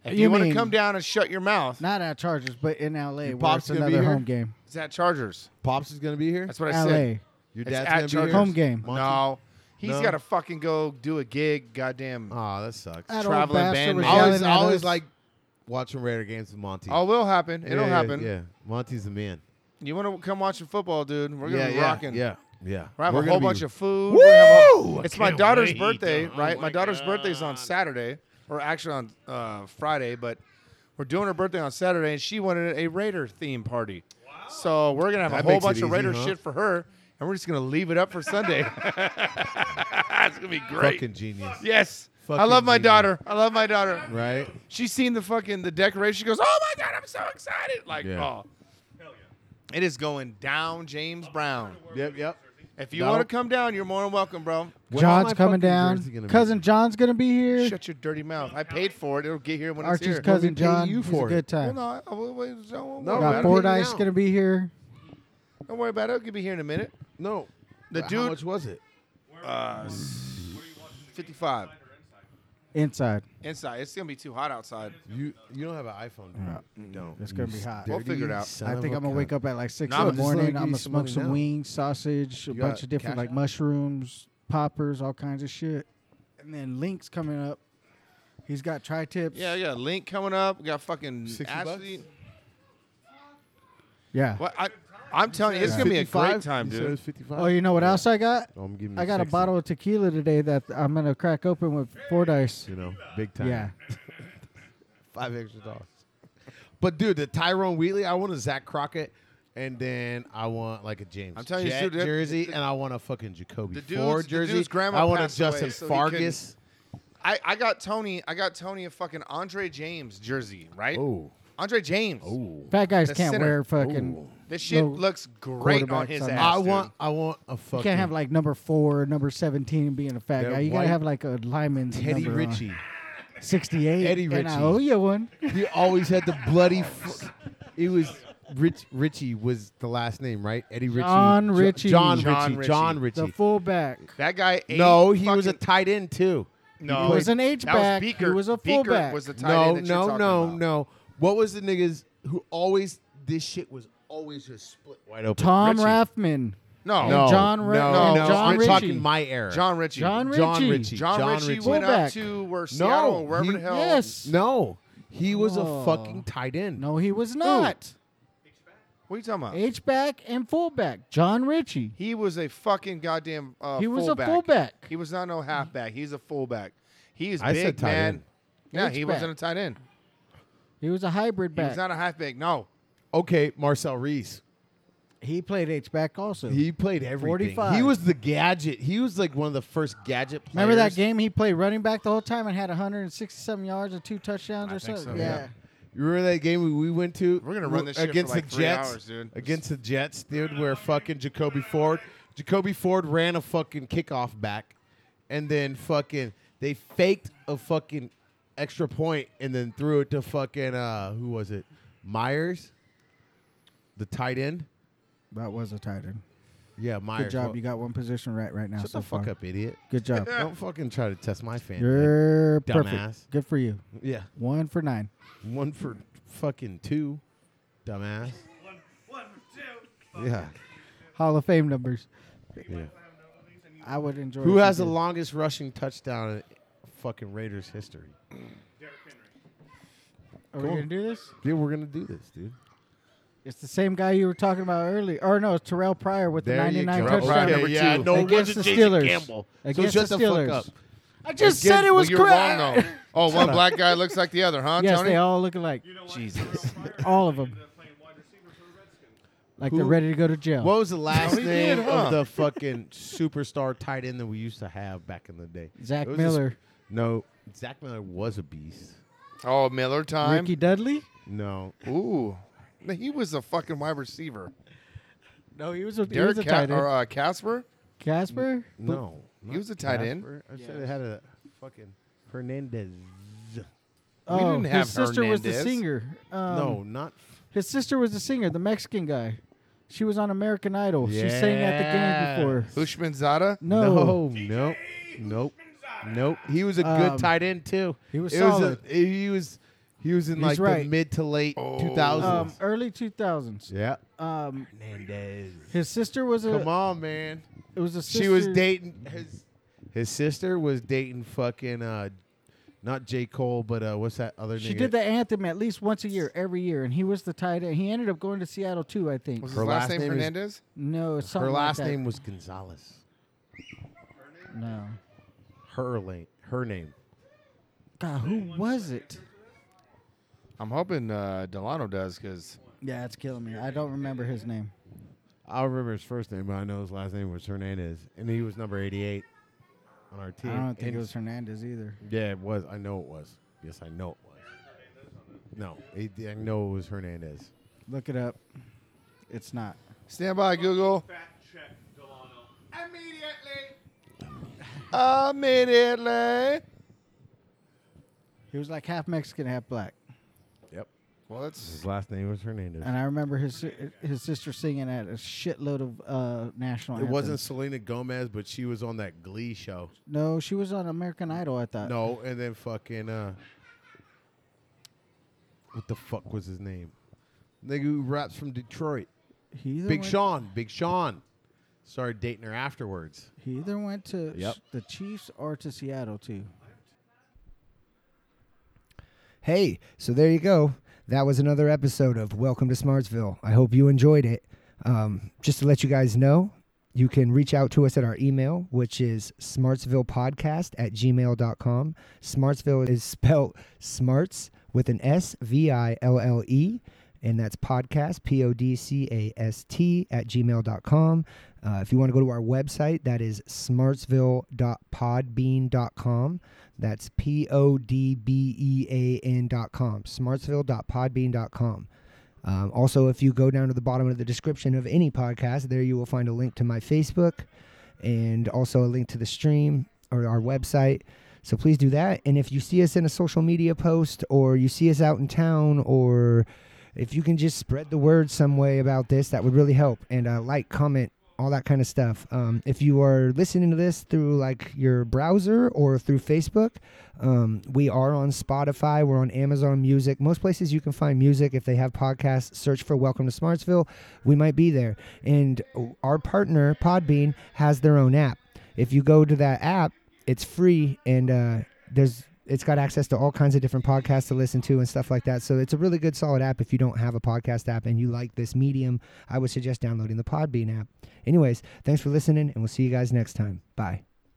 Speaker 5: If you,
Speaker 8: You
Speaker 5: want to
Speaker 8: mean-
Speaker 5: come down and shut your mouth,
Speaker 8: Not at Chargers, but in LA, where
Speaker 3: Pop's
Speaker 8: it's
Speaker 3: gonna be
Speaker 8: another
Speaker 3: here?
Speaker 8: home game.
Speaker 5: it's at Chargers.
Speaker 3: Pops is gonna be here.
Speaker 5: That's what I
Speaker 8: LA,
Speaker 5: said.
Speaker 3: Your
Speaker 5: It's
Speaker 3: dad's
Speaker 5: at
Speaker 3: gonna be here.
Speaker 5: Chargers.
Speaker 8: home game.
Speaker 5: No, he's
Speaker 3: No?
Speaker 5: got to fucking go do a gig. Goddamn.
Speaker 3: Oh, that sucks.
Speaker 8: That old
Speaker 5: Traveling
Speaker 8: bastard
Speaker 5: band
Speaker 8: was
Speaker 5: name.
Speaker 3: I
Speaker 5: yelling
Speaker 3: always,
Speaker 8: at
Speaker 3: I always
Speaker 8: us.
Speaker 3: like watching Raider games with Monty.
Speaker 5: Oh, will happen. It'll
Speaker 3: Yeah, yeah,
Speaker 5: happen.
Speaker 3: Yeah, Monty's the man.
Speaker 5: You want to come watching football, dude? We're gonna
Speaker 3: yeah,
Speaker 5: be
Speaker 3: yeah,
Speaker 5: rocking.
Speaker 3: Yeah, yeah.
Speaker 5: We're gonna have
Speaker 3: We're
Speaker 5: a whole
Speaker 3: gonna be-
Speaker 5: bunch of food. We're gonna have a-
Speaker 3: Woo!
Speaker 5: it's my daughter's birthday, right? Oh My, daughter's birthday's on Saturday, or actually on uh, Friday, but we're doing her birthday on Saturday, and she wanted a Raider theme party. So we're gonna have
Speaker 3: That
Speaker 5: a whole
Speaker 3: makes it
Speaker 5: bunch of
Speaker 3: easy,
Speaker 5: Raider
Speaker 3: huh?
Speaker 5: shit for her, and we're just gonna leave it up for Sunday. it's gonna be great.
Speaker 3: fucking genius,
Speaker 5: yes. I
Speaker 3: Fucking
Speaker 5: love my
Speaker 3: genius.
Speaker 5: daughter. I love my daughter.
Speaker 3: right?
Speaker 5: She's seen the fucking the decoration. She goes, "Oh my god, I'm so excited!" Like,
Speaker 3: Yeah.
Speaker 5: oh, It is going down, James Brown.
Speaker 3: Yep, yep.
Speaker 5: If you want to come down, you're more than welcome, bro.
Speaker 8: John's coming down. cousin John's gonna be here.
Speaker 5: Shut your dirty mouth. I paid for it. It'll get here when
Speaker 8: Archie's
Speaker 5: it's here.
Speaker 8: cousin John. He's a good
Speaker 5: Well,
Speaker 8: time.
Speaker 5: no, I- I, well, wait, don't- don't
Speaker 3: No,
Speaker 5: worry about
Speaker 8: Got
Speaker 5: it.
Speaker 8: Fordyce gonna be here.
Speaker 5: Don't worry about it. It'll be here in a minute.
Speaker 3: No.
Speaker 5: The
Speaker 3: How
Speaker 5: dude-
Speaker 3: much was it?
Speaker 5: Uh, 55
Speaker 8: Inside.
Speaker 5: inside. It's gonna be too hot outside.
Speaker 3: You you don't have an iPhone. do you? No.
Speaker 8: It's gonna be hot.
Speaker 5: We'll figure it out.
Speaker 8: I think I'm gonna wake up at like six
Speaker 5: Nah,
Speaker 8: in
Speaker 5: I'm
Speaker 8: the
Speaker 5: just
Speaker 8: morning.
Speaker 3: gonna
Speaker 8: I'm
Speaker 3: give you some
Speaker 8: gonna smoke
Speaker 3: money
Speaker 8: some
Speaker 3: now.
Speaker 8: wings, sausage, a
Speaker 3: You
Speaker 8: bunch
Speaker 3: got
Speaker 8: of different
Speaker 3: cash
Speaker 8: like
Speaker 3: out?
Speaker 8: mushrooms, poppers, all kinds of shit. And then Link's coming up. He's got tri tips.
Speaker 5: Yeah, we got Link coming up. We got fucking
Speaker 3: 60 bucks?
Speaker 5: Ashley.
Speaker 8: Yeah.
Speaker 5: What I, I'm telling you, it's gonna be a great time, dude.
Speaker 8: Oh, you know what else I got?
Speaker 3: I'm giving
Speaker 8: I
Speaker 3: you
Speaker 8: got a
Speaker 3: 60.
Speaker 8: bottle of tequila today that I'm gonna crack open with Fordyce.
Speaker 3: You know, big time.
Speaker 8: Yeah.
Speaker 3: five extra dollars. But dude, the Tyrone Wheatley, I want a Zach Crockett, and then I want like a James
Speaker 5: I'm telling you,
Speaker 3: Jett
Speaker 5: dude, that-
Speaker 3: jersey,
Speaker 5: the-
Speaker 3: and I want a fucking Jacoby
Speaker 5: the
Speaker 3: Ford
Speaker 5: dude's- the
Speaker 3: jersey.
Speaker 5: dude's grandma
Speaker 3: I want a
Speaker 5: passed away,
Speaker 3: Justin
Speaker 5: so he couldn't-
Speaker 3: Fargas.
Speaker 5: I, I got Tony. I got Tony a fucking Andre James jersey, right?
Speaker 3: Oh,
Speaker 5: Andre James.
Speaker 3: oh.
Speaker 8: Fat guys
Speaker 5: The
Speaker 8: can't
Speaker 5: center.
Speaker 8: wear fucking.
Speaker 5: This shit
Speaker 8: No
Speaker 5: looks great on
Speaker 8: quarterback
Speaker 5: his ass.
Speaker 8: something.
Speaker 3: I
Speaker 5: dude.
Speaker 3: want, I want a
Speaker 8: You
Speaker 3: fucking
Speaker 8: can't have like number four, number seventeen being a fat
Speaker 3: That
Speaker 8: guy. You gotta
Speaker 3: white
Speaker 8: have like a lineman's
Speaker 3: Teddy
Speaker 8: number on.
Speaker 3: Ritchie.
Speaker 8: Sixty-eight.
Speaker 3: Eddie
Speaker 8: And I
Speaker 3: Ritchie.
Speaker 8: owe you one.
Speaker 3: He always had the bloody. Fu- it was Rich Ritchie was the last name, right? Eddie Ritchie.
Speaker 8: John
Speaker 3: Jo-
Speaker 8: Ritchie.
Speaker 3: John
Speaker 5: John
Speaker 3: Ritchie.
Speaker 5: Ritchie.
Speaker 3: John
Speaker 8: The
Speaker 3: Ritchie.
Speaker 8: fullback.
Speaker 5: that guy. Ate
Speaker 3: No, he was a
Speaker 5: fucking-
Speaker 3: tight end too.
Speaker 5: no.
Speaker 8: He was an H
Speaker 5: that was
Speaker 8: back. He
Speaker 5: Beaker.
Speaker 8: was a
Speaker 5: Beaker
Speaker 8: fullback.
Speaker 5: Was the tight
Speaker 3: No,
Speaker 5: end that you're
Speaker 3: no,
Speaker 5: talking
Speaker 3: no,
Speaker 5: about.
Speaker 3: no. What was the niggas who always this shit was always just split wide open?
Speaker 8: Tom
Speaker 5: Ritchie.
Speaker 8: Raffman.
Speaker 5: no,
Speaker 8: No. John
Speaker 3: no,
Speaker 8: Ri-
Speaker 3: no,
Speaker 5: no,
Speaker 3: I'm
Speaker 5: John Ritchie.
Speaker 3: talking my era.
Speaker 5: John Ritchie.
Speaker 8: John Ritchie.
Speaker 3: John Ritchie.
Speaker 5: John,
Speaker 3: John
Speaker 5: Ritchie
Speaker 3: Ritchie.
Speaker 5: went
Speaker 8: Fullback.
Speaker 5: up to where Seattle or wherever
Speaker 3: he-
Speaker 5: the hell.
Speaker 8: Yes.
Speaker 3: No, he was
Speaker 8: Oh.
Speaker 3: a fucking tight end.
Speaker 8: No, he was not.
Speaker 5: What are you talking about?
Speaker 8: H back and fullback. John Ritchie.
Speaker 5: He was a fucking goddamn. Uh,
Speaker 8: He was a fullback.
Speaker 5: He was not no halfback. He's a fullback. He is
Speaker 3: I
Speaker 5: big
Speaker 3: said tight
Speaker 5: man.
Speaker 3: end.
Speaker 5: Yeah, he
Speaker 8: H-back.
Speaker 5: wasn't a tight end.
Speaker 8: He was a hybrid
Speaker 5: He
Speaker 8: back.
Speaker 5: was not a halfback. No.
Speaker 3: Okay, Marcel Reese.
Speaker 8: He played H back also.
Speaker 3: He played everything.
Speaker 8: 45.
Speaker 3: He was the gadget. He was like one of the first gadget players.
Speaker 8: Remember that game he played running back the whole time and had 167 yards and two touchdowns or
Speaker 5: think
Speaker 8: something?
Speaker 5: so,
Speaker 8: yeah.
Speaker 5: yeah.
Speaker 3: You remember that game we, we went to?
Speaker 5: We're gonna run this shit for
Speaker 3: against
Speaker 5: like
Speaker 3: the
Speaker 5: three
Speaker 3: Jets,
Speaker 5: hours, dude.
Speaker 3: Against the Jets, dude, where fucking Jacoby Ford, Jacoby Ford ran a fucking kickoff back, and then fucking they faked a fucking extra point and then threw it to fucking uh who was it? Myers, the tight end.
Speaker 8: That was a tight end.
Speaker 3: Yeah, Myers.
Speaker 8: Good job.
Speaker 3: Well,
Speaker 8: You got one position right right now.
Speaker 3: Shut
Speaker 8: so
Speaker 3: the fuck
Speaker 8: far.
Speaker 3: up, idiot.
Speaker 8: Good job.
Speaker 3: Don't fucking try to test my fan.
Speaker 8: You're perfect.
Speaker 3: Dumbass.
Speaker 8: Good for you.
Speaker 3: Yeah,
Speaker 8: One for nine.
Speaker 3: one for fucking two, dumbass. one, one for two. Yeah.
Speaker 8: Hall of Fame numbers.
Speaker 3: Yeah.
Speaker 8: I would enjoy.
Speaker 3: Who
Speaker 8: if you
Speaker 3: has the
Speaker 8: did.
Speaker 3: longest rushing touchdown in fucking Raiders history?
Speaker 8: Are we gonna do this?
Speaker 3: Dude, we're gonna do this, dude.
Speaker 8: It's the same guy you were talking about earlier. Or no, it's Terrell Pryor with
Speaker 3: There
Speaker 8: the
Speaker 3: you
Speaker 8: 99
Speaker 3: go.
Speaker 8: touchdown
Speaker 5: Terrell Pryor,
Speaker 8: number
Speaker 5: number
Speaker 3: yeah,
Speaker 5: two.
Speaker 3: no, it
Speaker 8: against the
Speaker 3: wasn't Jason
Speaker 8: Steelers.
Speaker 3: Campbell.
Speaker 8: Against
Speaker 3: so shut
Speaker 8: the
Speaker 3: the,
Speaker 8: Steelers.
Speaker 3: fuck up.
Speaker 8: I just
Speaker 5: Again,
Speaker 8: said it
Speaker 5: well,
Speaker 8: was
Speaker 5: you're
Speaker 8: correct.
Speaker 5: wrong though. Oh, one black guy looks like the other, huh,
Speaker 8: Yes,
Speaker 5: Tony?
Speaker 8: they all look alike.
Speaker 5: Jesus.
Speaker 8: All of them. Like they're
Speaker 3: Who-
Speaker 8: ready to go to jail.
Speaker 3: What was the last
Speaker 5: he
Speaker 3: name
Speaker 5: did, huh?
Speaker 3: of the fucking superstar tight end that we used to have back in the day?
Speaker 8: Zach
Speaker 3: It was
Speaker 8: Miller.
Speaker 3: this- no, Zach Miller was a beast.
Speaker 5: Oh, Miller time.
Speaker 8: Ricky Dudley?
Speaker 3: No,
Speaker 5: Ooh. No, He was a fucking wide receiver.
Speaker 8: No, he was a, he was
Speaker 5: Derek
Speaker 8: a
Speaker 5: Ca-
Speaker 8: tight
Speaker 5: or
Speaker 8: end.
Speaker 5: uh, Casper?
Speaker 8: Casper?
Speaker 3: no,
Speaker 5: He
Speaker 3: not
Speaker 5: was a tight end.
Speaker 3: Casper. I said it had a fucking Hernandez.
Speaker 8: Oh,
Speaker 5: didn't have
Speaker 8: his sister was
Speaker 5: Hernandez.
Speaker 8: the singer. Um,
Speaker 3: no, not
Speaker 8: His sister was the singer, the Mexican guy. She was on American Idol. Oh, She sang at the game before.
Speaker 5: Ushman Zada?
Speaker 8: No.
Speaker 3: no, nope, nope. He was a
Speaker 8: Um,
Speaker 3: good tight end too.
Speaker 8: he was
Speaker 3: It was a-
Speaker 8: solid.
Speaker 3: he was he was in
Speaker 8: He's
Speaker 3: like
Speaker 8: right.
Speaker 3: the mid to late two
Speaker 8: Um,
Speaker 3: thousands.
Speaker 8: early 2000s.
Speaker 3: Oh. yeah,
Speaker 8: Um,
Speaker 3: Hernandez.
Speaker 8: his sister was a.
Speaker 3: Come on, man.
Speaker 8: It was a sister.
Speaker 3: She was dating his his sister was dating fucking uh, not J Cole, but uh, what's that other?
Speaker 8: She
Speaker 3: nigga?
Speaker 8: did the anthem at least once a year, every year, and he was the tight end. He ended up going to Seattle too, I think.
Speaker 5: Was
Speaker 3: Her
Speaker 5: his last
Speaker 3: last
Speaker 5: name,
Speaker 3: name is-
Speaker 5: Hernandez?
Speaker 8: No, it's something
Speaker 3: Her
Speaker 8: like
Speaker 3: last
Speaker 8: that.
Speaker 3: name was Gonzalez.
Speaker 8: No.
Speaker 3: Her lane, her name.
Speaker 8: God, who was it?
Speaker 5: I'm hoping uh, Delano does because
Speaker 8: Yeah, it's killing me. I don't remember his name.
Speaker 3: I don't remember his first name, but I know his last name was Hernandez, and he was number eighty-eight on our
Speaker 8: I
Speaker 3: team.
Speaker 8: don't think
Speaker 3: And
Speaker 8: it was Hernandez either.
Speaker 3: Yeah, it was. I know it was. Yes, I know it was. No, it, I know it was Hernandez.
Speaker 8: Look it up. It's not.
Speaker 2: Stand by, Google. Immediately.
Speaker 8: He was like half Mexican, half black.
Speaker 2: Yep. Well, that's
Speaker 3: His last name was Hernandez.
Speaker 8: And I remember his si- his sister singing at a shitload of uh, national.
Speaker 3: It wasn't
Speaker 8: anthems.
Speaker 3: Selena Gomez, but she was on that Glee show.
Speaker 8: No, she was on American Idol. I thought.
Speaker 3: No, and then fucking uh, what the fuck was his name? Nigga who raps from Detroit,
Speaker 8: he either
Speaker 3: Big
Speaker 8: went,
Speaker 3: Sean. Big Sean started dating her afterwards.
Speaker 8: He either went to
Speaker 3: Yep.
Speaker 8: s- the Chiefs or to Seattle too.
Speaker 4: Hey, so there you go. That was another episode of Welcome to Smartsville. I hope you enjoyed it. Um, just to let you guys know, you can reach out to us at our email, which is smartsvillepodcast at gmail.com. Smartsville is spelled smarts with an S V I L L E, and that's podcast, P O D C A S T, at gmail.com. Uh, if you want to go to our website, that is smartsville.podbean.com. That's P O D B E A N dot com. Smartsville.podbean dot com. Um, also, if you go down to the bottom of the description of any podcast, there you will find a link to my Facebook and also a link to the stream or our website. So please do that. And if you see us in a social media post or you see us out in town or if you can just spread the word some way about this, that would really help. And uh, like, comment, all that kind of stuff. Um, if you are listening to this through like your browser or through Facebook, um, we are on Spotify. We're on Amazon Music. Most places you can find music. If they have podcasts, search for Welcome to Smartsville. We might be there. And uh, our partner Podbean has their own app. If you go to that app, it's free and uh, there's it's got access to all kinds of different podcasts to listen to and stuff like that. So it's a really good solid app if you don't have a podcast app and you like this medium. I would suggest downloading the Podbean app. Anyways, thanks for listening and we'll see you guys next time. Bye.